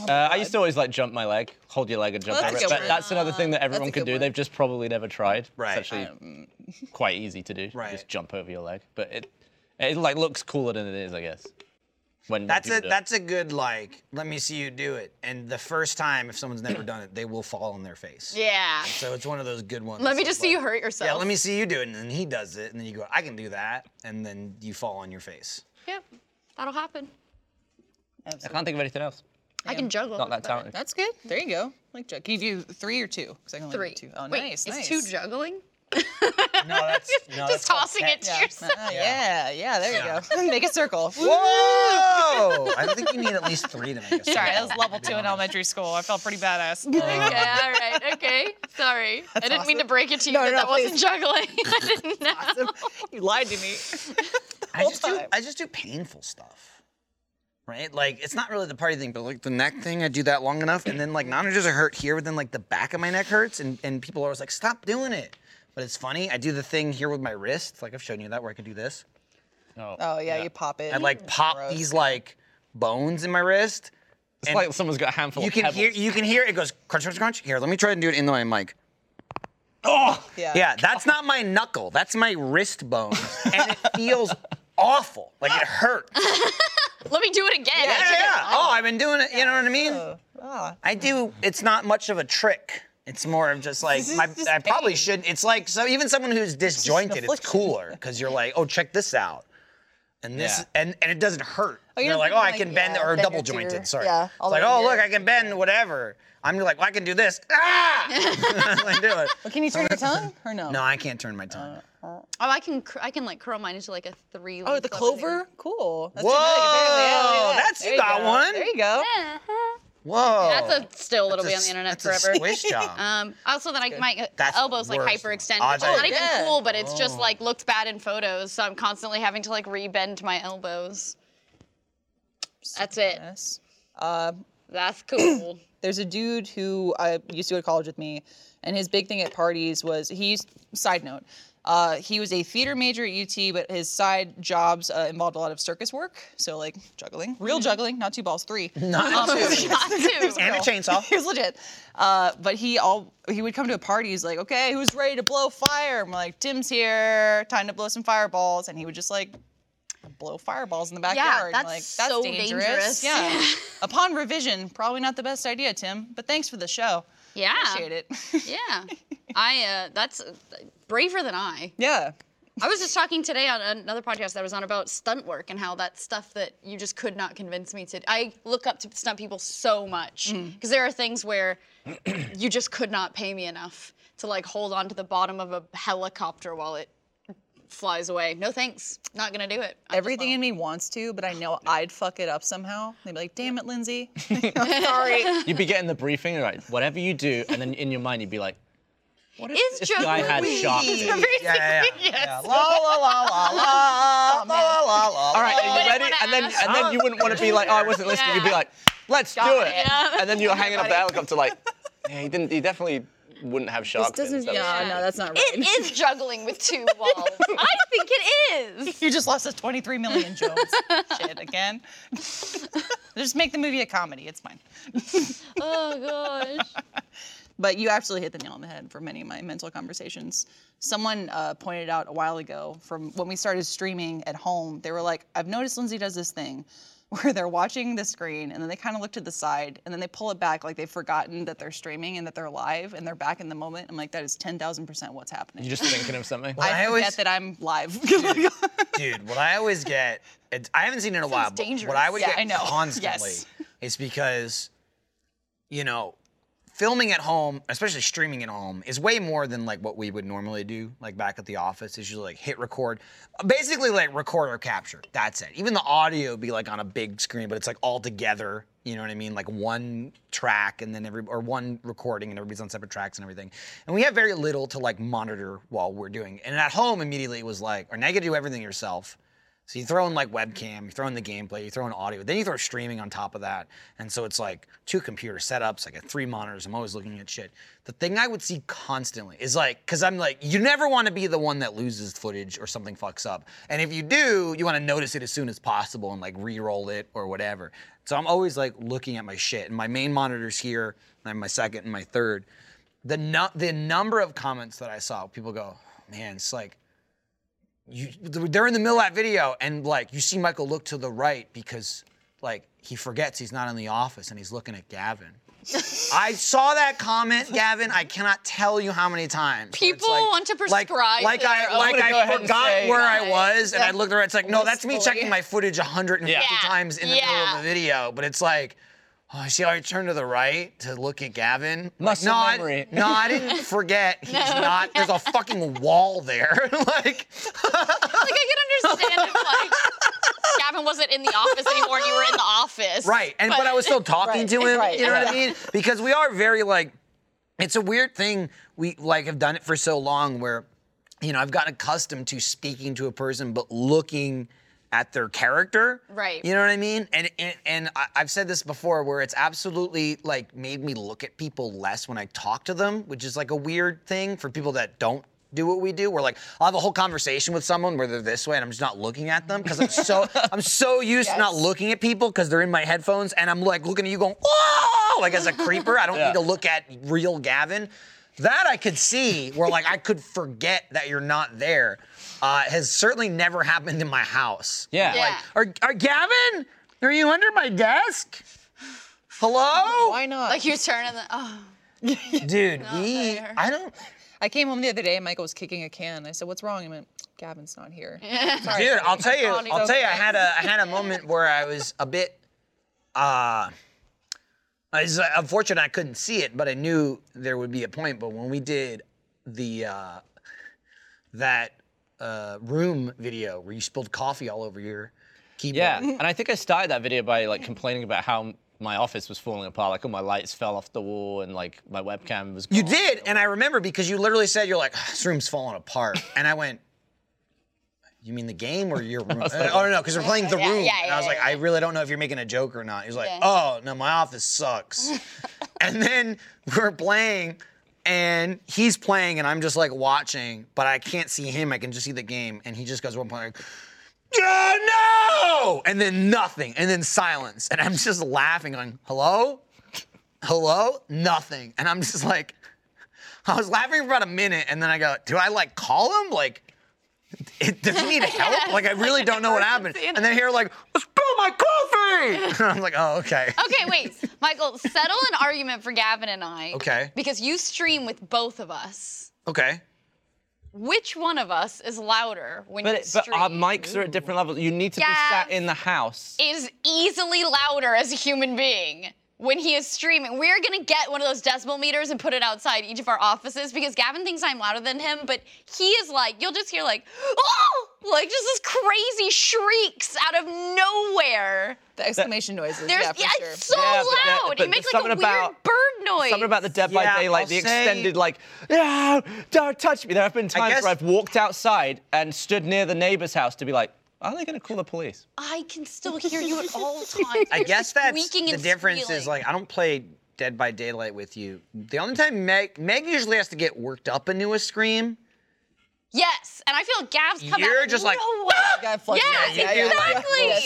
C: Uh, I used to always like jump my leg, hold your leg and jump
E: Well,
C: over
E: that's
C: it.
E: a good
C: But
E: one.
C: that's another thing that everyone
E: a
C: can
E: good
C: do.
E: one.
C: They've just probably never tried.
B: Right.
C: It's actually quite easy to do.
B: Right.
C: Just jump over your leg. But it it like looks cooler than it is, I guess. When
B: That's
C: people
B: a
C: do it.
B: that's a good like. Let me see you do it. And the first time, if someone's never done it, they will fall on their face.
G: Yeah.
B: So it's one of those good ones.
G: Let me
B: It's
G: just see you
B: like,
G: hurt
B: Yeah,
G: yourself.
B: let me see you do it, and then he does it, and then you go, I can do that, and then you fall on your face.
D: Yep, that'll happen.
C: I can't think of anything else.
D: I can juggle.
C: Not that
D: That's better.
C: talented.
E: That's good. There you go. Like, ju- can you do three or two? Because I can only
D: Three.
E: do two. Oh,
D: Wait,
E: nice.
D: is
E: nice.
D: two juggling?
B: No, that's no,
D: Just
B: Uh, that's called
D: tossing it
B: pet-
D: to
E: Yeah.
D: yourself.
E: Uh, yeah. Yeah. There you go. Make a circle. Sorry,
B: Whoa! I think you need at least three to make a
E: that
B: circle,
E: was level
B: to be
E: two in
B: honest.
E: elementary school. I felt pretty badass.
D: Okay, all right, okay. Sorry. I didn't mean to
E: awesome.
D: break it to you
E: No,
D: that
E: no,
D: that wasn't
E: please.
D: juggling. I didn't know.
E: you lied to me.
B: I just do
E: time.
B: I just do painful stuff. Right? Like it's not really the party thing, but like the neck thing, I do that long enough, and then like not only does it hurt here, but then like the back of my neck hurts, and, and people are always like, stop doing it. But it's funny, I do the thing here with my wrist, like I've shown you that where I can do this.
E: Oh yeah, you pop it.
B: I like pop
E: Gross.
B: these like bones in my wrist.
C: It's like someone's got a handful
B: You
C: of
B: can
C: pebbles.
B: hear you can hear it goes crunch crunch crunch. Here, let me try and do it in the mic.
C: Oh!
E: Yeah.
B: Yeah, that's not my knuckle. That's my wrist bone. and it feels awful. Like it hurts.
D: Let me do it again.
B: Yeah, yeah, yeah. Oh, I've been doing it. You know what I mean?
E: Ah.
B: I do. It's not much of a trick. It's more of just like my,
E: just
B: I probably
E: pain.
B: should. It's like so even someone who's disjointed, it's
E: affliction.
B: cooler because you're like, oh, check this out, and this
C: Yeah.
B: and and it doesn't hurt.
E: you're
B: you're
E: not
B: like, oh,
E: thinking
B: I
E: like,
B: can bend
E: yeah,
B: or
E: bend your
B: double
E: finger.
B: jointed. Sorry.
E: Yeah,
B: It's
E: all
B: like,
E: the way
B: oh,
E: here.
B: look, I can bend whatever. I'm like, well, I can do this. Ah! I do it.
E: But can you turn your tongue or no?
B: No, I can't turn my
E: Uh.
B: tongue.
D: Oh, I can cr- I can like curl mine into like a three.
E: Oh, the clover. Cool. That's
B: Whoa,
E: genetic, apparently. Yeah, look at that.
B: that's- you
E: There
B: got
E: go.
B: one.
E: There you go.
B: Whoa.
D: Uh-huh. That's a still that'll
B: Oh,
D: be on
B: That's a-
D: the internet
B: that's
D: forever.
B: A squish job.
D: Um, also, then I, my
B: That's the
D: elbows like
B: worst.
D: hyperextend,
B: Oh,
D: which is
B: I-
D: not even
E: Yeah.
D: cool, but it's just like looked bad in photos. So I'm constantly having to like rebend my elbows. That's it.
E: Yes. Um,
D: That's cool.
E: there's a dude who uh, used to go to college with me, and his big thing at parties was he used, side note, uh, he was a theater major at UT, but his side jobs uh, involved a lot of circus work. So, like juggling, real
B: Mm-hmm.
E: juggling, not two balls, three.
B: Not two.
D: Got to.
B: and a chainsaw.
E: he was legit. Uh, but he all he would come to a party. He's like, okay, who's ready to blow fire? And we're like, Tim's here. Time to blow some fireballs. And he would just like blow fireballs in the backyard.
D: that's
E: like, that's
D: so
E: dangerous.
D: dangerous.
E: Yeah. Upon revision, probably not the best idea, Tim. But thanks for the show.
D: Yeah.
E: Appreciate it.
D: Yeah. I uh, that's uh, braver than I.
E: yeah.
D: I was just talking today on another podcast that I was on about stunt work and how that stuff that you just could not convince me to. I look up to stunt people so much because there are things where you just could not pay me enough to like hold on to the bottom of a helicopter while it flies away. No thanks. Not gonna do it. I just
E: Everything in
D: won't.
E: me wants to, but I know I'd fuck it up somehow. They'd be like, damn it, Lindsay.
C: You'd be getting the briefing, like, whatever you do, and then in your mind, you'd be like, what if
D: It's
C: this
D: just
C: guy had sharp
B: Wee.
C: teeth?
B: Yeah, yeah, yeah. yeah.
D: Yes.
B: La la la la la la la la.
C: All right,
D: you
C: are you
D: wouldn't
C: ready?
D: wanna
C: And then,
D: ask.
C: and then you wouldn't want to be like, oh, I wasn't listening. You'd be
D: Yeah.
C: like, let's do it.
D: Yeah.
C: And then you're hanging up the helicopter, like, yeah, he didn't. He definitely wouldn't have sharp fins. That was-
E: no, that's not
D: It is juggling with two balls. I think it is.
E: You just lost us 23 million Jones. Shit, again. just make the movie a comedy. It's fine.
D: Oh gosh.
E: But you absolutely hit the nail on the head for many of my mental conversations. Someone uh, pointed out a while ago from when we started streaming at home, they were like, I've noticed Lindsay does this thing where they're watching the screen and then they kind of look to the side and then they pull it back like they've forgotten that they're streaming and that they're live and they're back in the moment. I'm like, that is 10,000% what's happening.
C: You're just thinking of something.
E: I,
B: I
E: forget
B: always-
E: that I'm live.
B: Dude, what I always get, it's, I haven't seen it in a while, but what I would
E: Yeah,
B: get
E: I know.
B: constantly
E: Yes.
B: is because, you know, filming at home, especially streaming at home, is way more than like what we would normally do, like back at the office. It's usually like hit record, basically like record or capture. That's it. Even the audio would be like on a big screen, but it's like all together. You know what I mean? Like one track and then every or one recording and everybody's on separate tracks and everything. And we have very little to like monitor while we're doing. it. And at home immediately it was like, or now you gotta do everything yourself. So you throw in like webcam, you throw in the gameplay, you throw in audio, then you throw streaming on top of that. And so it's like two computer setups, like a three monitors. I'm always looking at shit. The thing I would see constantly is like, cause I'm like, you never want to be the one that loses footage or something fucks up. And if you do, you want to notice it as soon as possible and like re-roll it or whatever. So I'm always like looking at my shit. And my main monitor's here, and I have my second and my third. The nu- the number of comments that I saw, people go, man, it's like you, they're in the middle of that video, and like you see Michael look to the right because like he forgets he's not in the office and he's looking at Gavin. I saw that comment, Gavin. I cannot tell you how many times. where it's
D: People want to
B: like,
D: prescribe
B: like
D: their
B: I
D: own-
B: like
F: I'm gonna go
B: I
F: ahead and
B: forgot
F: say-
B: where I was, and I
G: Yeah.
B: looked around. It's like no, that's me
G: Blissful,
B: checking
G: yeah.
B: my footage 150
D: Yeah.
B: times in the middle
D: Yeah.
B: of the video, but it's like. Oh, see how I turned to the right to look at Gavin? Like,
C: Muscle
B: no, I-
C: memory.
B: no, I didn't forget. He's not. There's a fucking wall there. like,
D: Like I can understand if like Gavin wasn't in the office anymore and you were in the office.
B: Right. And but, I was still talking
G: Right,
B: to him.
G: right,
B: you know what I
G: right.
B: mean? Because we are very like it's a weird thing we like have done it for so long where you know, I've gotten accustomed to speaking to a person but looking at their character.
D: Right.
B: You know what I mean? And and, and I, I've said this before where it's absolutely like made me look at people less when I talk to them, which is like a weird thing for people that don't do what we do. We're like, I'll have a whole conversation with someone where they're this way and I'm just not looking at them because I'm so I'm so used to not looking at people because they're in my headphones and I'm like looking at you going, whoa, like as a creeper. I don't need to look at real Gavin. That I could see where like I could forget that you're not there. Uh, has certainly never happened in my house.
C: Yeah.
D: Yeah.
B: Are, are Gavin? Are you under my desk? Hello?
H: Why not?
D: Like you turn and then oh
B: Dude, we
D: there.
B: I don't
H: I came home the other day and Michael was kicking a can. I said, "What's wrong?" He went, "Gavin's not here."
B: Dude, I'll tell you,
D: Ronnie.
B: I'll tell you, I had a I had a moment where I was a bit uh I was uh, unfortunate I couldn't see it, but I knew there would be a point. But when we did the uh that uh room video where you spilled coffee all over your keyboard.
C: Yeah, and I think I started that video by like complaining about how m- my office was falling apart. Like all my lights fell off the wall, and like my webcam was. Gone.
B: You did, and I remember because you literally said you're like, "Ah, this room's falling apart, and I went. You mean the game or your room? oh no, no, because we're playing the room.
D: yeah,
B: and I was
D: yeah,
B: like,
D: yeah,
B: I really don't know if you're making a joke or not. He was like,
D: Yeah.
B: Oh no, my office sucks. and then we're playing, and he's playing, and I'm just like watching, but I can't see him. I can just see the game, and he just goes one point like. "Yeah, no! And then nothing, and then silence. And I'm just laughing, going, hello? Hello? Nothing. And I'm just like, I was laughing for about a minute, and then I go, "Do I like call him? Like, it, does he need help? Like, I really don't know what happened." And then here, like, "Spill my coffee!" I'm like, "Oh, okay."
D: Okay, wait. Michael, settle an argument for Gavin and I.
B: Okay.
D: Because you stream with both of us.
B: Okay.
D: Which one of us is louder when
C: But,
D: you
C: it, but
D: stream?
C: our mics are at different levels. You need to
D: Yeah.
C: be sat in the house.
D: is easily louder as a human being when he is streaming. We're gonna get one of those decibel meters and put it outside each of our offices because Gavin thinks I'm louder than him, but he is like, you'll just hear like, oh, like just this crazy shrieks out of nowhere.
H: The exclamation noises.
D: There's
H: yeah,
D: yeah,
H: for sure.
D: it's so
C: Yeah, but that-
D: loud.
C: but
D: it makes like a
C: something
D: weird
C: about-
D: bird noise.
C: Something about the Dead
B: Yeah,
C: by Daylight,
B: I'll
C: the
B: say-
C: extended like, no, don't touch me. There have been times
B: guess-
C: where I've walked outside and stood near the neighbor's house to be like, are they going to call the police?
D: I can still hear you at all times.
B: I
D: You're
B: guess
D: just
B: that's
D: squeaking
B: the
D: and
B: difference is
D: squealing.
B: like I don't play Dead by Daylight with you. The only time Meg Meg usually has to get worked up into a scream.
D: yes, and I feel Gav's coming.
B: You're just like,
H: Yeah, fuck
D: Yes,
H: yeah, yeah, yeah, yeah.
D: exactly.
H: Yeah,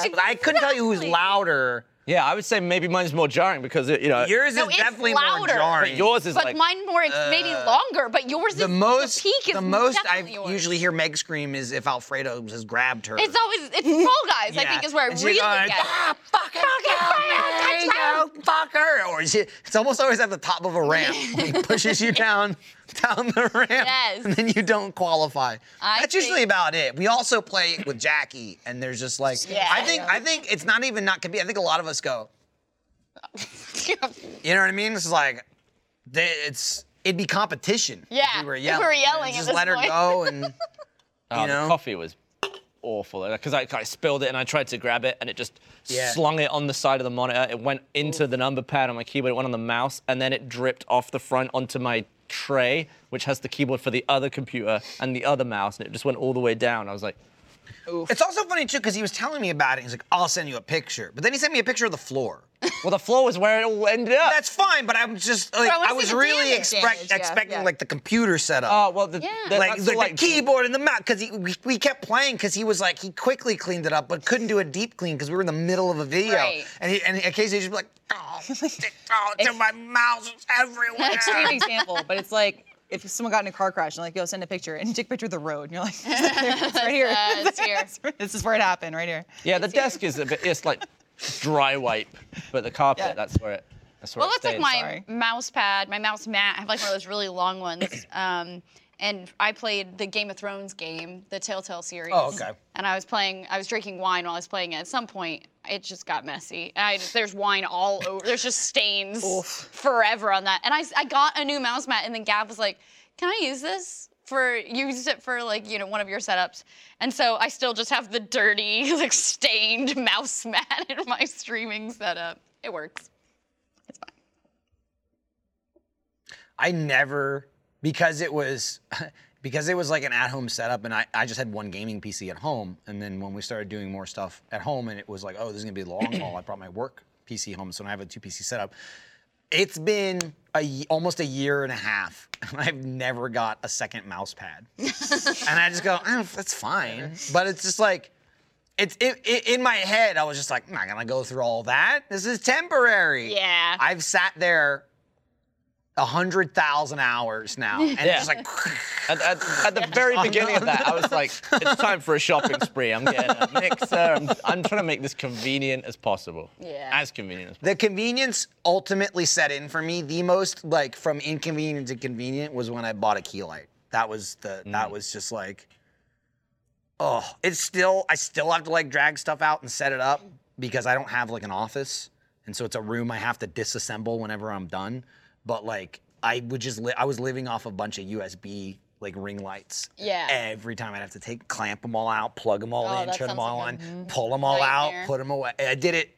B: Spikes. But I couldn't tell you who's
D: Exactly.
B: louder.
C: Yeah, I would say maybe mine's more jarring because, it, you know,
B: Yours
D: No,
B: is
D: it's
B: definitely more
D: louder. But
B: jarring.
C: but yours is
D: but
C: like,
D: mine more it's maybe longer, but yours is
B: uh, the most
D: the peak is
B: the most I
D: definitely yours.
B: usually hear Meg scream is if Alfredo has grabbed her.
D: It's always it's Fall Guys. I
B: Yeah.
D: think is where I
B: And she's
D: really
B: always,
D: get.
B: "Ah, fucking kill me, you fucker!" Or she, it's almost always at the top of a ramp. he pushes you down, down the ramp,
D: Yes.
B: and then you don't qualify.
D: I
B: That's usually
D: think-
B: about it. We also play with Jackie, and there's just like I think I think it's not even not compete. I think a lot of us go. you know what I mean? It's like They- It's it'd be competition.
D: Yeah,
B: If we were
D: if we were
B: yelling.
D: yelling at
B: Just
D: this
B: let her
D: point.
B: go and
C: Oh,
B: you know.
C: the coffee was awful because I, I spilled it and I tried to grab it and it just
B: Yeah.
C: slung it on the side of the monitor. It went into the number pad on my keyboard. It went on the mouse and then it dripped off the front onto my tray, which has the keyboard for the other computer and the other mouse, and it just went all the way down. I was like,
B: It's also funny too because he was telling me about it. He's like, "I'll send you a picture," but then he sent me a picture of the floor.
C: "Well, the floor was where it all ended up."
B: That's fine, but I'm just like
H: I wanna
B: I
H: see
B: was
H: the
B: really
H: damage.
B: expect,
H: Damage, yeah,
B: expecting
H: yeah.
B: like the computer setup.
C: Oh well, the, the-
B: like,
C: that's
B: like,
C: like-
B: the keyboard and the mouse, because we, we kept playing, because he was like he quickly cleaned it up, but couldn't do a deep clean because we were in the middle of a video,
D: Right.
B: and he, and occasionally he'd just be like, oh, oh to my mouse is
H: It's an
B: everywhere.
H: example, but it's like if someone got in a car crash and like, yo, send a picture, and you take a picture of the road, and you're like, it's right here.
D: Uh, it's here.
H: this is where it happened, right here.
C: yeah, the desk is a bit. It's like dry wipe, but the carpet.
H: Yeah.
C: That's where it. That's where
D: Well,
C: it
D: that's like
C: stayed.
D: my
H: sorry.
D: mouse pad, my mouse mat. I have like one of those really long ones. Um, and I played the Game of Thrones game, the Telltale series.
B: Oh, okay.
D: And I was playing, I was drinking wine while I was playing it. At some point, it just got messy. I just- there's wine all over. There's just stains forever on that. And I, s- I got a new mouse mat, and then Gav was like, "Can I use this?" For you used it for like you know one of your setups, and so I still just have the dirty like stained mouse mat in my streaming setup. It works. It's fine.
B: I never because it was because it was like an at-home setup, and I, I just had one gaming PC at home, and then when we started doing more stuff at home, and it was like, oh, this is gonna be a long haul. I brought my work PC home, so now I have a two PC setup. It's been a, y- almost a year and a half, and I've never got a second mouse pad. and I just go, oh, that's fine. But it's just like, it's it, it, in my head. I was just like, I'm not gonna go through all that. This is temporary.
D: Yeah.
B: I've sat there a hundred thousand hours now, and it's just like,
C: At, at, at the very beginning of that, I was like, it's time for a shopping spree. I'm getting a mixer. I'm, I'm trying to make this convenient as possible.
D: Yeah.
C: As convenient as possible.
B: The convenience ultimately set in for me. The most like from inconvenient to convenient was when I bought a key light. That was the that was just like oh, it's still I still have to like drag stuff out and set it up because I don't have like an office. And so it's a room I have to disassemble whenever I'm done. But like I would just li- I was living off a bunch of USB like ring lights.
D: Yeah.
B: Every time I'd have to take clamp them all out, plug them all
D: Oh,
B: in,
D: that
B: turn them
D: sounds
B: all
D: like
B: on,
D: a mm-hmm.
B: pull them all out,
D: nightmare.
B: put them away. I did it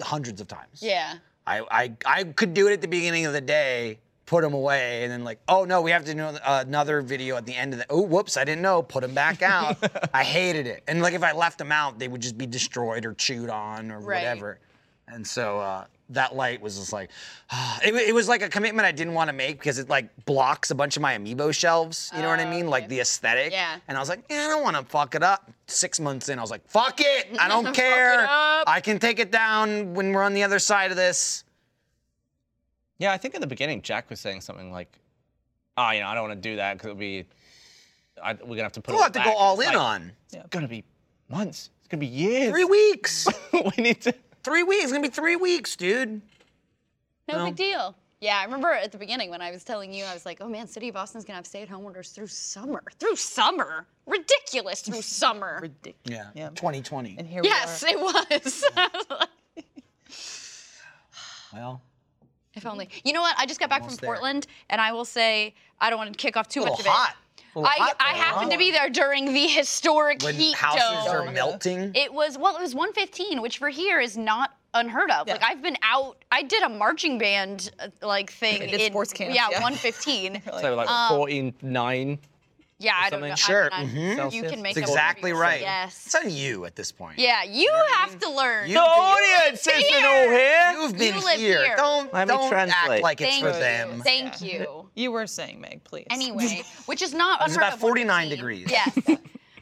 B: hundreds of times.
D: Yeah.
B: I, I, I could do it at the beginning of the day, put them away, and then like, oh no, we have to do another video at the end of the. Oh, whoops, I didn't know. Put them back out. I hated it. And like if I left them out, they would just be destroyed or chewed on or
D: Right.
B: whatever. And so uh, that light was just like, it, wa- it was like a commitment I didn't want to make because it like blocks a bunch of my amiibo shelves. You know what I mean? Like the aesthetic.
D: Oh, Yeah.
B: And I was like, yeah, I don't want to fuck it up. Six months in, I was like, fuck it. I don't care.
D: up.
B: I can take it down when we're on the other side of this.
C: Yeah, I think at the beginning, Jack was saying something like, oh, you know, I don't want to do that because it'll be, I, we're going to have to put
B: We'll
C: it
B: have to go all in on.
C: It's going to be months. It's going to be years.
B: Three weeks.
C: we need to.
B: three weeks. It's gonna be three weeks, dude.
D: No, big deal. Yeah, I remember at the beginning when I was telling you, I was like, oh man, City of Boston's gonna have stay at home orders through summer. Through summer? Ridiculous through summer.
H: Ridiculous.
B: Yeah.
H: Yeah.
B: 2020.
H: And here
D: yes,
H: we
D: it was. I was like,
B: Well,
D: if only. You know what? I just got back
B: Almost
D: from
B: there.
D: Portland and I will say, I don't want to kick off too
B: a
D: much
B: little
D: of
B: hot. A
D: it.
B: little
D: I,
B: hot
D: I
B: there,
D: happened
B: huh?
D: to be there during the historic
B: When
D: heat
B: houses
D: dome.
B: are melting.
D: It was well, it was 115, which for here is not unheard of. Like I've been out, I did a marching band uh, like thing
H: did
D: in
H: sports camp,
D: Yeah,
H: yeah.
D: 115.
H: are.
C: So like
D: Um,
C: 49.
D: yeah, I don't
C: something.
D: know.
C: Sure,
D: I, mean, I- You
C: Celsius.
D: can make
B: That's
D: up whatever
B: exactly
D: you
B: right.
D: say. Yes.
B: It's on you at this point.
D: Yeah, you have to learn.
B: You-
C: The audience isn't all here.
B: You've been
D: You live
B: here.
D: here.
B: Don't
C: Let me
B: don't act
C: translate.
B: like it's
D: Thank
B: for
D: you.
B: them.
D: Thank you.
H: You were saying, Meg, please.
D: Anyway, which is not
B: was
D: unheard
B: about
D: of
B: 49
D: 115.
B: degrees.
D: Yes.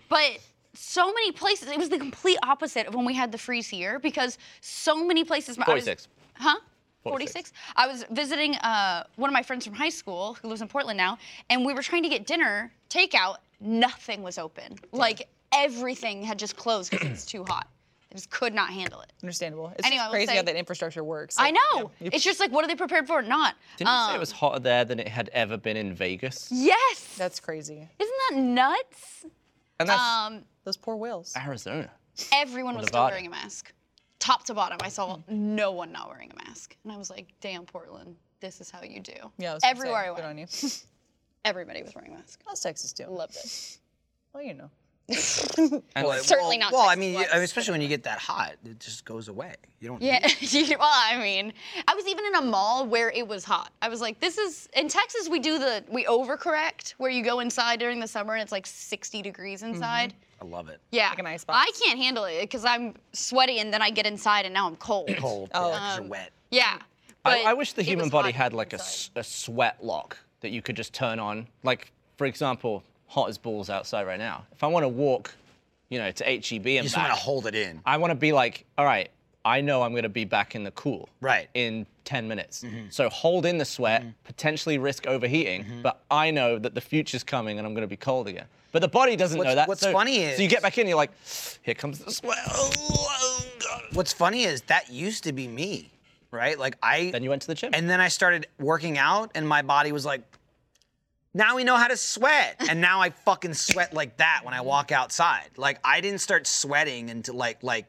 D: but so many places, it was the complete opposite of when we had the freeze here because so many places. I was-
C: 46.
D: Huh?
C: 46.
D: 46. I was visiting uh, one of my friends from high school who lives in Portland now, and we were trying to get dinner takeout. Nothing was open. Like everything had just closed because it's too hot. I just could not handle it.
H: Understandable. It's
D: Anyway, I
H: just
D: will
H: crazy how
D: say-
H: that infrastructure works.
D: I
H: Like,
D: know.
H: yeah, you-
D: It's just like, what are they prepared for? Not.
C: Didn't you say
D: Um,
C: it was hotter there than it had ever been in Vegas?
D: Yes.
H: That's crazy.
D: Isn't that nuts?
C: And that's
D: Um,
H: Those poor whales.
C: Arizona.
D: everyone was still
C: Nevada.
H: Mm-hmm.
D: wearing a mask, top to bottom. I saw no one not wearing a mask, and I was like, damn Portland. this is how you do.
H: Yeah, I was gonna say,
D: everywhere I
H: Good on
D: went,
H: you.
D: everybody was wearing masks.
H: How's Texas doing?
D: Loved it.
H: Well, you know.
B: Well,
D: certainly
B: well,
D: not
B: Well, I
D: Texas
B: mean,
D: wise.
B: I mean, especially when you get that hot, it just goes away. You don't.
D: Yeah. you- well, I mean, I was even in a mall where it was hot. I was like, this is in Texas. We do the we overcorrect where you go inside during the summer and it's like 60 degrees inside.
B: I love it.
D: Yeah.
H: Mm-hmm. Like an ice
D: I
H: box.
D: can't handle it because I'm sweaty and then I get inside and now I'm cold.
B: Cold.
H: Oh.
B: Oh, yeah, 'cause you're wet.
D: Yeah.
C: I,
D: but
C: I wish the
D: it
C: human
D: was
C: body
D: hot
C: had like a,
D: inside.
C: s- a sweat lock that you could just turn on. Like, for example, hot as balls outside right now. If I want to walk, you know, to HEB
B: You
C: and
B: just want
C: back,
B: to hold it in.
C: I want to be like, all right, I know I'm going to be back in the cool
B: Right. Mm-hmm.
C: in 10 minutes. So hold in the sweat, potentially risk overheating, but I know that the future's coming and I'm going to be cold again. But the body doesn't know
B: What's-
C: that.
B: what's
C: so,
B: funny
C: so you get
B: is-
C: back in, you're like, here comes the sweat. Oh, oh, God.
B: What's funny is that used to be me, right? Like I.
C: Then you went to the gym.
B: And then I started working out, and my body was like, now we know how to sweat. And now I fucking sweat like that when I walk outside. Like I didn't start sweating until like like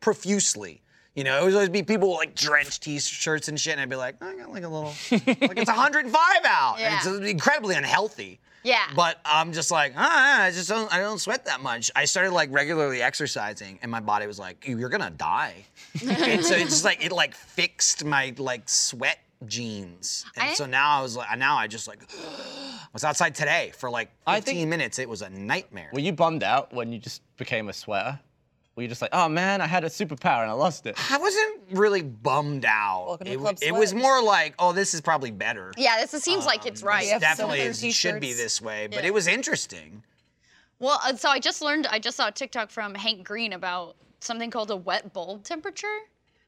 B: profusely. You know, it would always be people with like drenched t-shirts and shit, and I'd be like, I got like a little, like it's 105 out, and it's
D: Yeah.
B: incredibly unhealthy.
D: Yeah.
B: But I'm just like, ah, I just don't, I don't sweat that much. I started like regularly exercising, and my body was like, you're gonna die. and so it's just like it like fixed my like sweat genes, and
D: I-
B: so now I was like, now I just like was outside today for like 15
C: I think-
B: minutes. It was a nightmare.
C: Were you bummed out when you just became a sweater? Were you just like, oh man, I had a superpower and I lost it?
B: I wasn't really bummed out.
H: Welcome to
B: it,
H: Club
B: wa- it was
H: Sweat.
B: more like, oh, this is probably better.
D: Yeah, this seems like it's right.
H: yeah. have
B: Definitely
H: similar
B: is- it should be
H: t-shirts.
B: this way, but
D: Yeah.
B: it was interesting.
D: Well, uh, so I just learned, I just saw a TikTok from Hank Green about something called a wet bulb temperature,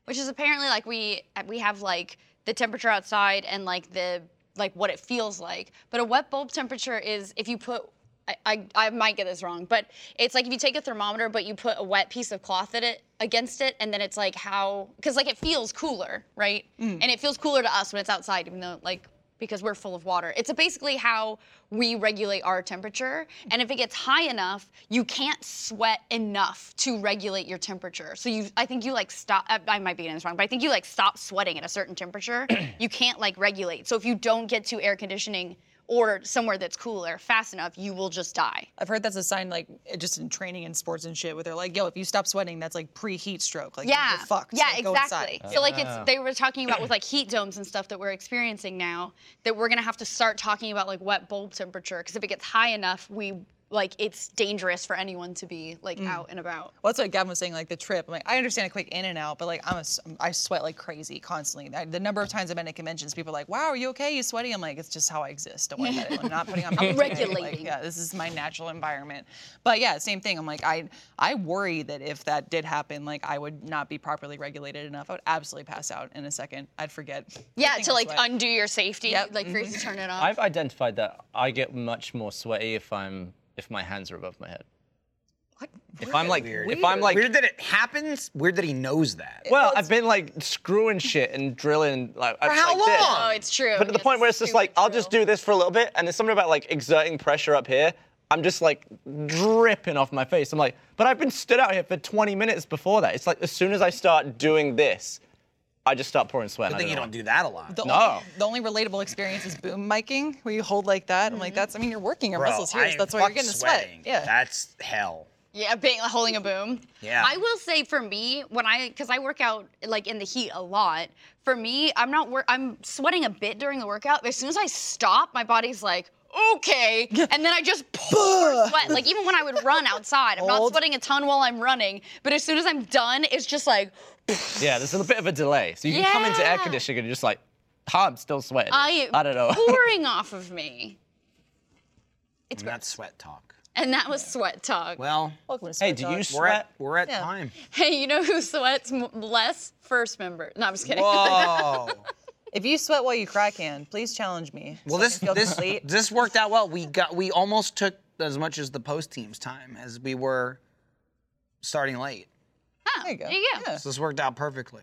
D: which is apparently like we uh, we have like the temperature outside and like the like what it feels like. But a wet bulb temperature is if you put I, I, I might get this wrong, but it's like if you take a thermometer, but you put a wet piece of cloth at it against it, and then it's like how, because like it feels cooler, right? And it feels cooler to us when it's outside, even though like because we're full of water. It's basically how we regulate our temperature. And if it gets high enough, you can't sweat enough to regulate your temperature. So you, I think you like stop. I- I might be getting this wrong, but I think you like stop sweating at a certain temperature. you can't like regulate. So if you don't get to air conditioning or somewhere that's cooler fast enough, you will just die.
H: I've heard that's a sign, like, it- just in training and sports and shit, where they're like, yo, if you stop sweating, that's like pre-heat stroke. Like,
D: yeah.
H: you're fucked.
D: Yeah,
H: Like, go inside.
D: exactly. So like
C: Ah.
D: it's they were talking about with like heat domes and stuff that we're experiencing now that we're gonna have to start talking about like wet bulb temperature because if it gets high enough, we like it's dangerous for anyone to be like out and about.
H: Well, that's what Gavin was saying, like the trip. I'm like, I understand a quick in and out, but like, I'm a, s- I sweat like crazy constantly. I, the number of times I've been at conventions, people are like, wow, are you okay? You sweaty? I'm like, it's just how I exist. Don't worry about it. I'm not putting on makeup. Like,
D: regulating.
H: yeah, this is my natural environment. But yeah, same thing. I'm like, I, I worry that if that did happen, like, I would not be properly regulated enough. I would absolutely pass out in a second. I'd forget.
D: Yeah,
H: Think
D: to
H: I
D: like
H: sweat.
D: undo your safety,
H: Yep.
D: like for you to turn it off.
C: Mm-hmm. I've identified that I get much more sweaty if I'm if my hands are above my head. If I'm like if I'm like
B: weird that it happens. Weird that he knows that.
C: well, I've been like screwing shit and drilling like for
B: how
C: like this.
B: long? Oh,
D: it's true.
C: But to the
D: It's
C: point where it's just
D: super
C: like I'll just
D: true.
C: do this for a little bit, and there's something about like exerting pressure up here. I'm just like dripping off my face. I'm like, but I've been stood out here for 20 minutes before that. It's like as soon as I start doing this, I just start pouring sweat.
B: I
C: and
B: think
C: I
B: you
C: know
B: don't do that a lot.
H: The
C: No.
H: Only, the only relatable experience is boom miking, where you hold like that. I'm like, that's. I mean, you're working your
B: Bro,
H: muscles here,
B: I
H: so
B: am
H: that's why you're
B: fucking
H: getting
B: sweating.
H: sweat. Yeah.
B: That's hell.
D: Yeah, being, holding a boom.
B: Yeah.
D: I will say for me, when I, because I work out like in the heat a lot. For me, I'm not. Wor- I'm sweating a bit during the workout. But as soon as I stop, my body's like, okay, and then I just pour sweat. Like even when I would run outside, I'm not
H: Old.
D: sweating a ton while I'm running. But as soon as I'm done, it's just like
C: Yeah, there's a little bit of a delay. So you can come into air
D: Yeah.
C: conditioning and you're just like, "Ha, I'm still sweating.
D: I,
C: I don't know.
D: pouring off of me.
B: It's not sweat talk.
D: And that was sweat talk.
B: Well,
H: Welcome to
C: hey,
H: Sweat
C: do
H: Dog.
C: you
B: we're
C: sweat?
B: at we're at time.
D: hey, you know who sweats m- less? First member. No, I'm just kidding.
B: Whoa.
H: If you sweat while you crack can, please challenge me.
B: Well,
H: So I
B: this
H: can feel
B: this
H: complete.
B: this worked out well. We got we almost took as much as the post team's time as we were starting late.
H: There you go.
D: There you go.
H: Yeah.
B: So this worked out perfectly.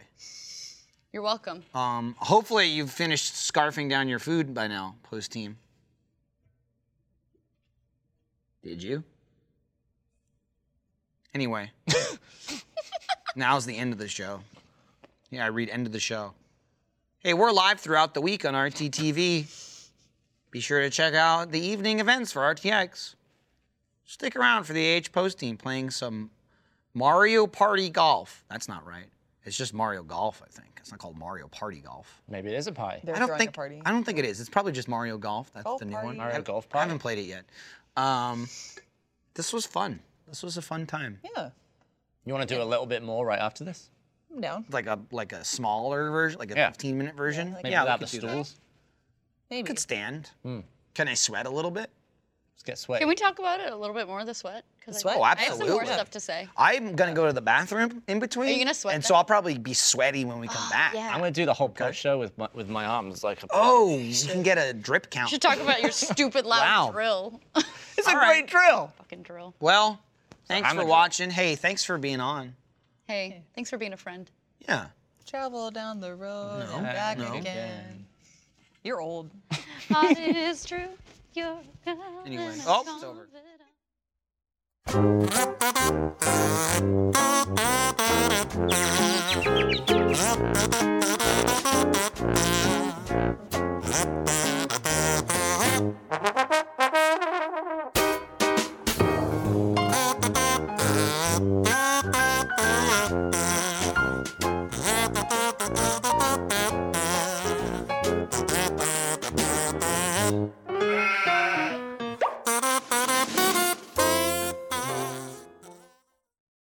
D: You're welcome.
B: Um, hopefully you've finished scarfing down your food by now, post team. Did you? Anyway, now's the end of the show. Yeah, I read end of the show. Hey, we're live throughout the week on RTTV. Be sure to check out the evening events for RTX. Stick around for the AH post team playing some Mario Party Golf. That's not right. It's just Mario Golf, I think. It's not called Mario Party Golf.
C: Maybe it is a pie.
H: They're
B: I don't
H: throwing
B: think
H: a party.
B: I don't think it is. It's probably just Mario Golf. That's
H: Golf
B: the new one.
H: party.
B: I
C: Mario
B: haven't-
C: Golf
B: I
C: party.
B: haven't played it yet. Um, this was fun. This was a fun time.
H: yeah,
C: You want to do a little bit more right after this?
H: I'm down.
B: Like a like a smaller version, like a
C: Yeah.
B: 15 minute version.
C: Maybe
B: yeah, we
C: without
B: could
C: the Hmm.
B: do that.
C: stools.
H: Maybe.
B: Could stand. Can I sweat a little bit?
C: Let's get sweaty.
D: Can we talk about it a little bit more? The sweat. Because
H: sweat?
B: Oh,
D: I have some more
B: absolutely.
D: stuff to say.
B: I'm gonna go to the bathroom in between.
D: gonna sweat
B: And
D: then?
B: so I'll probably be sweaty when we come back.
D: yeah.
C: I'm gonna do the whole push show with my, with my arms like. A
B: Oh, you can get a drip count.
D: Should talk about your stupid loud
C: Wow.
D: drill.
F: It's a great drill.
D: Fucking drill.
B: Well, thanks
C: I'm a
B: for
C: drip.
B: watching. Hey, thanks for being on.
D: Hey, thanks for being a friend.
B: Yeah.
H: Travel down the road and back again. You're old.
D: It is true. You're
B: Anyway. Oh, it's over.